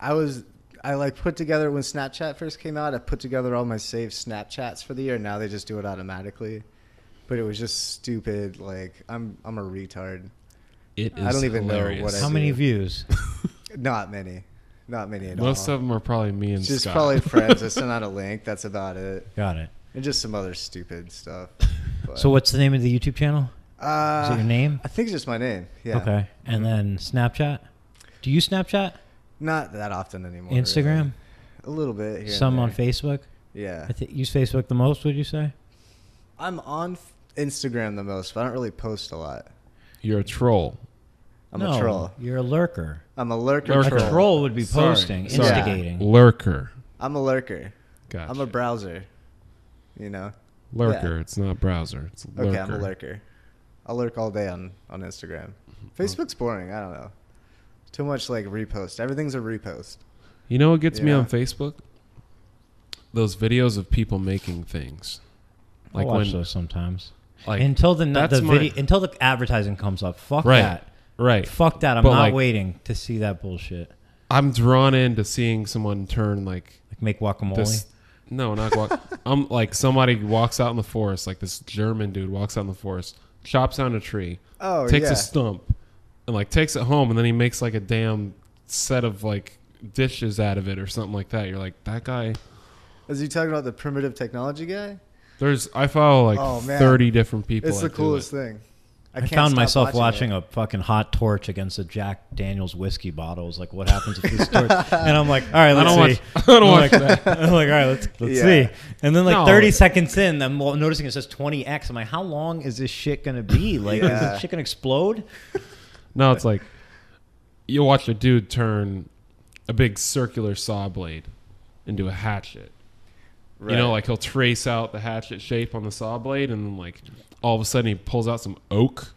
B: I was I like put together when Snapchat first came out. I put together all my saved Snapchats for the year. Now they just do it automatically. But it was just stupid. Like I'm I'm a retard.
C: It is
B: I don't even know what
C: hilarious.
B: I
A: How many views?
B: Not many. Not many at all.
C: Most of them are probably me and
B: just
C: Scott.
B: probably friends. I sent out a link. That's about it.
A: Got it.
B: And just some other stupid stuff. But,
A: So what's the name of the YouTube channel?
B: Uh,
A: Is it your name?
B: I think it's just my name. Yeah.
A: Okay,
C: Mm-hmm.
A: and then Snapchat. Do you Snapchat?
B: Not that often anymore. really.
A: Instagram?
B: A little bit. Here and
A: Some on
B: there.
A: Facebook?
B: Yeah.
A: I think use Facebook the most. Would you say?
B: I'm on f- Instagram the most, but I don't really post a lot.
C: You're a troll.
B: I'm
A: no,
B: a troll.
A: You're a lurker.
B: I'm a lurker.
C: Lurker.
A: A troll would be
C: Sorry.
A: posting,
B: Sorry.
A: instigating.
C: Lurker.
B: I'm a lurker.
C: Gotcha.
B: I'm a browser. You know.
C: lurker.
B: yeah.
C: It's not browser. It's lurker.
B: Okay, I'm a lurker. I lurk all day on on Instagram.
A: Mm-hmm.
B: Facebook's boring. I don't know. Too much like repost. Everything's a repost.
C: You know what gets me
B: Yeah.
C: on Facebook? Those videos of people making things.
A: I watch those sometimes.
C: like
A: until the
C: that's
A: the
C: my-
A: video, until the advertising comes up. Fuck
C: Right.
A: that.
C: right.
A: Fuck that. I'm
C: But,
A: not
C: like-
A: waiting to see that bullshit.
C: I'm drawn into seeing someone turn like
A: Like make guacamole.
C: this. No, not guac. I'm like somebody walks out in the forest, like this German dude walks out in the forest, chops down a tree,
B: Oh
C: takes
B: yeah.
C: a stump, and like takes it home, and then he makes like a damn set of like dishes out of it or something like that. You're like that guy.
B: Is he talking about the primitive technology guy?
C: There's I follow like
B: Oh, man.
C: thirty different people.
B: It's the
C: that do it.
B: coolest thing.
A: I,
B: can't
A: found
B: stop
A: myself
B: watching
A: watching,
B: it.
A: a fucking hot torch against a Jack Daniels whiskey bottle. It was like, what happens if this torch? And I'm like, all right,
C: I
A: let's
C: don't
A: see.
C: watch. I don't
A: I'm
C: watch
A: like,
C: that.
A: I'm like, all right, let's let's
B: Yeah.
A: see. And then like
C: No.
A: 30 seconds in, I'm well, noticing it says 20x. I'm like, how long is this shit gonna be? Like, is
B: Yeah.
A: this shit gonna explode?
C: No, it's like you watch a dude turn a big circular saw blade into a hatchet. You know,
B: Right.
C: like he'll trace out the hatchet shape on the saw blade, and then like all of a sudden he pulls out some oak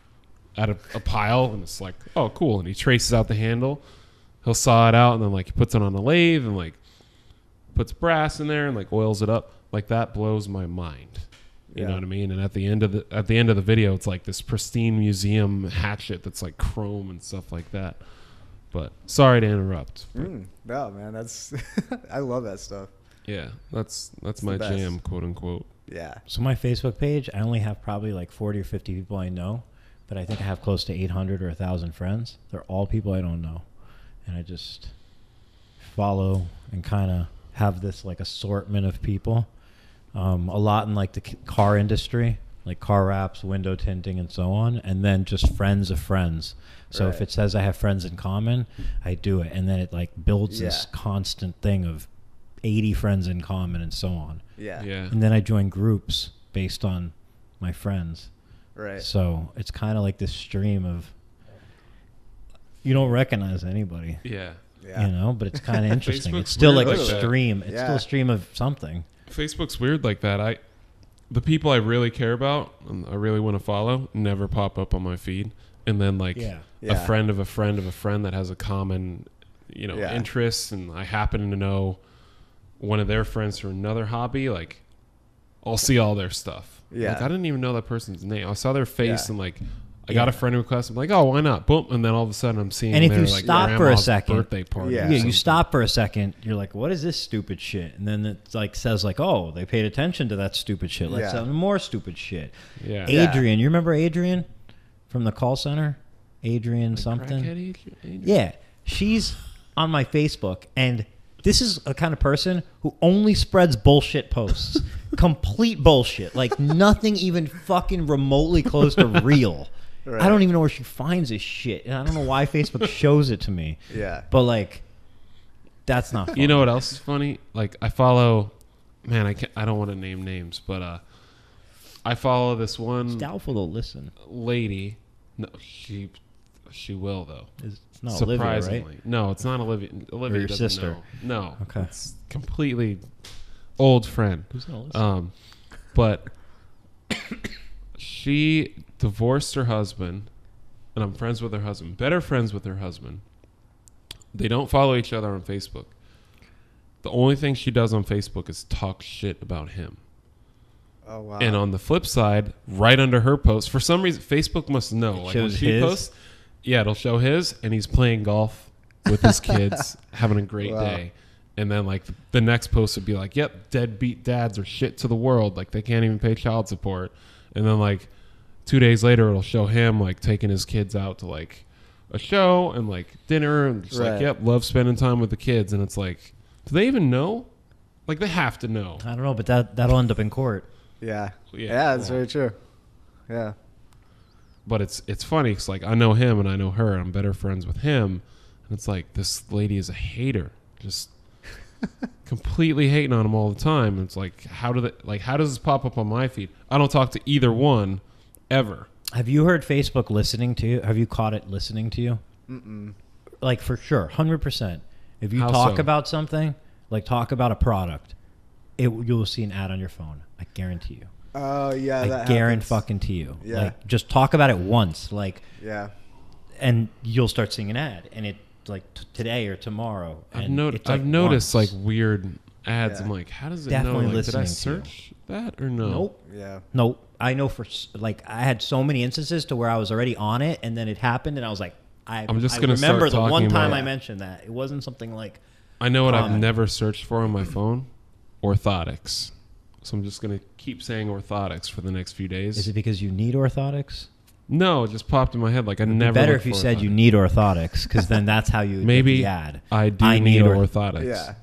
C: out of a pile, and it's like, oh, cool. And he traces out the handle. He'll saw it out, and then like he puts it on a lathe, and like puts brass in there, and like oils it up. Like that blows my mind. You
B: Yeah.
C: know what I mean? And at the end of the at the end of the video, it's like this pristine museum hatchet that's like chrome and stuff like that. But sorry to interrupt.
B: Mm, no, man, that's I love that stuff.
C: Yeah, that's that's
B: It's the
C: my
B: best.
C: jam, quote unquote.
B: Yeah,
A: So my Facebook page, I only have probably like 40 or 50 people I know, but I think I have close to 800 or 1,000 friends. They're all people I don't know. And I just follow and kind of have this like assortment of people. Um, a lot in like the c- car industry, like car wraps, window tinting, and so on. And then just friends of friends. So if
B: Right.
A: it says I have friends in common, I do it. And then it like builds this
B: Yeah.
A: constant thing of 80 friends in common and so on
B: yeah,
C: Yeah.
A: and then I join groups based on my friends.
B: right.
A: So it's kind of like this stream of you don't recognize anybody,
C: Yeah.
B: yeah,
A: you know, but it's kind of interesting.
C: Facebook's
A: it's still
C: weird
A: like a
B: like that.
A: stream. It's still
B: Yeah.
A: a stream of something.
C: Facebook's weird like that. I the people I really care about and I really want to follow never pop up on my feed. And then like
A: Yeah.
B: Yeah.
C: a friend of a friend of a friend that has a common, you know,
B: Yeah.
C: interests and I happen to know one of their friends from another hobby, like I'll see all their stuff.
B: Yeah.
C: Like I didn't even know that person's name. I saw their face
B: Yeah.
C: and like I got a friend request. I'm like, oh, why not? Boom, and then all of a sudden I'm seeing.
A: And if you
C: their, like,
A: stop for a
C: grandma's
A: second-
C: birthday party.
B: Yeah.
C: or
A: Yeah, you
C: something.
A: stop for a second. You're like, "What is this stupid shit?" And then it like says, "Like, oh, they paid attention to that stupid shit. Let's
B: Yeah.
A: have more stupid shit."
C: Yeah,
B: Yeah.
A: Adrian, you remember Adrian from the call center? Adrian something.
C: Crackhead Adrian- Adrian.
A: Yeah, she's on my Facebook, and this is a kind of person who only spreads bullshit posts. Complete bullshit. Like nothing even fucking remotely close to real.
B: Right.
A: I don't even know where she finds this shit, and I don't know why Facebook shows it to me.
B: yeah.
A: But like, that's not. Fun.
C: You know what else is funny? Like I follow, man, I can't, I don't want to name names, but uh, I follow this one
A: Doubtful to listen.
C: lady. No, she she will though.
A: It's it's not Olivia,
C: Surprisingly,
A: right?
C: no, it's not Olivia. Olivia
A: your
C: doesn't
A: sister.
C: Know. No,
A: Okay.
C: it's completely old friend.
A: Who's gonna listen?
C: Um, but she divorced her husband, and I'm friends with her husband. Better friends with her husband. They don't follow each other on Facebook. The only thing she does on Facebook is talk shit about him.
B: Oh wow.
C: And on the flip side, right under her post, for some reason, Facebook must know. like when
A: shows
C: she
A: his?
C: posts, yeah, it'll show his, and he's playing golf with his kids, having a great
B: Wow.
C: day. And then like the next post would be like, "Yep, deadbeat dads are shit to the world. Like they can't even pay child support." And then like two days later, it'll show him like taking his kids out to like a show and like dinner, and just
B: Right.
C: like, "Yep, love spending time with the kids." And it's like, do they even know? Like they have to know.
A: I don't know, but that that'll end up in court.
B: yeah,
C: Yeah,
B: yeah, that's
C: well.
B: very true. Yeah,
C: but it's it's funny because like I know him and I know her. I'm better friends with him, and it's like this lady is a hater, just completely hating on him all the time. And it's like how do they, like how does this pop up on my feed? I don't talk to either one ever.
A: Have you heard Facebook listening to you? Have you caught it listening to you? Mm-mm. Like for sure, hundred percent. If you
C: How
A: talk
C: so?
A: about something, like talk about a product, it you will see an ad on your phone. I guarantee you.
B: oh yeah,
A: I
B: that
A: guarantee
B: happens.
A: fucking to you.
B: Yeah.
A: Like just talk about it once, like,
B: Yeah,
A: and you'll start seeing an ad, and it like t- today or tomorrow.
C: I've,
A: and
C: no-
A: it's,
C: I've noticed
A: once.
C: like weird ads.
B: Yeah.
C: I'm like, how does it
A: Definitely
C: know? Like, did I
A: listening to
C: search that or no?
A: nope.
B: yeah,
A: Nope. I know for s- like I had so many instances to where I was already on it, and then it happened, and I was like, I,
C: I'm just
A: I
C: gonna start
A: remember the
C: talking
A: one
C: about
A: time
C: it.
A: I mentioned that it wasn't something like
C: I know what I've
A: Common.
C: never searched for on my phone, orthotics. So I'm just gonna keep saying orthotics for the next few days.
A: Is it because you need orthotics?
C: no, it just popped in my head. Like I never.
A: Better
C: looked
A: if you
C: for
A: said you
C: orthotics.
A: need orthotics, because then that's how you would
C: Maybe
A: get the ad.
C: I do
A: I need
C: need,
A: orth-
C: orthotics.
B: yeah.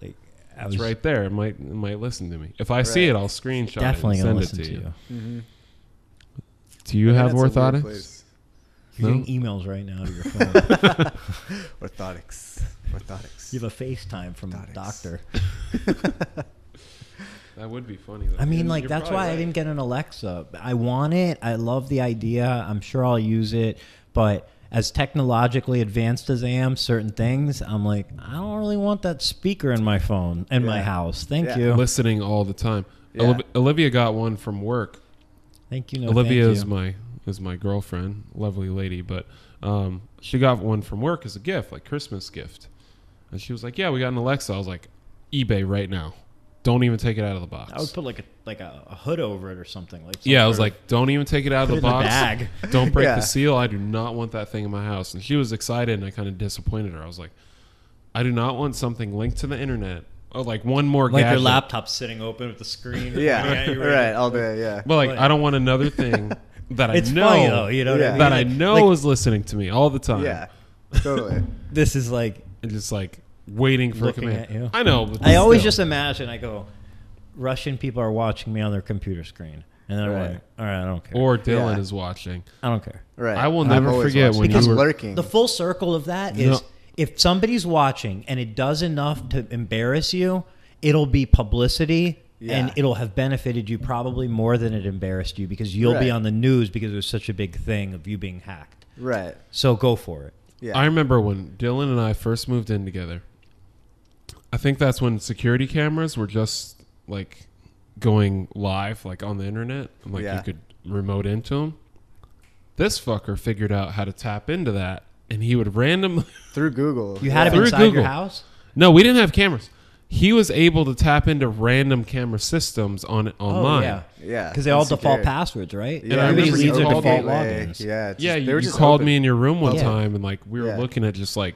A: Like, I
C: It's
A: was
C: right there. It might it might listen to me. If I see
B: Right.
C: it, I'll screenshot
A: definitely
C: it
A: gonna
C: and send
A: listen
C: it to you.
B: Mm-hmm.
C: Do you
B: That's
C: have
B: a weird
C: orthotics?
B: place.
A: You're
C: No?
A: getting emails right now to your phone.
B: Orthotics. Orthotics.
A: you have a FaceTime from the
B: Orthotics.
A: doctor.
C: That would be funny. Though.
A: I mean,
C: You're-
A: like
C: you're
A: that's why
C: probably
A: I
C: right.
A: didn't get an Alexa. I want it. I love the idea. I'm sure I'll use it, but as technologically advanced as I am, certain things, I'm like, I don't really want that speaker in my phone in my
B: Yeah.
A: house. Thank
B: Yeah.
A: you.
C: listening all the time.
B: Yeah.
C: Oliv- Olivia got one from work.
A: Thank you. No,
C: Olivia
A: thank
C: is
A: you.
C: my is my girlfriend, lovely lady, but um, she got one from work as a gift, like Christmas gift, and she was like, "Yeah, we got an Alexa." I was like, "eBay right now. Don't even take it out of the box."
A: I would put like a like a, a hood over it or something. Like some
C: yeah, I was
A: sort
C: like, "Don't even take it out
A: of,
C: of
A: put it
C: the
A: in a
C: box.
A: bag.
C: Don't break
B: Yeah.
C: the seal. I do not want that thing in my house." And she was excited, and I kind of disappointed her. I was like, "I do not want something linked to the internet." Oh, like one more
A: Like your
C: gadget.
A: laptop sitting open with the screen. pointing at
B: yeah.
A: you,
B: Right. All day. Yeah.
C: Well, like
A: Like-
C: I don't want another thing that I
A: It's
C: know
A: funny though, you know what I
B: Yeah.
A: mean?
C: that I
A: Like-
C: know
A: like,
C: is listening to me all the time.
B: Yeah. Totally.
A: this is like
C: and just like waiting for
A: Looking
C: a command.
A: at you.
C: I know. But
A: I always
C: still.
A: just imagine I go, Russian people are watching me on their computer screen, and then
B: Right.
A: I'm like, all right, I don't care.
C: or Dylan
B: Yeah.
C: is watching.
A: I don't care.
B: Right.
C: I will
B: I'm
C: never
B: always
C: forget
B: watching.
C: when
B: It
C: you
B: keeps
C: were-
B: lurking.
A: The full circle of that is
C: No.
A: if somebody's watching and it does enough to embarrass you, it'll be publicity. And
B: Yeah.
A: it'll have benefited you probably more than it embarrassed you because you'll be
B: Right.
A: on the news because it was such a big thing of you being hacked.
B: right.
A: So go for it.
B: Yeah.
C: I remember when Dylan and I first moved in together. I think that's when security cameras were just like going live, like on the internet, and like
B: Yeah.
C: you could remote into them. This fucker figured out how to tap into that, and he would randomly.
B: Through Google.
A: You had
B: yeah.
A: him
C: Through
A: inside
C: Google.
A: your house?
C: No, we didn't have cameras. He was able to tap into random camera systems on online.
A: Oh, yeah.
B: Yeah.
A: Because they all
B: Insecure.
A: default passwords, right?
B: Yeah.
C: I
A: Everybody
C: remember you
A: leads their
C: called
A: default
C: it,
A: logins.
B: logins. Yeah. it's
C: yeah,
B: just-
C: you,
B: they were
C: you
B: just
C: called
B: open.
C: me in your room one
A: Yeah.
C: time, and like we were
B: Yeah.
C: looking at just like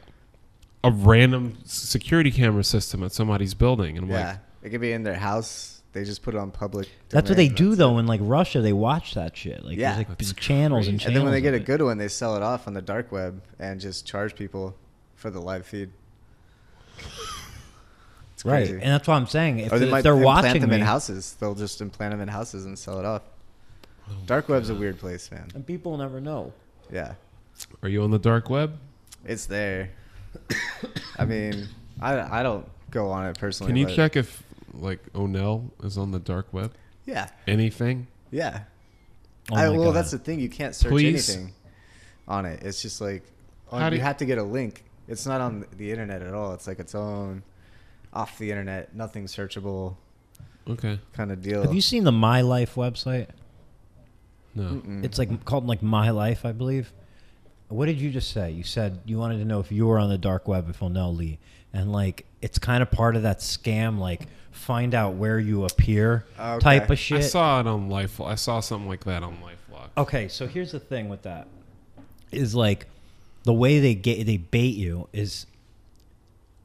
C: a random s- security camera system at somebody's building, and I'm
B: Yeah.
C: like,
B: It could be in their house. They just put it on public.
A: That's what they
B: domain.
A: do though in like Russia. They watch that shit. Like
B: Yeah.
A: there's like
C: That's
A: big channels and channels.
B: And then when they get a
A: of it.
B: good one, they sell it off on the dark web and just charge people for the live feed. It's
A: right,
B: crazy.
A: and that's what I'm saying. If,
B: or they
A: if
B: might
A: they're
B: implant
A: watching
B: them
A: me,
B: in houses. They'll just implant them in houses and sell it off.
A: Oh
B: Dark web's a weird place, man.
A: and people never know.
B: Yeah,
C: "Are you on the dark web?
B: it's there. I mean, I, I don't go on it personally.
C: Can you
B: but-
C: check if like O'Neill is on the dark web?
B: Yeah,
C: Anything?
B: yeah.
A: Oh
B: I,
A: my
B: well,
A: God.
B: that's the thing. You can't search
C: Please.
B: anything on it. It's just like on,
C: How do
B: you
C: you-
B: have to get a link. It's not on the internet at all. It's like its own off the internet, nothing searchable
C: Okay,
B: kind of deal.
A: Have you seen the My Life website?
C: no.
B: Mm-mm.
A: It's like called like My Life, I believe. What did you just say? You said you wanted to know if you were on the dark web if Onel Lee, and like it's kind of part of that scam, like find out where you appear
B: Okay.
A: type
B: I
A: of shit.
C: I saw it on Life. I saw something like that on LifeLock.
A: Okay, so here's the thing with that is like the way they get they bait you is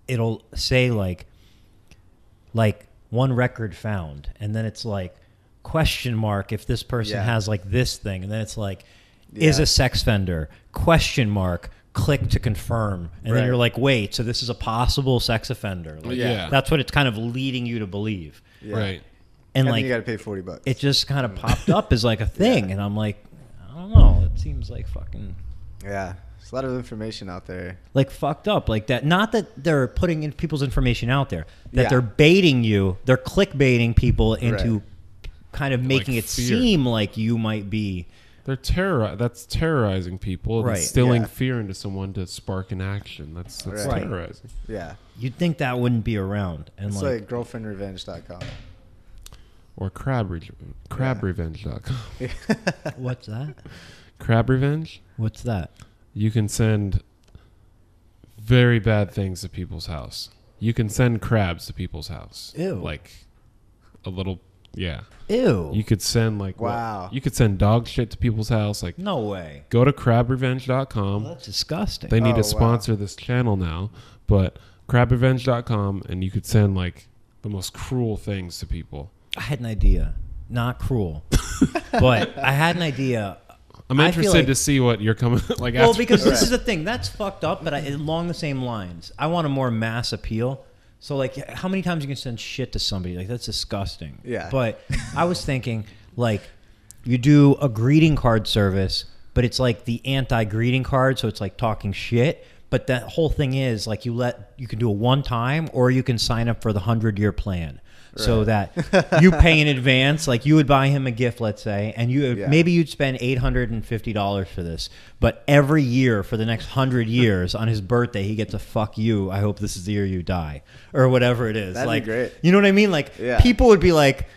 A: it'll say like like one record found and then it's like question mark if this person
B: Yeah.
A: has like this thing and then it's like is
B: Yeah.
A: a sex offender question mark click to confirm and
B: Right.
A: then you're like wait so this is a possible sex offender like,
C: Yeah.
A: that's what it's kind of leading you to believe
B: Yeah.
C: Right.
A: and,
B: And, then
A: like
B: you got to pay forty bucks.
A: it just kind of popped up as like a thing, and I'm like, I don't know. It seems like fucking
B: yeah, there's a lot of information out there.
A: like fucked up like that. Not that they're putting in people's information out there, that
B: Yeah.
A: they're baiting you, they're clickbaiting people into
B: Right.
A: kind of making it
C: fear.
A: seem like you might be
C: They're terror. That's terrorizing people.
A: Right,
C: Right. Instilling
B: yeah.
C: fear into someone to spark an action. That's that's
B: Right.
C: terrorizing.
B: Yeah,
A: you'd think that wouldn't be around and
B: it's
A: like,
B: like, girlfriendrevenge.com.
C: Or crab re- crab revenge dot com.
A: what's that
C: Crab revenge.
A: what's that
C: you can send very bad things to people's house. You can send crabs to people's house.
A: Ew.
C: Like a little yeah.
A: ew
C: You could send like what-
B: Wow.
C: you could send dog shit to people's house like
A: no way
C: go to crabrevenge.com.
A: that's disgusting
C: Um, They need
B: Oh, wow.
C: to sponsor this channel now, but crabrevenge.com and you could send like the most cruel things to people.
A: I had an idea not cruel but I had an idea
C: I'm
A: I feel
C: interested
A: like-
C: to see what you're coming like
A: Well,
C: after
A: because this
B: Right.
A: is the thing that's fucked up, but I, along the same lines, I want a more mass appeal. So, like, how many times you can send shit to somebody? Like, that's disgusting.
B: Yeah.
A: But I was thinking, like, you do a greeting card service, but it's like the anti greeting card, so it's like talking shit. But that whole thing is like you let you can do a one time or you can sign up for the hundred year plan. So that you pay in advance, like you would buy him a gift, let's say, and you
B: Yeah.
A: maybe you'd spend eight hundred and fifty dollars for this, but every year for the next hundred years, on his birthday, he gets a "fuck you." I hope this is the year you die, or whatever it is.
B: That'd be
A: like,
B: great.
A: You know what I mean? Like
B: Yeah.
A: people would be like,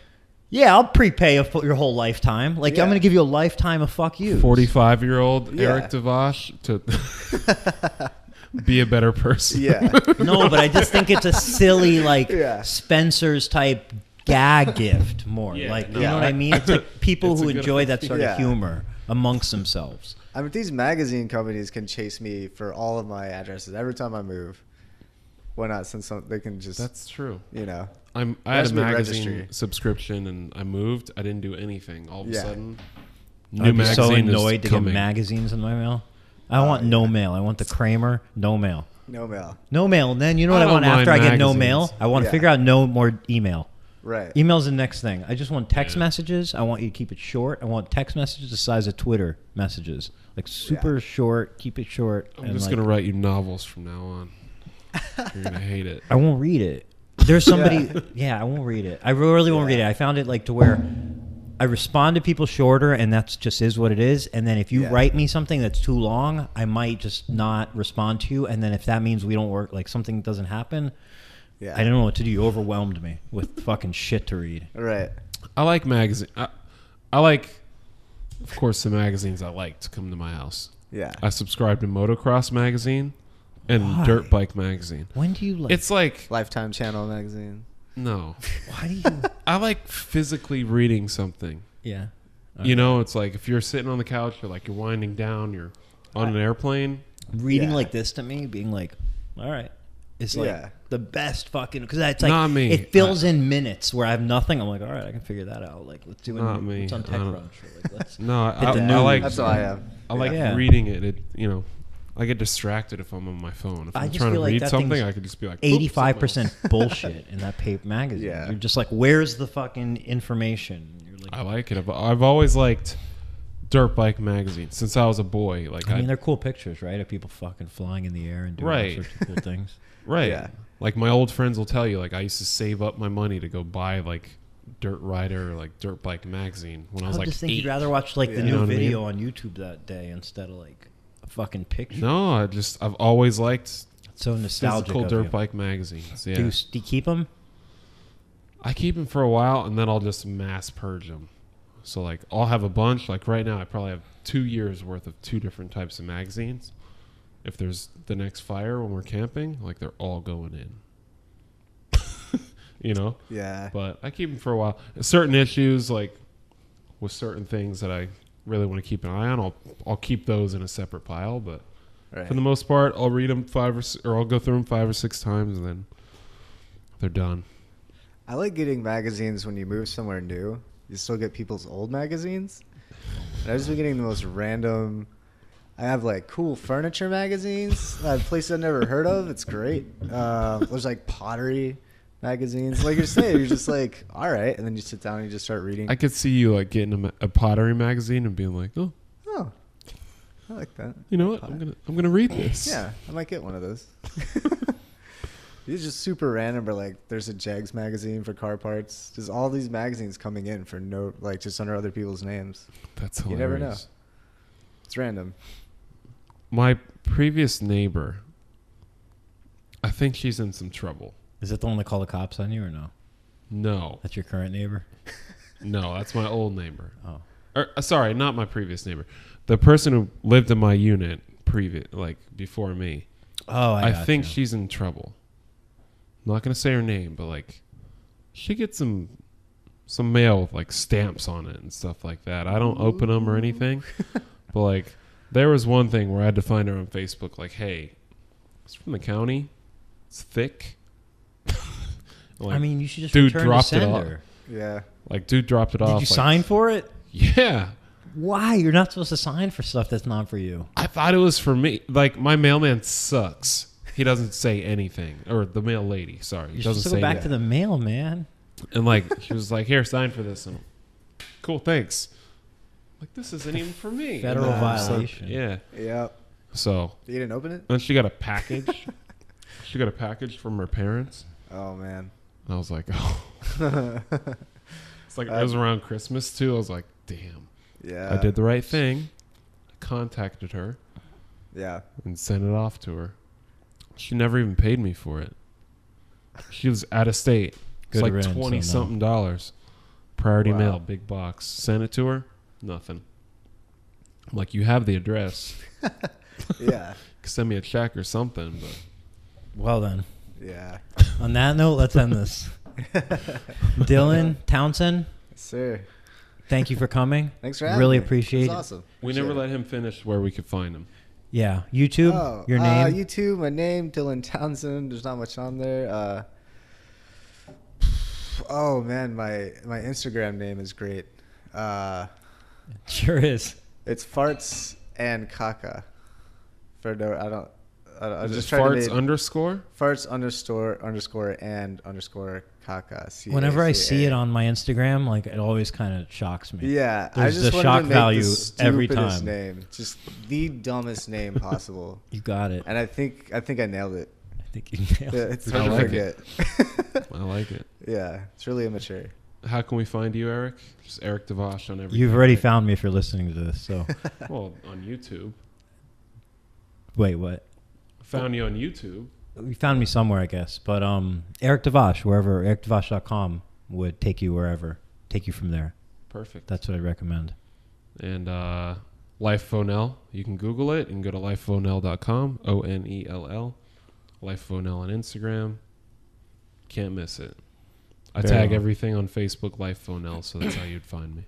A: "Yeah, I'll prepay a, fu- your whole lifetime. Like
B: Yeah.
A: I'm going to give you a lifetime of fuck you."
C: Forty-five-year-old
B: Yeah.
C: Eric Devash to be a better person.
B: Yeah.
A: No, but I just think it's a silly like
B: Yeah.
A: Spencer's type gag gift more.
C: Yeah,
A: like
C: no,
A: you know what I
C: I-
A: mean? It's like people
C: It's a
A: who
C: good
A: enjoy that sort
B: Yeah.
A: of humor amongst themselves.
B: I mean, these magazine companies can chase me for all of my addresses every time I move. Why not? Since some, they can just,
C: That's true.
B: you know,
C: I'm, I had a
B: That's my
C: magazine
B: registry.
C: subscription and I moved. I didn't do anything. All of a
B: Yeah.
C: sudden,
A: I'd be so
C: magazine is
A: annoyed to get
C: coming.
A: magazines in my mail. I
B: Uh,
A: want no mail. I want the Kramer no mail.
B: no mail.
A: No mail. And then you know what
C: I
A: I,
C: don't
A: want after
C: mind
A: I get no mail?
C: magazines.
A: I want to
B: Yeah.
A: figure out no more email.
B: Right.
A: Email's the next thing. I just want text
C: Yeah.
A: messages. I want you to keep it short. I want text messages the size of Twitter messages. Like super short, keep it short.
C: I'm
A: and,
C: just
A: like,
C: gonna write you novels from now on. You're gonna hate it.
A: I won't read it. There's somebody.
B: Yeah.
A: yeah. I won't read it. I really won't read it. I found it like to where I respond to people shorter, and that's just is what it is. And then if you
B: Yeah.
A: write me something that's too long, I might just not respond to you. And then if that means we don't work, like something doesn't happen,
B: Yeah.
A: I don't know what to do. You overwhelmed me with fucking shit to read.
B: Right.
C: I like magazine. I, I like, of course, the magazines I like to come to my house.
B: Yeah.
C: I subscribe to Motocross magazine and
A: Why?
C: Dirt Bike magazine.
A: When do you like?
C: It's like
B: Lifetime Channel magazine.
C: no,
A: why do you?
C: I like physically reading something.
A: Uh, yeah.
C: You know, it's like if you're sitting on the couch, you're like you're winding down, you're on an airplane.
A: reading
B: Yeah.
A: like this to me, being like, "All right," it's like
B: Yeah.
A: the best fucking because it's like
C: Not me.
A: it fills in minutes where I have nothing. I'm like, "All right, I can figure that out." Like, let's do
C: Not
A: it.
C: me.
A: It's on
C: I don't-
A: TechCrunch. or, Like, let's.
C: No, I,
A: Hit
C: I,
A: the
C: I like
B: That's all I uh, have.
C: I like
A: Yeah.
C: reading it. It you know, I get distracted if I'm on my phone. If
A: I
C: I'm
A: just
C: trying to
A: feel like
C: read
A: that
C: something,
A: thing's
C: I could just be like "Oop,
A: Eighty-five percent
C: something
A: bullshit in that paper magazine.
B: Yeah.
A: You're just like, "Where's the fucking information?" You're like,
C: else." I like it. I've, I've always liked dirt bike magazine since I was a boy. Like
A: I mean,
C: I,
A: they're cool pictures, right? Of people fucking flying in the air and doing
C: Right.
A: all sorts of cool things.
C: right.
B: Yeah.
C: Like my old friends will tell you, like I used to save up my money to go buy like Dirt Rider or like Dirt Bike magazine when I,
A: I,
C: was
A: would
C: like
A: just think
C: eight.
A: you'd rather watch like the
B: Yeah.
C: You know
A: new
C: what I mean?
A: video on YouTube that day instead of like a fucking picture.
C: no, I just I've always liked
A: It's so nostalgic.
C: physical
A: of
C: dirt
A: you.
C: bike magazines. Yeah,
A: Do you, s- do you keep them?
C: I keep them for a while and then I'll just mass purge them. So like I'll have a bunch. Like right now, I probably have two years worth of two different types of magazines. If there's the next fire when we're camping, like they're all going in. you know,
B: Yeah.
C: but I keep them for a while. Certain issues, like with certain things that I really want to keep an eye on, I'll I'll keep those in a separate pile. But
B: Right.
C: for the most part, I'll read them five or s- or I'll go through them five or six times and then they're done.
B: I like getting magazines when you move somewhere new. You still get people's old magazines. And I've just been getting the most random. I have like cool furniture magazines, uh, places I've never heard of. It's great. Uh, there's like pottery magazines. Like you're saying, you're just like, all right. And then you sit down and you just start reading.
C: I could see you like getting a, ma- a pottery magazine and being like, "Oh,
B: oh, I like that.
C: you know what? I'm gonna I'm gonna read this."
B: Yeah, I might get one of those. These are just super random, but like, there's a Jags magazine for car parts. Just all these magazines coming in for no, like, just under other people's names.
C: that's
B: You
C: hilarious.
B: never know. It's random.
C: My previous neighbor, I think she's in some trouble.
A: Is that the one that called the cops on you or no?
C: No,
A: That's your current neighbor?
C: no, that's my old neighbor.
A: Oh.
C: Or, uh, sorry, not my previous neighbor. The person who lived in my unit previous, like before me.
A: Oh, I,
C: I,
A: got
C: think
A: you.
C: she's in trouble. I'm not gonna say her name, but like, she gets some some mail with like stamps on it and stuff like that. I don't open them or anything, but like, there was one thing where I had to find her on Facebook. Like, hey, it's from the county. It's thick. like,
A: I mean, you should just
C: dude
A: return
C: dropped
A: to
C: it off.
A: sender.
B: Yeah.
C: like dude dropped it
A: Did you
C: off. like-
A: sign for it?
C: Yeah.
A: Why? You're not supposed to sign for stuff that's not for you.
C: I thought it was for me. Like my mailman sucks. He doesn't say anything, or the mail lady. Sorry, he
A: You're supposed
C: doesn't
A: to
C: say
A: go back
C: anything.
A: to the mail, man.
C: And like she was like, "Here, sign for this." And I'm, cool, thanks. Like this isn't even for me.
A: Federal
C: And then it's like,
A: violation.
C: yeah.
B: Yep.
C: So
B: You didn't open it?
C: then she got a package. she got a package from her parents.
B: Oh man.
C: And I was like, oh. It's like it was around Christmas too. I was like, damn.
B: yeah.
C: I did the right thing. I contacted her
B: Yeah.
C: and sent it off to her. She never even paid me for it. She was out of state. It's
A: Good
C: like
A: riddance on
C: twenty
A: that.
C: something dollars. Priority
B: Wow.
C: mail, big box. Sent it to her. Nothing. I'm like, you have the address.
B: Yeah.
C: Send me a check or something. But
A: Well then,
B: yeah.
A: on that note, let's end this. Dylan Townsend,
B: Sir.
A: thank you for coming.
B: Thanks for having
A: Really
B: me. This
A: appreciate
B: was
A: it.
B: awesome.
C: we never let him finish where we could find him.
A: Yeah, YouTube,
B: Oh,
A: your
B: Uh,
A: name.
B: YouTube, my name, Dylan Townsend. There's not much on there. Uh, oh man, my my Instagram name is great. Uh,
A: sure is.
B: it's farts and caca. For no, I don't. I, don't- I'm
C: Is
B: just
C: it
B: trying
C: farts
B: to make,
C: underscore?
B: farts underscore underscore and underscore caca. C A
A: Whenever I
B: C A.
A: see it on my Instagram, like it always kind of shocks me.
B: Yeah,
A: There's
B: I
A: the
B: just wanted
A: shock
B: to make
A: value
B: the
A: every
B: stupidest
A: time.
B: Name, just the dumbest name possible,
A: You got it.
B: and I think I think I nailed it.
A: I think you nailed
B: Yeah,
A: it.
B: it's
C: I
B: hard to
C: like
B: forget.
C: it. I like it.
B: yeah, it's really immature.
C: How can we find you, Eric? Just Eric Devosh on everything.
A: You've already found me if you're listening to this. So
C: Well, on YouTube.
A: wait, what?
C: Found you on YouTube.
A: You found me somewhere, I guess. But um, Eric Devash, wherever ericdevash.com would take you wherever, take you from there.
C: Perfect.
A: That's what I recommend.
C: and uh, Life Phonel. You can Google it. You can go to lifephonel.com. O N E L L. Life Phonel on Instagram. Can't miss it. I
A: Very
C: tag
A: well.
C: everything on Facebook Life Phonel, so that's how you'd find me.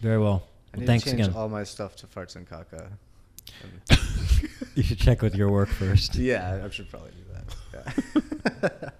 A: Very well.
B: I need
A: Thanks
B: to change
A: again.
B: all my stuff to farts and caca.
A: You should check with your work first.
B: Yeah, I should probably do that. Yeah.